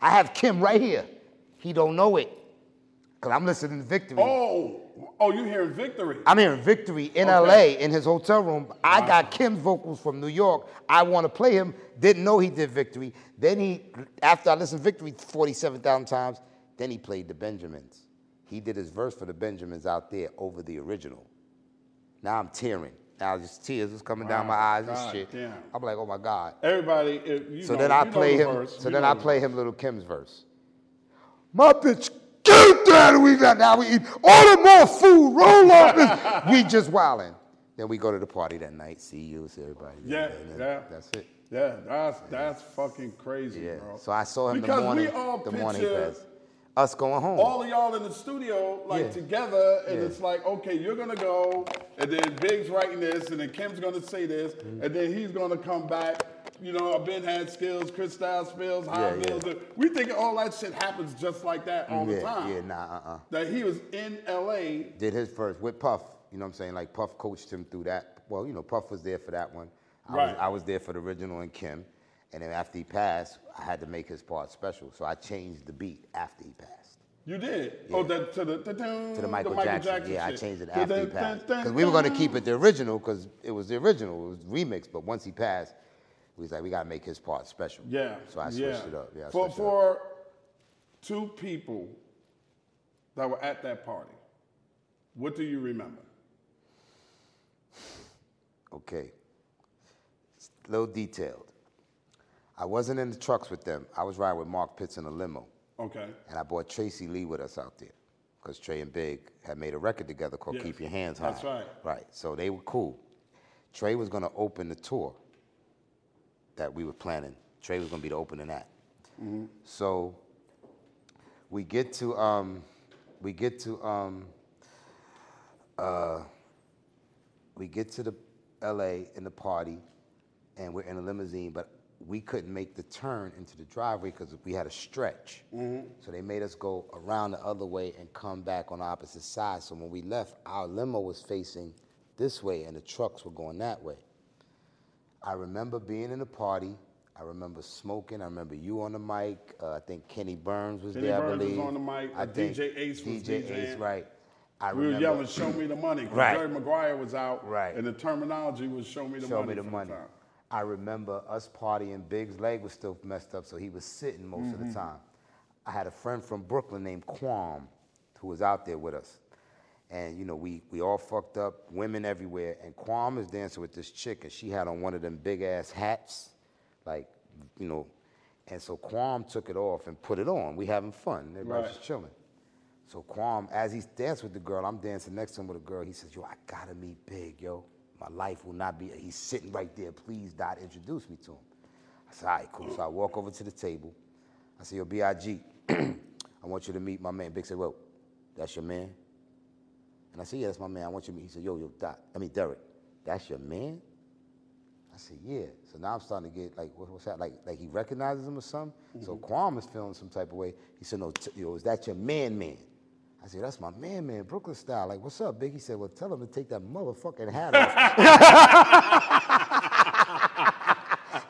Speaker 4: I have Kim right here. He don't know it. Cause I'm listening to Victory.
Speaker 3: Oh, oh, you hearing victory?
Speaker 4: I'm hearing Victory in
Speaker 3: Okay.
Speaker 4: LA in his hotel room. I got Kim's vocals from New York. I want to play him. Didn't know he did Victory. Then he, after I listened to Victory 47,000 times, then he played the Benjamins. He did his verse for the Benjamins out there over the original. Now I'm tearing. Now just tears was coming down my eyes
Speaker 3: God
Speaker 4: and shit.
Speaker 3: damn.
Speaker 4: I'm like, oh my God.
Speaker 3: Everybody, if you
Speaker 4: So
Speaker 3: know,
Speaker 4: then I
Speaker 3: you know
Speaker 4: play
Speaker 3: the
Speaker 4: him.
Speaker 3: verse,
Speaker 4: so
Speaker 3: you
Speaker 4: then
Speaker 3: know
Speaker 4: I
Speaker 3: the
Speaker 4: play him Little Kim's verse. My bitch, get down and we got now we eat all the more food. Roll up,
Speaker 3: (laughs)
Speaker 4: this- we just wildin'. Then we go to the party that night. See you, see everybody.
Speaker 3: Yeah,
Speaker 4: And then
Speaker 3: yeah.
Speaker 4: That's it.
Speaker 3: Yeah, that's that's fucking crazy,
Speaker 4: Yeah.
Speaker 3: bro.
Speaker 4: So I saw him
Speaker 3: Because
Speaker 4: the morning.
Speaker 3: we all
Speaker 4: the morning he
Speaker 3: picture
Speaker 4: passed. Us going home.
Speaker 3: all of y'all in the studio like
Speaker 4: Yeah.
Speaker 3: together, and
Speaker 4: Yeah.
Speaker 3: it's like, okay, you're gonna go, and then Big's writing this, and then Kim's gonna say this,
Speaker 4: Mm-hmm.
Speaker 3: and then he's gonna come back. You know, Ben had skills, Chris Styles skills, High
Speaker 4: Yeah, yeah. Mm,
Speaker 3: Bills. We think all that shit happens just like that all
Speaker 4: yeah,
Speaker 3: the time.
Speaker 4: yeah, nah, uh, uh
Speaker 3: That he was in LA.
Speaker 4: Did his first with Puff. You know what I'm saying? Like Puff coached him through that. Well, you know, Puff was there for that one. I was,
Speaker 3: Right.
Speaker 4: I was there for the original and Kim. And then after he passed, I had to make his part special. So I changed the beat after he passed.
Speaker 3: You did. Oh, that to Mm, the da-dum,
Speaker 4: To the Michael, Jackson. Yeah, I
Speaker 3: shit.
Speaker 4: changed it after he passed.
Speaker 3: Da-dum,
Speaker 4: Because we were going to keep it the original because it was the original. It was remixed. But once he passed, we was like, we got to make his part special.
Speaker 3: Yeah.
Speaker 4: So I switched
Speaker 3: yeah.
Speaker 4: it up. Yeah, I
Speaker 3: for
Speaker 4: switched it up.
Speaker 3: for two people that were at that party, what do you remember?
Speaker 4: Okay. It's a little detailed. I wasn't in the trucks with them. I was riding with Mark Pitts in a limo.
Speaker 3: Okay.
Speaker 4: And I brought Tracy Lee with us out there because Trey and Big had made a record together called
Speaker 3: Yes.
Speaker 4: Keep Your Hands High.
Speaker 3: That's right.
Speaker 4: Right. So they were cool. Trey was going to open the tour that we were planning. Trey was going to be the opening act.
Speaker 3: Mm-hmm.
Speaker 4: So we get to um, we get to um, we get to the LA in the party, and we're in a limousine, but we couldn't make the turn into the driveway because we had a stretch.
Speaker 3: Mm-hmm.
Speaker 4: So they made us go around the other way and come back on the opposite side. So when we left, our limo was facing this way, and the trucks were going that way. I remember being in the party. I remember smoking. I remember you on the mic. Uh, I think Kenny Burns was
Speaker 3: Kenny
Speaker 4: there. I
Speaker 3: Burns was
Speaker 4: believe
Speaker 3: on the mic.
Speaker 4: I
Speaker 3: Uh, DJ Ace was
Speaker 4: DJ Ace,
Speaker 3: DJing.
Speaker 4: right? I
Speaker 3: We were
Speaker 4: remember-
Speaker 3: yelling, "Show me the money!" 'cause
Speaker 4: Right.
Speaker 3: Jerry Maguire was out,
Speaker 4: Right.
Speaker 3: And the terminology was "Show me the
Speaker 4: Show
Speaker 3: money."
Speaker 4: me the
Speaker 3: from
Speaker 4: money.
Speaker 3: time.
Speaker 4: I remember us partying. Big's leg was still messed up, so he was sitting most of
Speaker 3: Mm-hmm.
Speaker 4: the time. I had a friend from Brooklyn named Quam, who was out there with us, and you know we we all fucked up, women everywhere, and Quam is dancing with this chick, and she had on one of them big ass hats, like you know, and so Quam took it off and put it on. We having fun, and everybody was
Speaker 3: Right.
Speaker 4: chilling. So Quam, as he's dancing with the girl, I'm dancing next to him with a girl. He says, "Yo, I gotta meet Big, yo. My life will not be." He's sitting right there. Please, Dot, introduce me to him. I said, "All right, cool." So I walk over to the table. I say, "Yo, Big, (clears throat) I want you to meet my man." Big said, "Well, that's your man." And I said, "Yeah, that's my man. I want you to meet." He said, "Yo, yo, Dot. I mean, Derek, that's your man." I said, yeah. So now I'm starting to get like, what, what's that? Like, like he recognizes him or something. So
Speaker 3: Mm-hmm.
Speaker 4: Quam is feeling some type of way. He said, no, t- yo, is that your man, man? I said, that's my man, man, Brooklyn style. Like, what's up, Big? He said, well, tell him to take that motherfucking hat off. (laughs)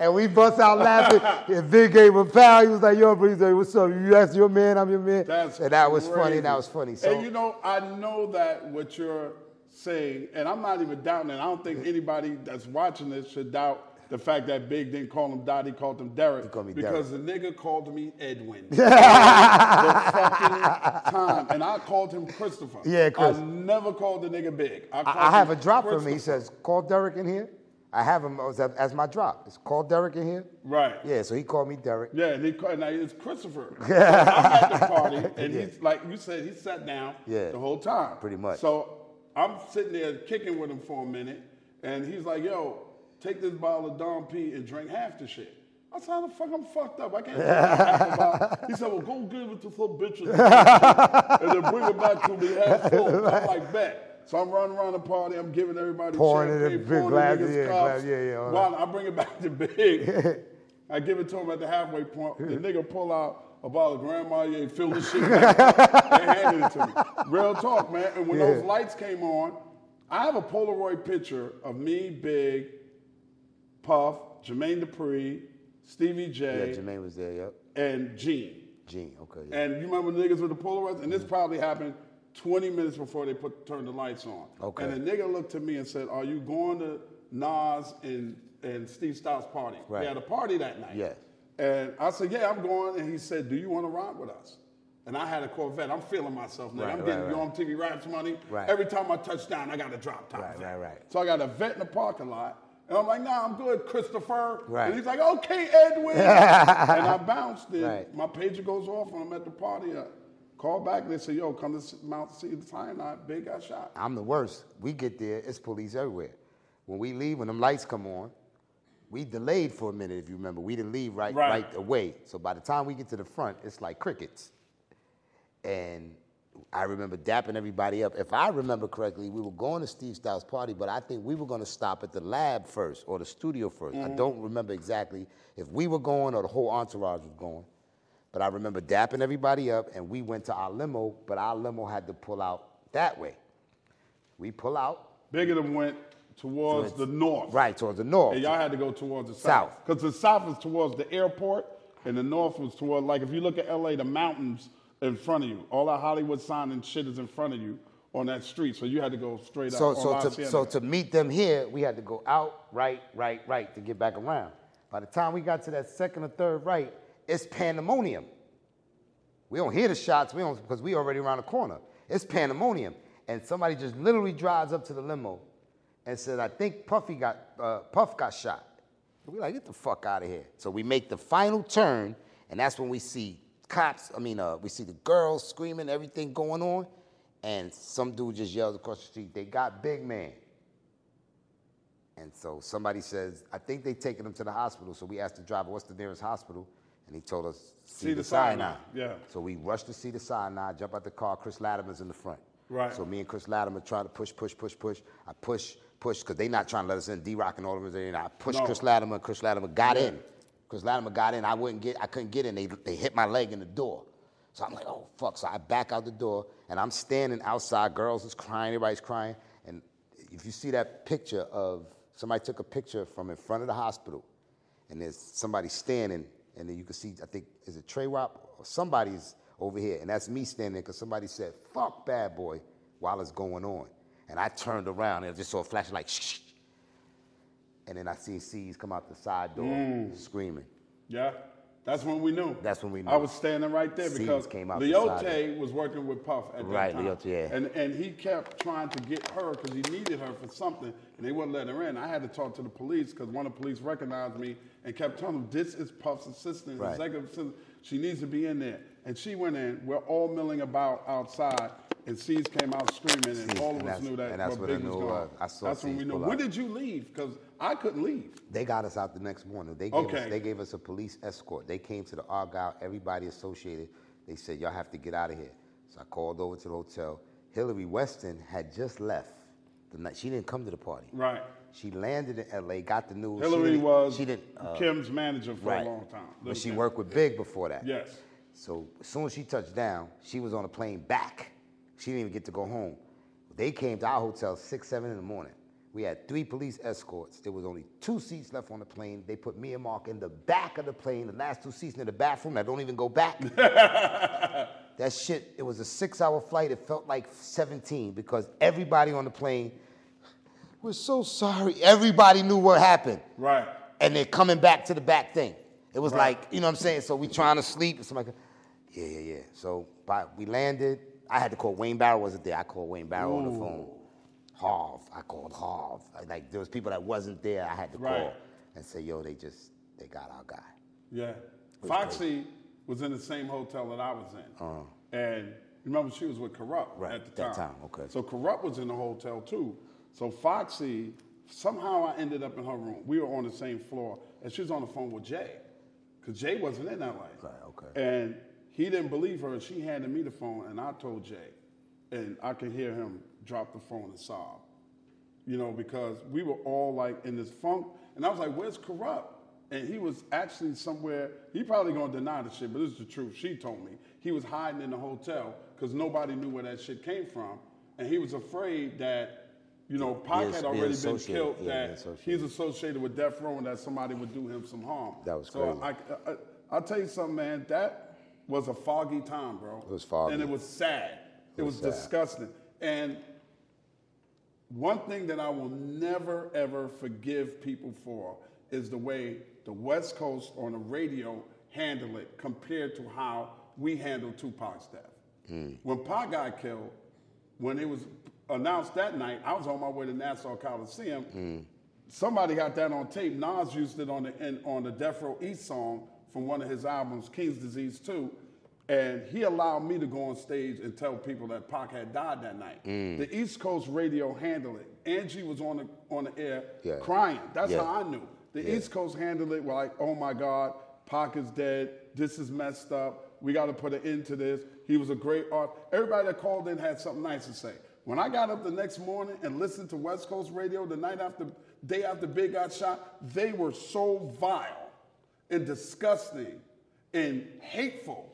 Speaker 4: and we bust out laughing. And Big gave a pal. He was like, yo, Brooklyn, Style, what's up? You that's your man, I'm your man.
Speaker 3: That's
Speaker 4: and that was funny.
Speaker 3: crazy.
Speaker 4: That was funny. So
Speaker 3: and you know, I know that what you're saying, and I'm not even doubting it. I don't think anybody that's watching this should doubt the fact that Big didn't call him Dot, he called him Derek.
Speaker 4: He called me
Speaker 3: because the nigga called me
Speaker 4: (laughs)
Speaker 3: Edwin. (laughs) the fucking time. And I called him Christopher.
Speaker 4: Yeah, Chris.
Speaker 3: I never called the nigga Big. I, called
Speaker 4: I, I have a
Speaker 3: him
Speaker 4: drop from him. He
Speaker 3: Christopher.
Speaker 4: says, "Call Derek in here." I have him as, as my drop. It's call Derek in here.
Speaker 3: Right.
Speaker 4: Yeah, so he called me Derek.
Speaker 3: Yeah, and, he, ca- and I, it's
Speaker 4: (laughs)
Speaker 3: Christopher. So I'm at the party, and he's like you said, he sat down
Speaker 4: Yeah.
Speaker 3: the whole time.
Speaker 4: Pretty much.
Speaker 3: So I'm sitting there kicking with him for a minute, and he's like, yo, take this bottle of Dom P and drink half the shit. I said, how the fuck I'm fucked up? I can't drink half a
Speaker 4: (laughs)
Speaker 3: bottle. He said, well, go get it with this little bitch and then bring it back to me
Speaker 4: (laughs)
Speaker 3: half full. I'm like, bet. So I'm running around the party. I'm giving everybody
Speaker 4: Pouring it in
Speaker 3: champagne,
Speaker 4: big
Speaker 3: pouring
Speaker 4: glass,
Speaker 3: niggas
Speaker 4: yeah,
Speaker 3: cups.
Speaker 4: glass, yeah, yeah, all
Speaker 3: While I bring it back to
Speaker 4: (laughs)
Speaker 3: big. I give it to him at the halfway point. The nigga pull out a bottle of Grand Marnier, fill
Speaker 4: (laughs)
Speaker 3: the shit back up, and handed it to me. Real talk, man. And when those
Speaker 4: Yeah.
Speaker 3: lights came on, I have a Polaroid picture of me, Big, Puff, Jermaine Dupri, Stevie
Speaker 4: Yeah,
Speaker 3: J,
Speaker 4: Jermaine was there, yep.
Speaker 3: and Gene.
Speaker 4: Gene, okay. Yeah.
Speaker 3: And you remember niggas with the Polaroids? And this probably happened 20 minutes before they put turned the lights on.
Speaker 4: Okay.
Speaker 3: And a nigga looked to me and said, Are you going to Nas and, and Steve Stott's party?
Speaker 4: Right.
Speaker 3: They had a party that night.
Speaker 4: Yes.
Speaker 3: And I said, Yeah, I'm going. And he said, Do you want to ride with us? And I had a Corvette. I'm feeling myself now.
Speaker 4: Right,
Speaker 3: I'm getting
Speaker 4: right, right.
Speaker 3: on TV raps money.
Speaker 4: Right.
Speaker 3: Every time I touch down, I got a drop top.
Speaker 4: Right,
Speaker 3: vet.
Speaker 4: right, right.
Speaker 3: So I got a vet in the parking lot. And I'm like, nah, I'm good, Christopher.
Speaker 4: Right.
Speaker 3: And he's like, okay,
Speaker 4: (laughs)
Speaker 3: Edwin. and I bounced it.
Speaker 4: Right.
Speaker 3: My pager goes off when I'm at the party. I call back and they say, yo, come to Mount Sinai. Big got shot.
Speaker 4: I'm the worst. We get there, it's police everywhere. When we leave, when them lights come on, we delayed for a minute, if you remember. We didn't leave right,
Speaker 3: Right.
Speaker 4: right. away. So by the time we get to the front, it's like crickets. And I remember dapping everybody up. If I remember correctly, we were going to Steve Styles' party, but I think we were going to stop at the lab first or the studio 1st
Speaker 3: Mm-hmm.
Speaker 4: I don't remember exactly if we were going or the whole entourage was going. But I remember dapping everybody up, and we went to our limo, but our limo had to pull out that way. We pull out
Speaker 3: Bigger than went towards the north.
Speaker 4: right towards the north.
Speaker 3: And y'all had to go towards the south.
Speaker 4: South.
Speaker 3: Because the south is towards the airport, and the north was toward, like, if you look at LA, the mountains in front of you. All that Hollywood sign and shit is in front of you on that street. So you had to go straight
Speaker 4: so,
Speaker 3: up. on La
Speaker 4: so, to,
Speaker 3: Hacienda.
Speaker 4: so to meet them here, we had to go out, right, right, right to get back around. By the time we got to that second or third right, it's pandemonium. We don't hear the shots, we don't because we already around the corner. It's pandemonium, and somebody just literally drives up to the limo and says, "I think Puffy got uh, Puff got shot." And we like, "Get the fuck out of here!" So we make the final turn, and that's when we see cops. I mean, uh, we see the girls screaming, everything going on, and some dude just yells across the street, "They got Big Man!" And so somebody says, "I think they taking him to the hospital." So we asked the driver, "What's the nearest hospital?" And he told us,
Speaker 3: See the Sinai." Yeah.
Speaker 4: so we rush to see the Sinai, jump out the car. Chris Latimer's in the front.
Speaker 3: Right.
Speaker 4: So me and Chris Latimer trying to push, push, push, push. I push, push, because they not trying to let us in. D Rock and all of them, and I push
Speaker 3: No.
Speaker 4: Chris Latimer. and Chris Latimer got in. Chris Latimer got in. I wouldn't get. I couldn't get in. They they hit my leg in the door. So I'm like, oh fuck. So I back out the door, and I'm standing outside. Girls is crying. Everybody's crying. And if you see that picture of somebody took a picture from in front of the hospital, and there's somebody standing, and then you can see, I think, is it Trey Wop or somebody's over here, and that's me standing because somebody said, "Fuck Bad Boy," while it's going on, and I turned around and I just saw a flashing like, shh, shh. and then I seen C's come out the side door
Speaker 3: Mm.
Speaker 4: screaming.
Speaker 3: Yeah. That's when we knew.
Speaker 4: That's when we knew.
Speaker 3: I was standing right there
Speaker 4: Seeds
Speaker 3: because
Speaker 4: came out the
Speaker 3: Leote
Speaker 4: side.
Speaker 3: was working with Puff at
Speaker 4: Right,
Speaker 3: that time.
Speaker 4: Leote, yeah.
Speaker 3: And and he kept trying to get her because he needed her for something, and they wouldn't let her in. I had to talk to the police because one of the police recognized me and kept telling them, "This is Puff's assistant,
Speaker 4: Right.
Speaker 3: executive assistant. She needs to be in there." And she went in. We're all milling about outside, and Seeds came out screaming, and
Speaker 4: Seeds,
Speaker 3: all of
Speaker 4: and
Speaker 3: us
Speaker 4: that's-
Speaker 3: knew that.
Speaker 4: and that's
Speaker 3: what
Speaker 4: when I
Speaker 3: Big was
Speaker 4: knew,
Speaker 3: gone.
Speaker 4: uh, I saw
Speaker 3: That's when we
Speaker 4: Seeds
Speaker 3: knew.
Speaker 4: pull
Speaker 3: When
Speaker 4: out.
Speaker 3: did you leave? Because I couldn't leave.
Speaker 4: They got us out the next morning. They gave,
Speaker 3: Okay.
Speaker 4: us, they gave us a police escort. They came to the Argyle, everybody associated. They said, y'all have to get out of here. So I called over to the hotel. Hillary Weston had just left. The night. She didn't come to the party.
Speaker 3: Right.
Speaker 4: She landed in LA, got the news. She
Speaker 3: Hillary
Speaker 4: didn't-
Speaker 3: was
Speaker 4: She didn't. uh,
Speaker 3: Kim's manager for
Speaker 4: right.
Speaker 3: a long time.
Speaker 4: But she
Speaker 3: Kim.
Speaker 4: worked with Big before that.
Speaker 3: Yes.
Speaker 4: So as soon as she touched down, she was on a plane back. She didn't even get to go home. They came to our hotel six, seven in the morning. We had three police escorts. There was only two seats left on the plane. They put me and Mark in the back of the plane, the last two seats in the bathroom that don't even go
Speaker 3: (laughs)
Speaker 4: back. that shit, it was a six-hour flight. It felt like 17 because everybody on the plane was so sorry. Everybody knew what happened
Speaker 3: Right.
Speaker 4: and they're coming back to the back thing. It was
Speaker 3: Right.
Speaker 4: like, you know what I'm saying? So we trying to sleep. And somebody, go, yeah, yeah, yeah. So by, we landed. I had to call Wayne Barrow wasn't there. I called Wayne Barrow on the phone. Harv, I called Harv. I- Like there was people that wasn't there. I had to
Speaker 3: Right.
Speaker 4: call and say, yo, they just they got our guy.
Speaker 3: Yeah. Foxy was in the same hotel that I was in. And remember, she was with Corrupt
Speaker 4: Uh-huh. Right,
Speaker 3: at the time.
Speaker 4: that time, okay.
Speaker 3: So Corrupt was in the hotel too. So Foxy Somehow I ended up in her room. We were on the same floor, and she was on the phone with Jay, because Jay wasn't in LA.
Speaker 4: Right, okay.
Speaker 3: And he didn't believe her. She handed me the phone, and I told Jay, and I could hear him drop the phone and sob, you know, because we were all like in this funk, and I was like, "Where's corrupt?" And he was actually somewhere. He probably gonna deny the shit, but this is the truth. She told me he was hiding in the hotel because nobody knew where that shit came from, and he was afraid that. You know, Pac
Speaker 4: Being-
Speaker 3: had
Speaker 4: being
Speaker 3: already been
Speaker 4: associated.
Speaker 3: killed.
Speaker 4: Yeah, being
Speaker 3: that
Speaker 4: associated.
Speaker 3: he's associated with death row, and that somebody would do him some harm.
Speaker 4: That was
Speaker 3: so
Speaker 4: crazy.
Speaker 3: I, I, I'll tell you something, man. That was a foggy time, bro.
Speaker 4: It was foggy.
Speaker 3: And it was sad. It, was,
Speaker 4: was sad.
Speaker 3: disgusting. And one thing that I will never, ever forgive people for is the way the West Coast on the radio handle it compared to how we handled Tupac's death. When Pac got killed, when it was announced that night, I was on my way to Nassau Coliseum somebody got that on tape. Nas used it on the in, on the Death Row East song from one of his albums, King's Disease 2. And he allowed me to go on stage and tell people that Pac had died that night.
Speaker 4: Mm.
Speaker 3: The East Coast radio handled it. Angie was on the on the air
Speaker 4: Yeah.
Speaker 3: crying. That's
Speaker 4: Yeah.
Speaker 3: how I knew. The East Coast handled it like, oh my God, Pac is dead. This is messed up. We got to put an end to this. He was a great art. Everybody that called in had something nice to say. When I got up the next morning and listened to West Coast radio the night after, day after Big got shot, they were so vile and disgusting and hateful.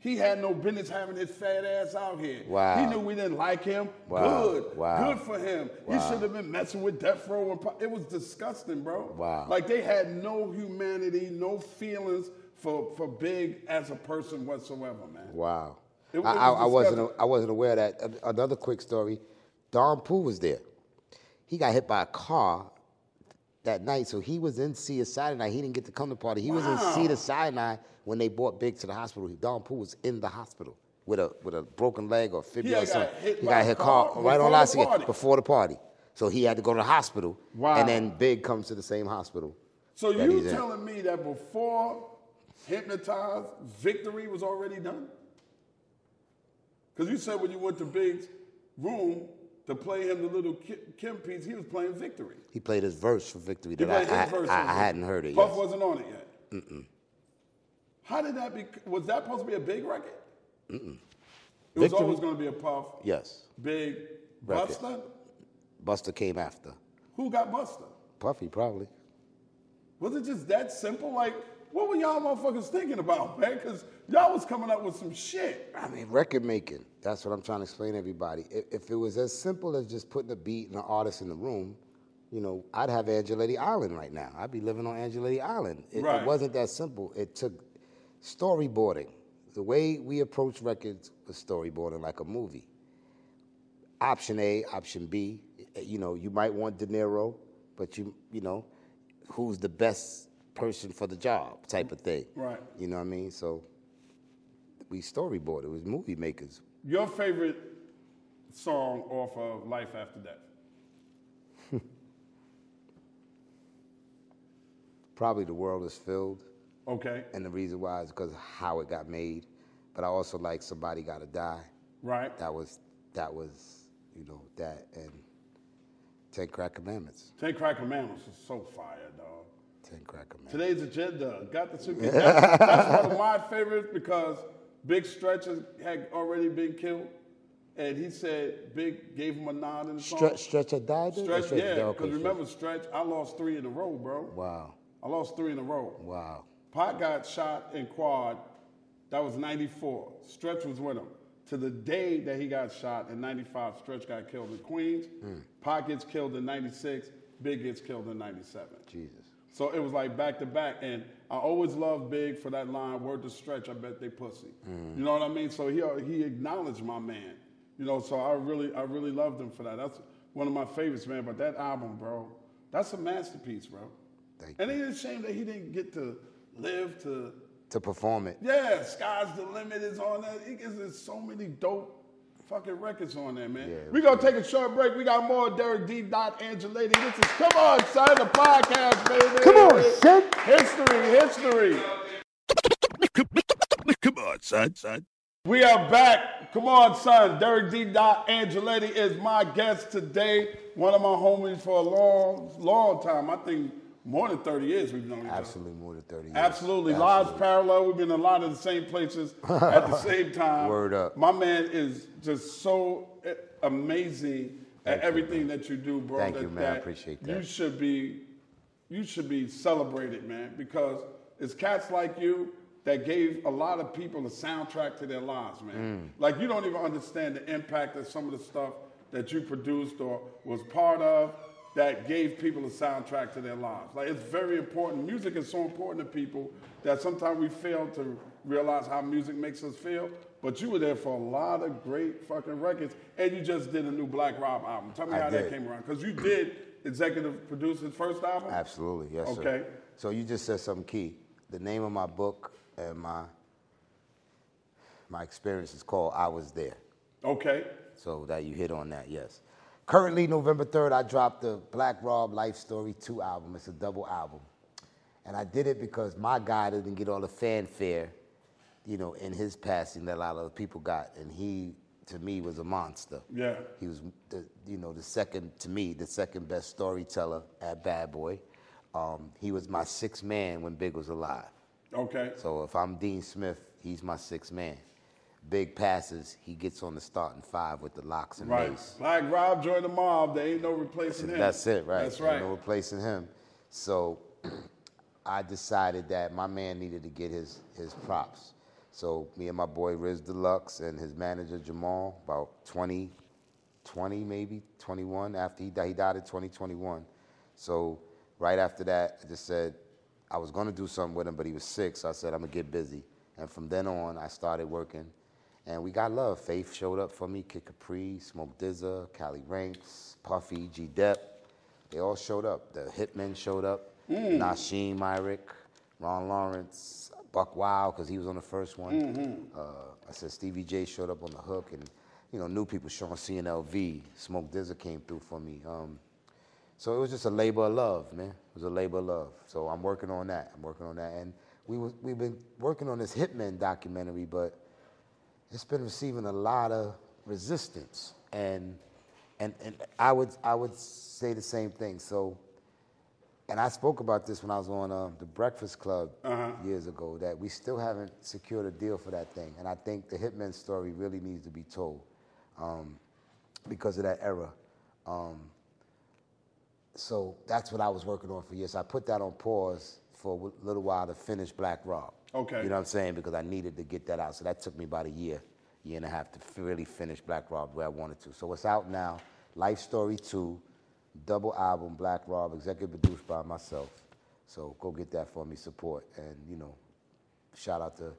Speaker 3: He had no business having his fat ass out here.
Speaker 4: Mm. Wow.
Speaker 3: He knew we didn't like him.
Speaker 4: Wow.
Speaker 3: Good.
Speaker 4: Wow.
Speaker 3: Good for him. He
Speaker 4: Wow.
Speaker 3: should have been messing with death row. And, po- it was disgusting, bro.
Speaker 4: Wow.
Speaker 3: Like they had no humanity, no feelings for, for Big as a person whatsoever, man.
Speaker 4: Wow.
Speaker 3: It- it
Speaker 4: I, I,
Speaker 3: was
Speaker 4: I wasn't
Speaker 3: disgusting.
Speaker 4: I wasn't aware of that. An- Another quick story. Don Pooh was there. He got hit by a car that night, so he was in Cedar Sinai. He didn't get to come to the party. He was in Cedar Sinai when they brought Big to the hospital. Don Pooh was in the hospital with a with a broken leg or fibula
Speaker 3: had
Speaker 4: or something.
Speaker 3: got hit
Speaker 4: he
Speaker 3: by
Speaker 4: got
Speaker 3: a
Speaker 4: hit
Speaker 3: car
Speaker 4: car right
Speaker 3: before
Speaker 4: on
Speaker 3: the
Speaker 4: last year
Speaker 3: party.
Speaker 4: before the party. So he had to go to the hospital.
Speaker 3: Wow.
Speaker 4: And then Big comes to the same hospital.
Speaker 3: So
Speaker 4: that
Speaker 3: you
Speaker 4: he's in.
Speaker 3: telling me that before hypnotized, victory was already done? Because you said when you went to Big's room to play him the little Ki- Kim piece, he was playing victory.
Speaker 4: He played his verse for victory
Speaker 3: He
Speaker 4: that I,
Speaker 3: played his verse
Speaker 4: I, I,
Speaker 3: on
Speaker 4: I hadn't heard it
Speaker 3: Puff
Speaker 4: yet.
Speaker 3: wasn't on it yet. Mm-mm. How did that be? Was that supposed to be a big record? Mm-mm. It was
Speaker 4: Victory-
Speaker 3: always going to be a Puff,
Speaker 4: Yes.
Speaker 3: Big,
Speaker 4: Record.
Speaker 3: Buster.
Speaker 4: Buster came after.
Speaker 3: Who got Buster?
Speaker 4: Puffy, probably.
Speaker 3: Was it just that simple? Like, what were y'all motherfuckers thinking about, man? Because y'all was coming up with some shit.
Speaker 4: I mean, record making. That's what I'm trying to explain to everybody. If, if it was as simple as just putting a beat and an artist in the room, you know, I'd have Angeletti Island right now. I'd be living on Angeletti Island. It,
Speaker 3: Right.
Speaker 4: it wasn't that simple. It took storyboarding. The way we approach records was storyboarding like a movie. Option A, option B. Eh, You know, you might want De Niro, but you, you know, who's the best person for the job type of thing.
Speaker 3: Right.
Speaker 4: You know what I mean? So we storyboarded. It was movie makers.
Speaker 3: Your favorite song off of Life After Death?
Speaker 4: Probably the world is filled,
Speaker 3: Okay,
Speaker 4: and the reason why is because how it got made. But I also like somebody got to die.
Speaker 3: right.
Speaker 4: That was that was you know that and ten crack commandments.
Speaker 3: Ten Crack Commandments was so fire, dog.
Speaker 4: Ten crack commandments.
Speaker 3: Today's agenda
Speaker 4: (laughs)
Speaker 3: got the suitcase. That's, that's one of my favorites because Big Stretch has- had already been killed, and he said Big gave him a nod in the song.
Speaker 4: Stretch, stretch had died. then? Or
Speaker 3: Stretch, yeah.
Speaker 4: okay,
Speaker 3: Because
Speaker 4: Stretch.
Speaker 3: remember, Stretch, I lost three in a row, bro.
Speaker 4: Wow,
Speaker 3: I lost three in a row.
Speaker 4: wow.
Speaker 3: Pot got shot in quad. That was 94. Stretch was with him. To the day that he got shot in 95, Stretch got killed in Queens. Pot gets killed in 96. Big gets killed in 97.
Speaker 4: Jesus.
Speaker 3: So it was like back to back. And I always loved Big for that line, word to Stretch, I bet they pussy. You know what I mean? So he, uh, he acknowledged my man. You know, so I really, I really loved him for that. That's one of my favorites, man. But that album, bro, that's a masterpiece, bro.
Speaker 4: Thank
Speaker 3: And
Speaker 4: you.
Speaker 3: it is a shame that he didn't get to live to.
Speaker 4: To perform it.
Speaker 3: Yeah, sky's the limit is on that. It gets there's so many dope fucking records on there, man. we gonna take a short break. We got more Derek D. Dot Angeletti. This is come on, son, the podcast, baby.
Speaker 4: Come on, son.
Speaker 3: History, history.
Speaker 1: Come on, son, son.
Speaker 3: We are back. Come on, son. Derek D. Dot Angeletti is my guest today. One of my homies for a long, long time. I think more than 30 years we've known each other.
Speaker 4: Absolutely more than 30 years.
Speaker 3: Absolutely. Lives parallel. We've been in a lot of the same places
Speaker 4: (laughs)
Speaker 3: at the same time.
Speaker 4: Word up.
Speaker 3: My man is just so eh, amazing at everything that you do, bro.
Speaker 4: Thank you, man. I appreciate that.
Speaker 3: You should be you should be celebrated, man, because it's cats like you that gave a lot of people a soundtrack to their lives, man.
Speaker 4: Mm.
Speaker 3: Like you don't even understand the impact of some of the stuff that you produced or was part of that gave people a soundtrack to their lives. Like it's very important. Music is so important to people that sometimes we fail to realize how music makes us feel. But you were there for a lot of great fucking records, and you just did a new Black Rob album. Tell me
Speaker 4: I
Speaker 3: how that
Speaker 4: did.
Speaker 3: came around, because you did executive produce his first album.
Speaker 4: Absolutely, yes, sir.
Speaker 3: Okay.
Speaker 4: So you just said something key. The name of my book and my my experience is called "I Was There."
Speaker 3: Okay.
Speaker 4: So that you hit on that, yes. Currently, November 3rd, I dropped the Black Rob Life Story 2 album. It's a double album. And I did it because my guy didn't get all the fanfare, you know, in his passing that a lot of other people got. And he, to me, was a monster.
Speaker 3: Yeah.
Speaker 4: He was, the, you know, the second, to me, the second best storyteller at Bad Boy. Um, he was my sixth man when Big was alive.
Speaker 3: Okay.
Speaker 4: So if I'm Dean Smith, he's my sixth man. Big passes, he gets on the starting five with the locks and
Speaker 3: right.
Speaker 4: mace.
Speaker 3: Black Rob joined the mob. There ain't no replacing him.
Speaker 4: That's it, right?
Speaker 3: That's right.
Speaker 4: Ain't No
Speaker 3: (laughs)
Speaker 4: replacing him. So (clears throat) I decided that my man needed to get his his props. So me and my boy Riz Deluxe and his manager Jamal, about 20, 20 maybe 21 after he died, he died in 2021. So right after that, I just said I was gonna do something with him, but he was sick. So I said I'm gonna get busy. And from then on, I started working, and we got love. Faith showed up for me, Kid Capri, Smoke Dizza, Cali Ranks, Puffy, G Dep. They all showed up. The Hitmen showed up. Nasheem Myrick, Ron Lawrence, Buck Wild, because he was on the first one. Uh, I said Stevie J showed up on the hook, and you know new people. Sean C and LV, Smoke Dizza came through for me. Um, so it was just a labor of love, man. It was a labor of love. So I'm working on that. I'm working on that, and we was, we've been working on this Hitman documentary, but it's been receiving a lot of resistance and and and I would I would say the same thing. So and I spoke about this when I was on uh, the Breakfast Club years ago that we still haven't secured a deal for that thing, and I think the Hitman story really needs to be told um, because of that era. Um, so that's what I was working on for years. I put that on pause for a w- little while to finish Black Rob.
Speaker 3: Okay.
Speaker 4: You know what I'm saying? Because I needed to get that out. So that took me about a year, year and a half to f- really finish Black Rob the way I wanted to. So it's out now. Life Story 2, double album, Black Rob, executive produced by myself. So go get that for me, support. And, you know, shout out to,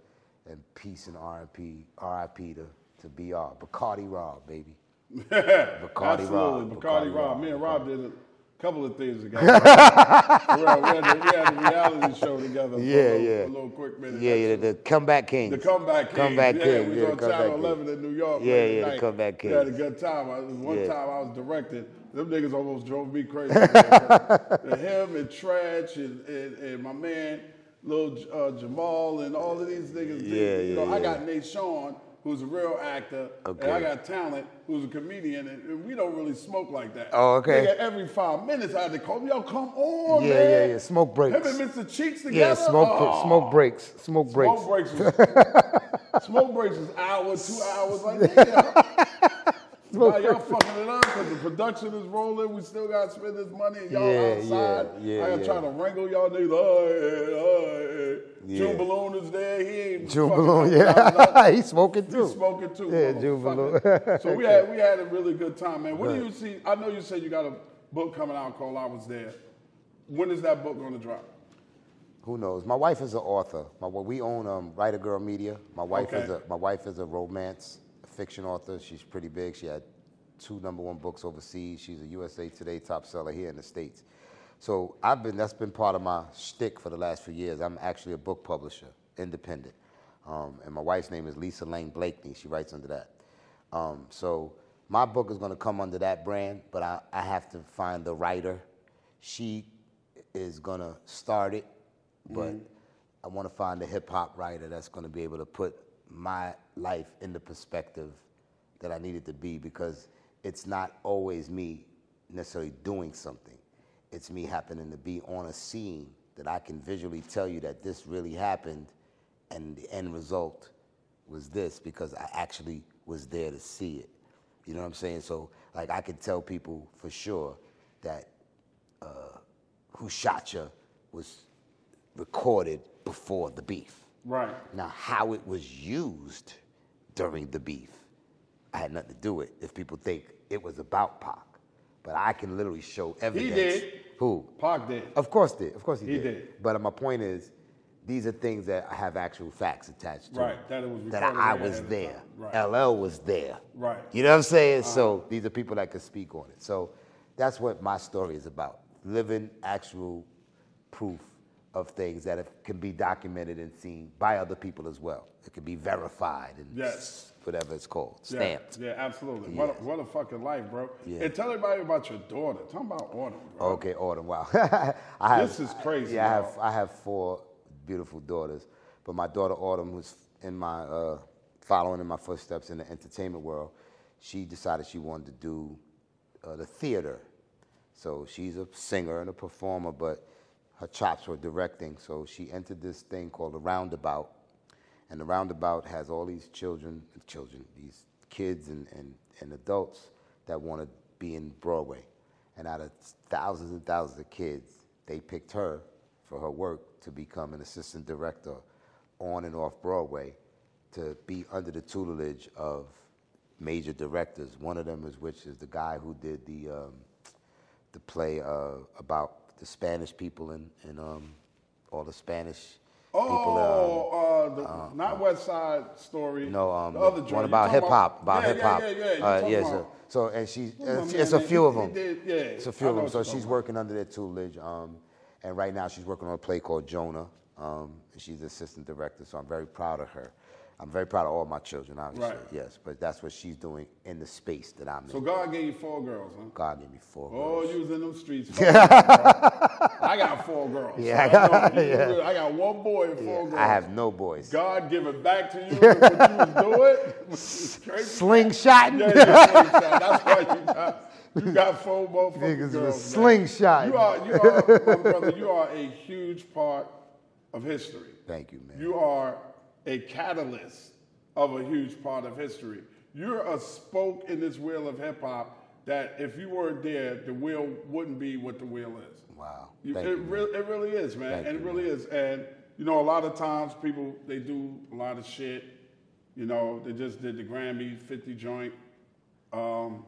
Speaker 4: and peace and RIP, RIP to, to BR, Bacardi Rob, baby. Bacardi
Speaker 3: Absolutely.
Speaker 4: Rob,
Speaker 3: Bacardi,
Speaker 4: Bacardi
Speaker 3: Rob.
Speaker 4: Rob,
Speaker 3: Me and
Speaker 4: Bacardi.
Speaker 3: Rob did a couple of things together. we, had, (laughs) we, had a, we had a reality show together. for a
Speaker 4: Yeah,
Speaker 3: little-
Speaker 4: yeah.
Speaker 3: A little quick minute.
Speaker 4: Yeah, yeah, the comeback kings.
Speaker 3: The comeback kings.
Speaker 4: Comeback
Speaker 3: yeah,
Speaker 4: kings. yeah, the
Speaker 3: we was on
Speaker 4: comeback
Speaker 3: Channel
Speaker 4: kings.
Speaker 3: 11 in New York.
Speaker 4: Yeah,
Speaker 3: late
Speaker 4: yeah,
Speaker 3: at
Speaker 4: the
Speaker 3: night.
Speaker 4: comeback
Speaker 3: We had a
Speaker 4: kings.
Speaker 3: good time. I, one
Speaker 4: Yeah.
Speaker 3: time I was directing. Them niggas almost drove
Speaker 4: (laughs)
Speaker 3: me crazy. Him and Trash and, and, and my man, little uh, Jamal and all of these niggas.
Speaker 4: Yeah,
Speaker 3: did- you
Speaker 4: yeah,
Speaker 3: know, I
Speaker 4: yeah.
Speaker 3: got Nate Sean, who's a real actor, and I
Speaker 4: Okay.
Speaker 3: got Talent, who's a comedian, and, and we don't really smoke like that.
Speaker 4: Oh, okay.
Speaker 3: Nigga, every five minutes I had to call him, yo, come on,
Speaker 4: Yeah,
Speaker 3: man.
Speaker 4: yeah, yeah, smoke breaks.
Speaker 3: Him and Mr. Cheeks together.
Speaker 4: Yeah, smoke,
Speaker 3: Oh.
Speaker 4: smoke breaks. Smoke breaks.
Speaker 3: Smoke breaks.
Speaker 4: (laughs)
Speaker 3: was- smoke breaks is hour, two hours. Like, nigga, now
Speaker 4: Smoke
Speaker 3: y'all fucking it up because the production is rolling. We still got to spend this money. and Y'all
Speaker 4: Yeah,
Speaker 3: outside.
Speaker 4: yeah, yeah,
Speaker 3: I gotta
Speaker 4: yeah.
Speaker 3: try to wrangle y'all niggas. Oh, yeah, oh, yeah.
Speaker 4: Yeah.
Speaker 3: June Balloon is there. He ain't
Speaker 4: June
Speaker 3: fucking
Speaker 4: Balloon,
Speaker 3: out of
Speaker 4: yeah. (laughs)
Speaker 3: nothing.
Speaker 4: He's smoking too.
Speaker 3: He's smoking too.
Speaker 4: Yeah, June
Speaker 3: motherfucker.
Speaker 4: (laughs) Balloon.
Speaker 3: (laughs) so we had we had a really good time, man. What do you see? I know you said you got a book coming out called "I Was There." When is that book going to drop?
Speaker 4: Who knows? My wife is an author. My, wa- we own um, Writer Girl Media. My wife is a
Speaker 3: Okay.
Speaker 4: my wife is a romance fiction author. She's pretty big. She had two number one books overseas. She's a USA Today top seller here in the states. So I've been that's been part of my shtick for the last few years. I'm actually a book publisher, independent, um, and my wife's name is Lisa Lane Blakeney. She writes under that. Um, so my book is going to come under that brand, but I, I have to find the writer. She is going to start it, but I want to find a hip hop writer that's going to be able to put my life in the perspective that I needed to be because it's not always me necessarily doing something. It's me happening to be on a scene that I can visually tell you that this really happened and the end result was this because I actually was there to see it. You know what I'm saying? So like I could tell people for sure that uh, who shot you was recorded before the beef.
Speaker 3: Right.
Speaker 4: Now, how it was used during the beef, I had nothing to do with. If people think it was about Pac, but I can literally show evidence.
Speaker 3: did.
Speaker 4: Who?
Speaker 3: Pac did.
Speaker 4: Of course did. Of course he,
Speaker 3: He
Speaker 4: did.
Speaker 3: did.
Speaker 4: But uh, my point is, these are things that have actual facts attached to.
Speaker 3: Right,
Speaker 4: it.
Speaker 3: that it was
Speaker 4: That I, I
Speaker 3: recorded
Speaker 4: was
Speaker 3: ahead of
Speaker 4: there.
Speaker 3: time. Right.
Speaker 4: LL was there.
Speaker 3: Right. Uh-huh.
Speaker 4: You know what I'm saying? So these are people that could speak on it. So that's what my story is about: living actual proof of things that have- can be documented and seen by other people as well. It can be verified and
Speaker 3: Yes.
Speaker 4: whatever it's called,
Speaker 3: Yeah,
Speaker 4: stamped.
Speaker 3: Yeah, absolutely. What, a,
Speaker 4: Yeah.
Speaker 3: what a fucking life, bro.
Speaker 4: Yeah.
Speaker 3: And tell everybody about your daughter. Tell 'em about Autumn, bro.
Speaker 4: Okay, Autumn. Wow, (laughs) I have,
Speaker 3: This is crazy,
Speaker 4: Yeah, I have
Speaker 3: y'all.
Speaker 4: I have four beautiful daughters, but my daughter Autumn, who's in my uh, following in my footsteps in the entertainment world, she decided she wanted to do uh, the theater. So she's a singer and a performer, but her chops were directing. So she entered this thing called the Roundabout, and the Roundabout has all these children, children, these kids and, and, and adults that want to be in Broadway. And out of thousands and thousands of kids, they picked her for her work to become an assistant director on and off Broadway to be under the tutelage of major directors. One of them is which is the guy who did the um, the play uh, about the Spanish people and, and um, all the Spanish people. um,
Speaker 3: Oh, uh, the, not West Side Story.
Speaker 4: no, um,
Speaker 3: the other
Speaker 4: one
Speaker 3: joint.
Speaker 4: about
Speaker 3: You
Speaker 4: hip
Speaker 3: talking
Speaker 4: hop, about
Speaker 3: yeah,
Speaker 4: hip hop.
Speaker 3: Yeah, yeah, yeah. You talking
Speaker 4: so,
Speaker 3: about-
Speaker 4: so and she,
Speaker 3: Come on,
Speaker 4: it's,
Speaker 3: man,
Speaker 4: it's a
Speaker 3: they-
Speaker 4: few of
Speaker 3: they
Speaker 4: them.
Speaker 3: did- yeah,
Speaker 4: it's a
Speaker 3: I
Speaker 4: few of
Speaker 3: know
Speaker 4: them.
Speaker 3: what
Speaker 4: So
Speaker 3: you're
Speaker 4: she's
Speaker 3: talking about.
Speaker 4: working under their tutelage, um, and right now she's working on a play called Jonah. Um, and she's the assistant director, so I'm very proud of her. I'm very proud of all my children, obviously.
Speaker 3: Right.
Speaker 4: Yes, but that's what she's doing in the space that I'm
Speaker 3: So
Speaker 4: in.
Speaker 3: God gave you four girls, huh?
Speaker 4: (laughs) God gave me four.
Speaker 3: Oh,
Speaker 4: girls.
Speaker 3: you was in
Speaker 4: (laughs)
Speaker 3: them streets. fucking, bro. I got four girls.
Speaker 4: Yeah, I
Speaker 3: So I
Speaker 4: got-
Speaker 3: know you
Speaker 4: yeah.
Speaker 3: good. I got one boy and four girls.
Speaker 4: I have no boys.
Speaker 3: God give it
Speaker 4: (laughs)
Speaker 3: back to you. what (laughs) you was doing? It's crazy.
Speaker 4: Slingshotting.
Speaker 3: Yeah, yeah,
Speaker 4: (laughs)
Speaker 3: slingshot. That's why you got you got four motherfucking
Speaker 4: Niggas was
Speaker 3: girls, man.
Speaker 4: slingshot.
Speaker 3: You are you are my brother. You are a huge part of history.
Speaker 4: Thank you, man.
Speaker 3: You are a catalyst of a huge part of history. You're a spoke in this wheel of hip hop that if you weren't there, the wheel wouldn't be what the wheel is.
Speaker 4: Wow.
Speaker 3: You,
Speaker 4: Thank
Speaker 3: it,
Speaker 4: you, man.
Speaker 3: really, it really is, man.
Speaker 4: Thank
Speaker 3: and it
Speaker 4: you,
Speaker 3: really is. And you know, a lot of times people they do a lot of shit. You know, they just did the Grammy 50 joint, um,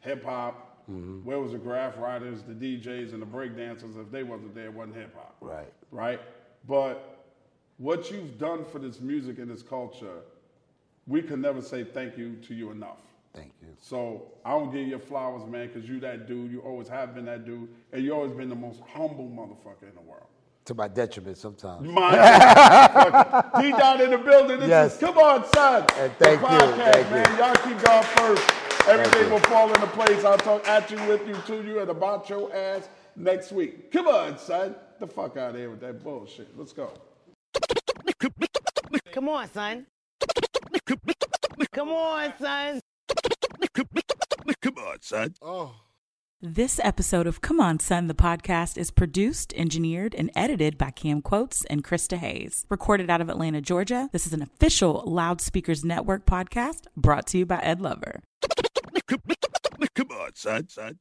Speaker 3: hip hop.
Speaker 4: Mm-hmm.
Speaker 3: Where was the graph writers, the DJs, and the breakdancers? If they wasn't there, it wasn't hip hop.
Speaker 4: Right.
Speaker 3: Right. But what you've done for this music and this culture, we can never say thank you to you enough.
Speaker 4: Thank you.
Speaker 3: So I don't give you your flowers, man, because you that dude. You always have been that dude, and you always been the most humble motherfucker in the world.
Speaker 4: (laughs) To my detriment sometimes.
Speaker 3: Mine, he down in the building. This
Speaker 4: Yes.
Speaker 3: is come on, son.
Speaker 4: And thank
Speaker 3: the
Speaker 4: you,
Speaker 3: podcast,
Speaker 4: thank you.
Speaker 3: man. Y'all keep God first. Everything
Speaker 4: you.
Speaker 3: will fall into place. I'll talk at you, with you, to you, and about your ass next week. Come on, son. The fuck out of here with that bullshit. Let's go.
Speaker 6: Come on, son. Come on, son.
Speaker 1: Come on, son.
Speaker 7: This episode of Come On Son, the podcast, is produced, engineered, and edited by Cam Quotes and Krista Hayes. Recorded out of Atlanta, Georgia, this is an official Loudspeakers Network podcast brought to you by Ed Lover.
Speaker 1: Come on, son. son.